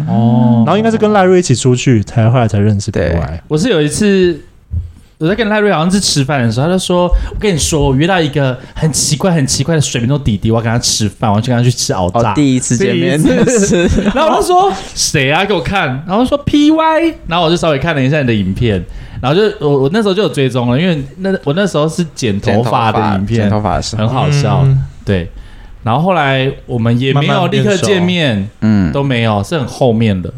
Speaker 1: 哦
Speaker 2: 然后应该是跟赖瑞一起出去，才后来才认识 B
Speaker 3: 对
Speaker 2: Y。
Speaker 1: 我是有一次，我在跟赖瑞好像是吃饭的时候，他就说：“我跟你说，我约到一个很奇怪、很奇怪的水瓶座弟弟，我要跟他吃饭，我要去跟他去吃熬炸。
Speaker 3: 哦，第一次见面
Speaker 1: 第一次
Speaker 3: 是
Speaker 1: 然后他说：“谁啊？给我看。”然后说：“PY。”然后我就稍微看了一下你的影片，然后就我我那时候就有追踪了，因为那我那时候是剪头发的影
Speaker 3: 剪
Speaker 1: 片，
Speaker 3: 头发的时候，
Speaker 1: 很好笑。
Speaker 2: 嗯
Speaker 1: 对，然后后来我们也没
Speaker 2: 慢
Speaker 1: 有
Speaker 2: 慢
Speaker 1: 立
Speaker 2: 变
Speaker 1: 刻
Speaker 2: 熟
Speaker 1: 见面，
Speaker 3: 嗯，
Speaker 1: 都没有，是很后面的，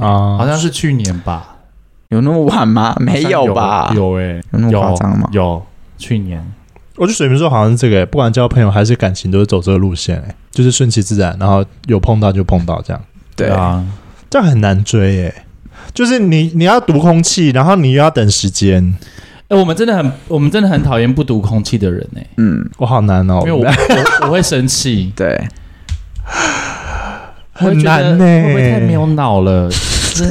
Speaker 2: 啊，
Speaker 1: 好像是去年吧。
Speaker 3: 有那么晚吗？哦没有吧？
Speaker 1: 有哎、
Speaker 3: 有那么夸张吗
Speaker 1: 有，去年
Speaker 2: 我觉得水瓶座好像是这个、诶不管交朋友还是感情，都是走这个路线、诶就是顺其自然，然后有碰到就碰到，这样
Speaker 3: 对，
Speaker 1: 啊，
Speaker 2: 这样很难追诶就是你你要读空气，然后你又要等时间，
Speaker 1: 哎、我们真的很，我们真的很讨厌不读空气的人哎、
Speaker 3: 嗯，
Speaker 2: 我好难哦、
Speaker 1: 因为我我我会生 气，
Speaker 3: 对，
Speaker 1: 我会
Speaker 2: 很
Speaker 1: 觉得
Speaker 2: 难呢、
Speaker 1: 会不会太没有脑了？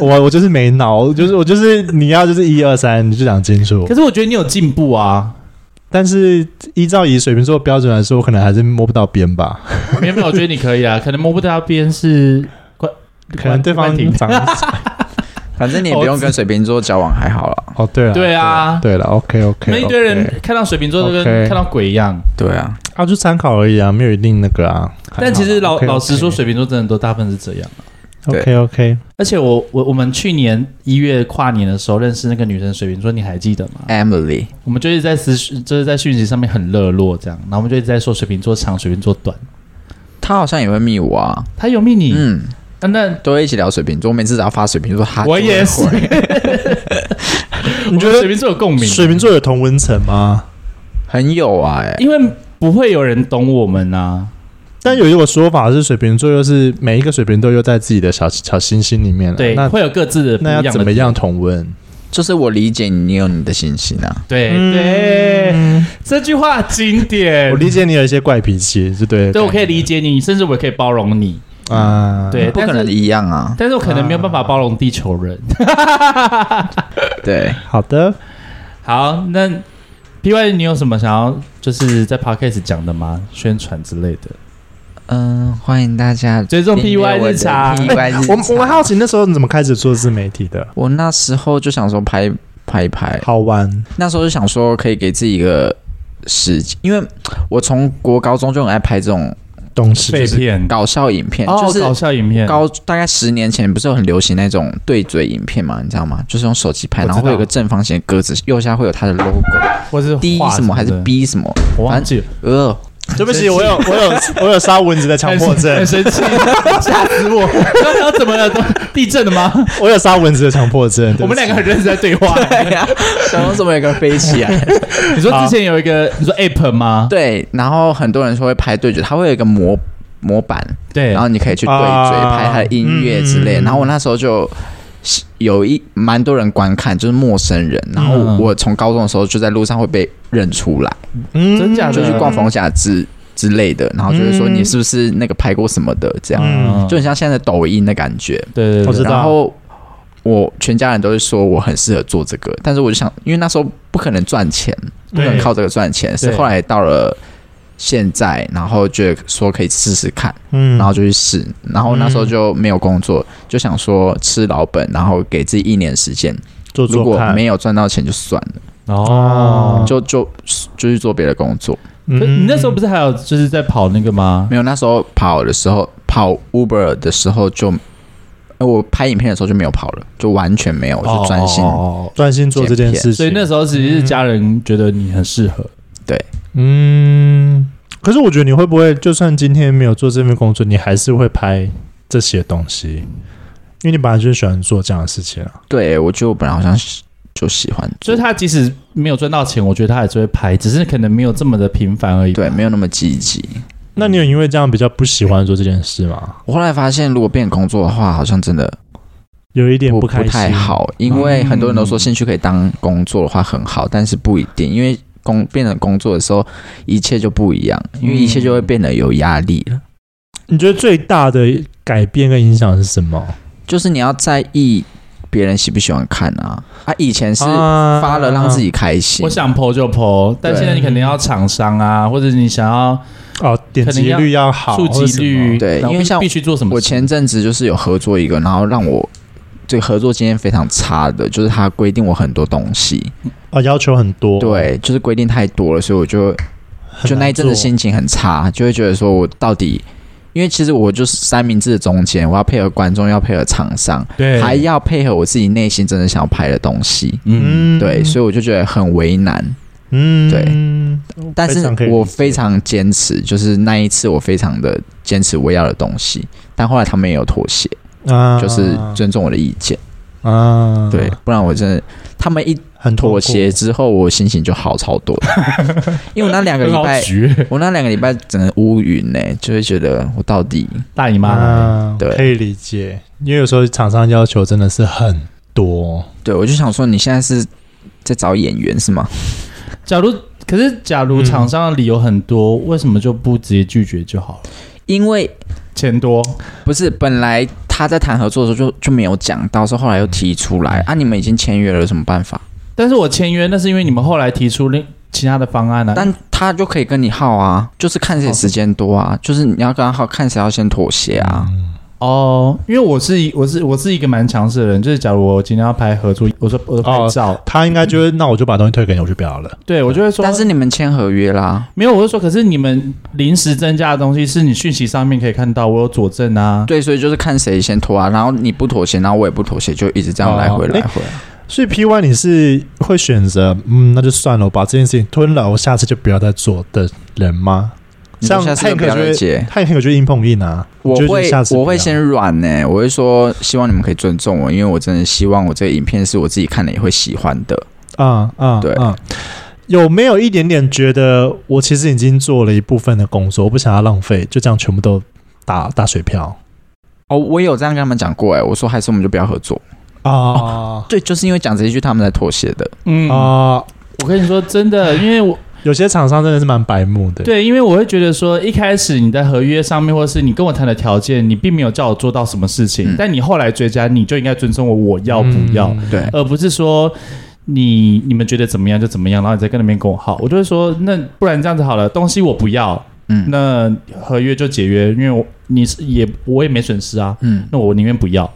Speaker 2: 我我就是没脑，我就是我就是你要就是一二三，你就讲清楚
Speaker 1: 可。是我觉得你有进步啊，
Speaker 2: 但是依照以水瓶座的标准来说，我可能还是摸不到边吧，
Speaker 1: 哦没有没有，我觉得你可以啊，可 能摸不到边是关，
Speaker 2: 可能对方
Speaker 1: 关婷
Speaker 2: 长
Speaker 3: 反正你也不用跟水瓶座交往，还好了。
Speaker 2: 哦，对 了，
Speaker 1: 对啊
Speaker 2: 对了，OK
Speaker 1: 可
Speaker 2: OK，
Speaker 1: 能一堆人看到水瓶座都跟
Speaker 2: OK
Speaker 1: 看到鬼一样，
Speaker 3: 对啊，
Speaker 2: 啊，就参考而已啊，没有一定那个啊。
Speaker 1: 但其实老老实说，
Speaker 2: 水
Speaker 1: 水瓶座真的都大部分是这样。
Speaker 2: OK OK，
Speaker 1: 而且我我我们去年一月跨年的时候认识那个女生水瓶座，你还记得吗？
Speaker 3: Emily，
Speaker 1: 我们就一直在私讯就是在讯息上面很热络这样，然后我们就一直在说水瓶座长，水瓶座短。
Speaker 3: 她好像也会密我啊，
Speaker 1: 他有命你，啊
Speaker 3: 嗯，
Speaker 1: 那
Speaker 3: 都会一起聊水瓶座，我每次只要发水瓶座，她就会
Speaker 1: 啊我也是
Speaker 3: 回
Speaker 1: 你
Speaker 2: 你觉得
Speaker 1: 水瓶座有共鸣？
Speaker 2: 水瓶，座有同温层吗？
Speaker 3: 很有啊，哎，
Speaker 1: 因为不会有人懂我们啊。
Speaker 2: 但有一个说法是，水瓶座又是每一个水瓶座又在自己的小小心心里面了。
Speaker 1: 对，
Speaker 2: 那
Speaker 1: 会有各自的不
Speaker 2: 那
Speaker 1: 一样
Speaker 2: 要
Speaker 1: 的
Speaker 2: 怎么样？同温？
Speaker 3: 就是我理解你，你有你的信心啊，
Speaker 1: 对
Speaker 2: 嗯
Speaker 1: 对，这句话经典
Speaker 2: 我。理解你有一些怪脾气，是对的。
Speaker 1: 对，我可以理解你，甚至我也可以包容你，
Speaker 2: 啊，
Speaker 1: 对
Speaker 3: 不可
Speaker 1: 但
Speaker 3: 能
Speaker 1: 是
Speaker 3: 一样啊，
Speaker 1: 但是我可能没有办法包容地球人。
Speaker 3: 对，
Speaker 2: 好的，
Speaker 1: 好，那 P Y，你有什么想要就是在 podcast 讲的吗？宣传之类的？
Speaker 3: 嗯，欢迎大家
Speaker 1: 追踪 PY 日常
Speaker 3: 订阅我的 PY 日常
Speaker 2: 我哎我蛮好奇那时候你怎么开始做自媒体的？
Speaker 3: 我那时候就想说拍拍一拍，
Speaker 2: 好玩，
Speaker 3: 那时候就想说可以给自己一个时间，因为我从国高中就很爱拍这种
Speaker 2: 东西，
Speaker 1: 被
Speaker 2: 就是
Speaker 1: 骗，
Speaker 3: 搞笑影片，
Speaker 1: 哦，
Speaker 3: 就是
Speaker 1: 搞笑影片，
Speaker 3: 高大概十年前不是有很流行那种对嘴影片嘛？你知道吗？就是用手机拍，
Speaker 1: 我知
Speaker 3: 然
Speaker 1: 道
Speaker 3: 后会有个正方形的格子，右下会有它的 logo，
Speaker 1: 或是
Speaker 3: D
Speaker 1: 画
Speaker 3: 什么还是
Speaker 1: 的
Speaker 3: B 什么，
Speaker 1: 我忘
Speaker 3: 反
Speaker 1: 记了，
Speaker 3: 正呃，
Speaker 2: 对不起，我有我有我有杀蚊子的强迫症
Speaker 1: 很，生气， 吓死我！ 刚刚怎么了？都地震了吗？
Speaker 2: 我有杀蚊子的强迫症。对不起
Speaker 1: 我们两个很认真在对话。
Speaker 3: 对呀、想说怎么有个飞起来？
Speaker 1: 你说之前有一个，你说 app 吗？
Speaker 3: 对，然后很多人说会拍对嘴，它会有一个模模板，
Speaker 1: 对
Speaker 3: 然后你可以去对嘴
Speaker 2: 啊
Speaker 3: 拍它的音乐之类。
Speaker 2: 嗯
Speaker 3: 然后我那时候就。有一蛮多人观看，就是陌生人。然后
Speaker 1: 嗯
Speaker 3: 我从高中的时候就在路上会被认出来，
Speaker 2: 嗯
Speaker 1: 真假的
Speaker 3: 就去逛逢甲之之类的，然后就是说
Speaker 2: 嗯
Speaker 3: 你是不是那个拍过什么的这样，
Speaker 2: 嗯
Speaker 3: 就很像现在的抖音的感觉。
Speaker 1: 对对
Speaker 2: 我知
Speaker 1: 对，
Speaker 2: 道
Speaker 3: 然后我全家人都是说我很适合做这个，但是我就想，因为那时候不可能赚钱，不可能
Speaker 1: 对
Speaker 3: 靠这个赚钱，是
Speaker 1: 对
Speaker 3: 后来到了。现在，然后觉得说可以试试看，
Speaker 2: 嗯
Speaker 3: 然后就去试，然后那时候就没有工作，就想说吃老本，然后给自己一年时间，
Speaker 2: 做
Speaker 3: 如
Speaker 2: 做
Speaker 3: 果
Speaker 2: 看，
Speaker 3: 没有赚到钱就算了，
Speaker 1: 哦
Speaker 2: 嗯，
Speaker 3: 就就就去做别的工作。
Speaker 1: 可
Speaker 2: 嗯
Speaker 1: 你那时候不是还有就是在跑那个吗？
Speaker 3: 没有，那时候跑的时候，跑 Uber 的时候就，呃我拍影片的时候就没有跑了，就完全没有，我就专心。
Speaker 1: 哦哦哦哦
Speaker 2: 专心做这件事情，
Speaker 1: 所以那时候其实是家人觉得你很适合，
Speaker 2: 嗯，可是我觉得你会不会，就算今天没有做这份工作，你还是会拍这些东西，因为你本来就喜欢做这样的事情啊。
Speaker 3: 对，我就本来好像是就喜欢
Speaker 1: 就
Speaker 3: 做，
Speaker 1: 是他即使没有赚到钱，我觉得他还是会拍，只是可能没有这么的频繁而已。
Speaker 3: 对，没有那么积极。
Speaker 2: 那你有因为这样比较不喜欢做这件事吗？
Speaker 3: 我后来发现，如果变工作的话，好像真的
Speaker 2: 有一点
Speaker 3: 不
Speaker 2: 开
Speaker 3: 不
Speaker 2: 心，嗯
Speaker 3: 太，好，因为很多人都说兴趣可以当工作的话很好，但是不一定，因为工变成工作的时候，一切就不一样，因为一切就
Speaker 2: 嗯
Speaker 3: 会变得有压力了。
Speaker 2: 你觉得最大的改变跟影响是什么？
Speaker 3: 就是你要在意别人喜不喜欢看啊啊！以前是
Speaker 2: 啊
Speaker 3: 发了让自己开心，
Speaker 1: 我想 PO 就 PO，但
Speaker 3: 对
Speaker 1: 现在你肯定要厂商啊，或者你想要
Speaker 2: 哦，点击率要
Speaker 3: 哦
Speaker 2: 好，
Speaker 1: 触及率，
Speaker 3: 对
Speaker 1: 然后
Speaker 3: 因为像
Speaker 1: 必须做什么事？
Speaker 3: 我前阵子就是有合作一个，然后让我这个合作经验非常差的，就是他规定我很多东西，
Speaker 2: 啊、哦，要求很多，，
Speaker 3: 对，就是规定太多了，所以我就就那一阵子心情很差，就会觉得说我到底。因为其实我就是三明治的中间，我要配合观众，要配合厂商，
Speaker 1: 对
Speaker 3: 还要配合我自己内心真的想要拍的东西，
Speaker 1: 嗯，
Speaker 3: 对，
Speaker 2: 以
Speaker 3: 所以我就觉得很为难。
Speaker 2: 嗯，
Speaker 3: 对
Speaker 2: 对，
Speaker 3: 但是
Speaker 2: 非常可以理解
Speaker 3: 我非常坚持，就是那一次我非常的坚持我要的东西，但后来他们也有妥协，
Speaker 2: 啊，
Speaker 3: 就是尊重我的意见。
Speaker 2: 啊，
Speaker 3: 对，，不然我真的，他们一
Speaker 2: 很痛苦
Speaker 3: 妥协，之后，我心情就好超 多了，因为我那两
Speaker 1: 嗯
Speaker 3: 个礼拜，
Speaker 1: 局，
Speaker 3: 我那两个礼拜整个乌云呢、就会觉得我到底
Speaker 1: 大姨妈来了，
Speaker 2: 啊，
Speaker 3: 对
Speaker 2: 可以理解，因为有时候厂商要求真的是很多，
Speaker 3: 对我就想说，你现在是在找演员是吗？
Speaker 1: 假如可是假如厂商的理由很多，为什么就不直接拒绝就好了？
Speaker 3: 因为
Speaker 1: 钱多，
Speaker 3: 不是本来他在谈合作的时候就就没有讲到，是后来又提出来啊，你们已经签约了，有什么办法？
Speaker 1: 但是我签约那是因为你们后来提出另其他的方案呢、啊。
Speaker 3: 但他就可以跟你耗啊，就是看谁时间多啊，就是你要跟他耗，看谁要先妥协啊。
Speaker 2: 嗯
Speaker 1: 哦，因为我是一我是我是一个蛮强势的人，就是假如我今天要拍合作，我说我说拍照，
Speaker 2: 他应该就会，那我就把东西退给你，我就不要了。
Speaker 1: 哦对我就会说，
Speaker 3: 但是你们签合约啦，
Speaker 1: 没有，我就说，可是你们临时增加的东西是你讯息上面可以看到，我有佐证啊。
Speaker 3: 对，所以就是看谁先拖啊，然后你不妥协，然后我也不妥协，就一直这样来回
Speaker 2: 哦
Speaker 3: 来回。
Speaker 2: 所以 P Y 你是会选择，嗯，那就算了，我把这件事情吞了，我下次就不要再做的人吗？
Speaker 3: 你说
Speaker 2: 像
Speaker 3: 下次就
Speaker 2: Hank
Speaker 3: 不要
Speaker 2: 就
Speaker 3: 再
Speaker 2: 会
Speaker 3: 接。
Speaker 2: 他也可以就硬碰硬啊，
Speaker 3: 我
Speaker 2: 就
Speaker 3: 会
Speaker 2: 下次不要
Speaker 3: 我会先软呢、我会说希望你们可以尊重我，因为我真的希望我这个影片是我自己看了也会喜欢的。
Speaker 2: 啊啊，
Speaker 3: 对
Speaker 2: 啊。有没有一点点觉得我其实已经做了一部分的工作，我不想要浪费，就这样全部都打打水 漂
Speaker 3: 哦，我有这样跟他们讲过哎、我说还是我们就不要合作。
Speaker 2: 啊
Speaker 3: 对，就是因为讲这一句他们才妥协的。
Speaker 1: 嗯，
Speaker 2: 啊！
Speaker 1: 我跟你说真的，因为我
Speaker 2: 有些厂商真的是蛮白目的，
Speaker 1: 对，因为我会觉得说，一开始你在合约上面，或者是你跟我谈的条件，你并没有叫我做到什么事情，
Speaker 3: 嗯
Speaker 1: 但你后来追加，你就应该尊重我，我要不要，
Speaker 2: 嗯
Speaker 3: 对，
Speaker 1: 而不是说。你你们觉得怎么样就怎么样，然后你再跟那边跟我耗，我就会说，那不然这样子好了，东西我不要，
Speaker 3: 嗯
Speaker 1: 那合约就解约，因为我你是也我也没损失啊，
Speaker 3: 嗯，
Speaker 1: 那我宁愿不要。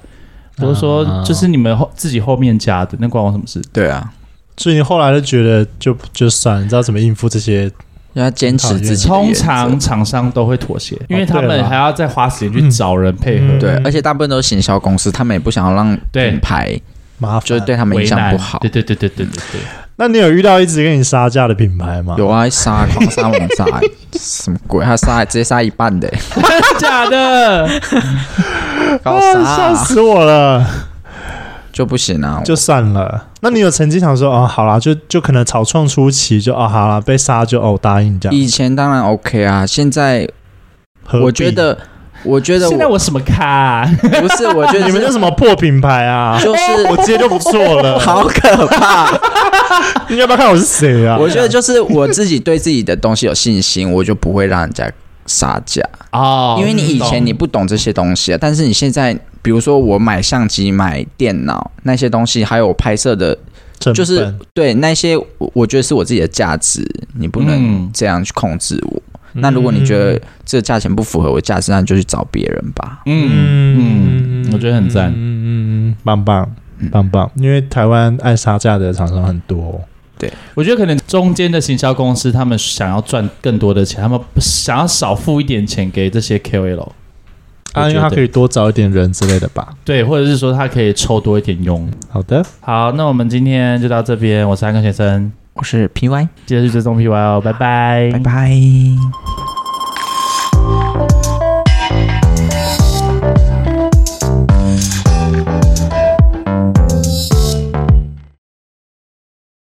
Speaker 1: 我就说
Speaker 2: 啊，
Speaker 1: 就是你们后自己后面加的，那关我什么事？
Speaker 3: 对啊，
Speaker 2: 所以你后来就觉得就就算，你知道怎么应付这些
Speaker 3: 要坚持自己的
Speaker 1: 通
Speaker 3: 原则哦
Speaker 1: 常厂商都会妥协，因为他
Speaker 2: 对
Speaker 1: 们
Speaker 2: 啦
Speaker 1: 还要再花时间去找人配合。
Speaker 2: 嗯
Speaker 3: 对，而且大部分都是行销公司，他们也不想要让
Speaker 1: 对
Speaker 3: 品牌
Speaker 2: 麻烦。
Speaker 3: 就是对他们
Speaker 1: 为
Speaker 3: 影响
Speaker 1: 难
Speaker 3: 不好
Speaker 1: 对。对对对对对对，
Speaker 2: 那你有遇到一直跟你杀价的品牌吗？
Speaker 3: 有啊，杀狂杀猛杀，什么鬼？他杀直接杀一半 的，
Speaker 1: 真的假的？
Speaker 3: 高
Speaker 2: 啊，
Speaker 3: 杀
Speaker 2: 吓死我了，
Speaker 3: 就不行啊！
Speaker 2: 就算了。那你有曾经想说，哦，好啦，就就可能草创初期就哦，好啦，被杀就哦答应这样。
Speaker 3: 以前当然 OK 啊，现在
Speaker 2: 何必
Speaker 3: 我觉得，我觉得
Speaker 1: 现在我什么咖、啊？
Speaker 3: 不是，我觉得
Speaker 2: 你们这
Speaker 3: 是
Speaker 2: 什么破品牌啊？
Speaker 3: 就是
Speaker 2: 我直接就不做了。
Speaker 3: 好可怕。
Speaker 2: 你要不要看我是谁啊？
Speaker 3: 我觉得就是我自己对自己的东西有信心，我就不会让人家杀价，
Speaker 1: 哦
Speaker 3: 因为你以前
Speaker 1: 懂
Speaker 3: 你不懂这些东西啊。但是你现在，比如说我买相机、买电脑那些东西，还有我拍摄的，
Speaker 2: 成本
Speaker 3: 就是对那些，我我觉得是我自己的价值，你不能
Speaker 1: 嗯
Speaker 3: 这样去控制我。那如果你觉得
Speaker 2: 嗯
Speaker 3: 这个价钱不符合我价值，那你就去找别人吧。
Speaker 1: 嗯嗯，我觉得很赞
Speaker 2: 嗯。嗯嗯，棒棒
Speaker 3: 嗯
Speaker 2: 棒棒，因为台湾爱杀价的厂商很多，
Speaker 1: 我觉得可能中间的行销公司，他们想要赚更多的钱，他们想要少付一点钱给这些 KOL，
Speaker 2: 啊，因为他可以多找一点人之类的吧。
Speaker 1: 对，或者是说他可以抽多一点佣。
Speaker 2: 好的，
Speaker 1: 好，那我们今天就到这边，我是安根先生，
Speaker 3: 我是 P Y，
Speaker 1: 记得去追踪 PY 哦，拜拜
Speaker 3: 拜。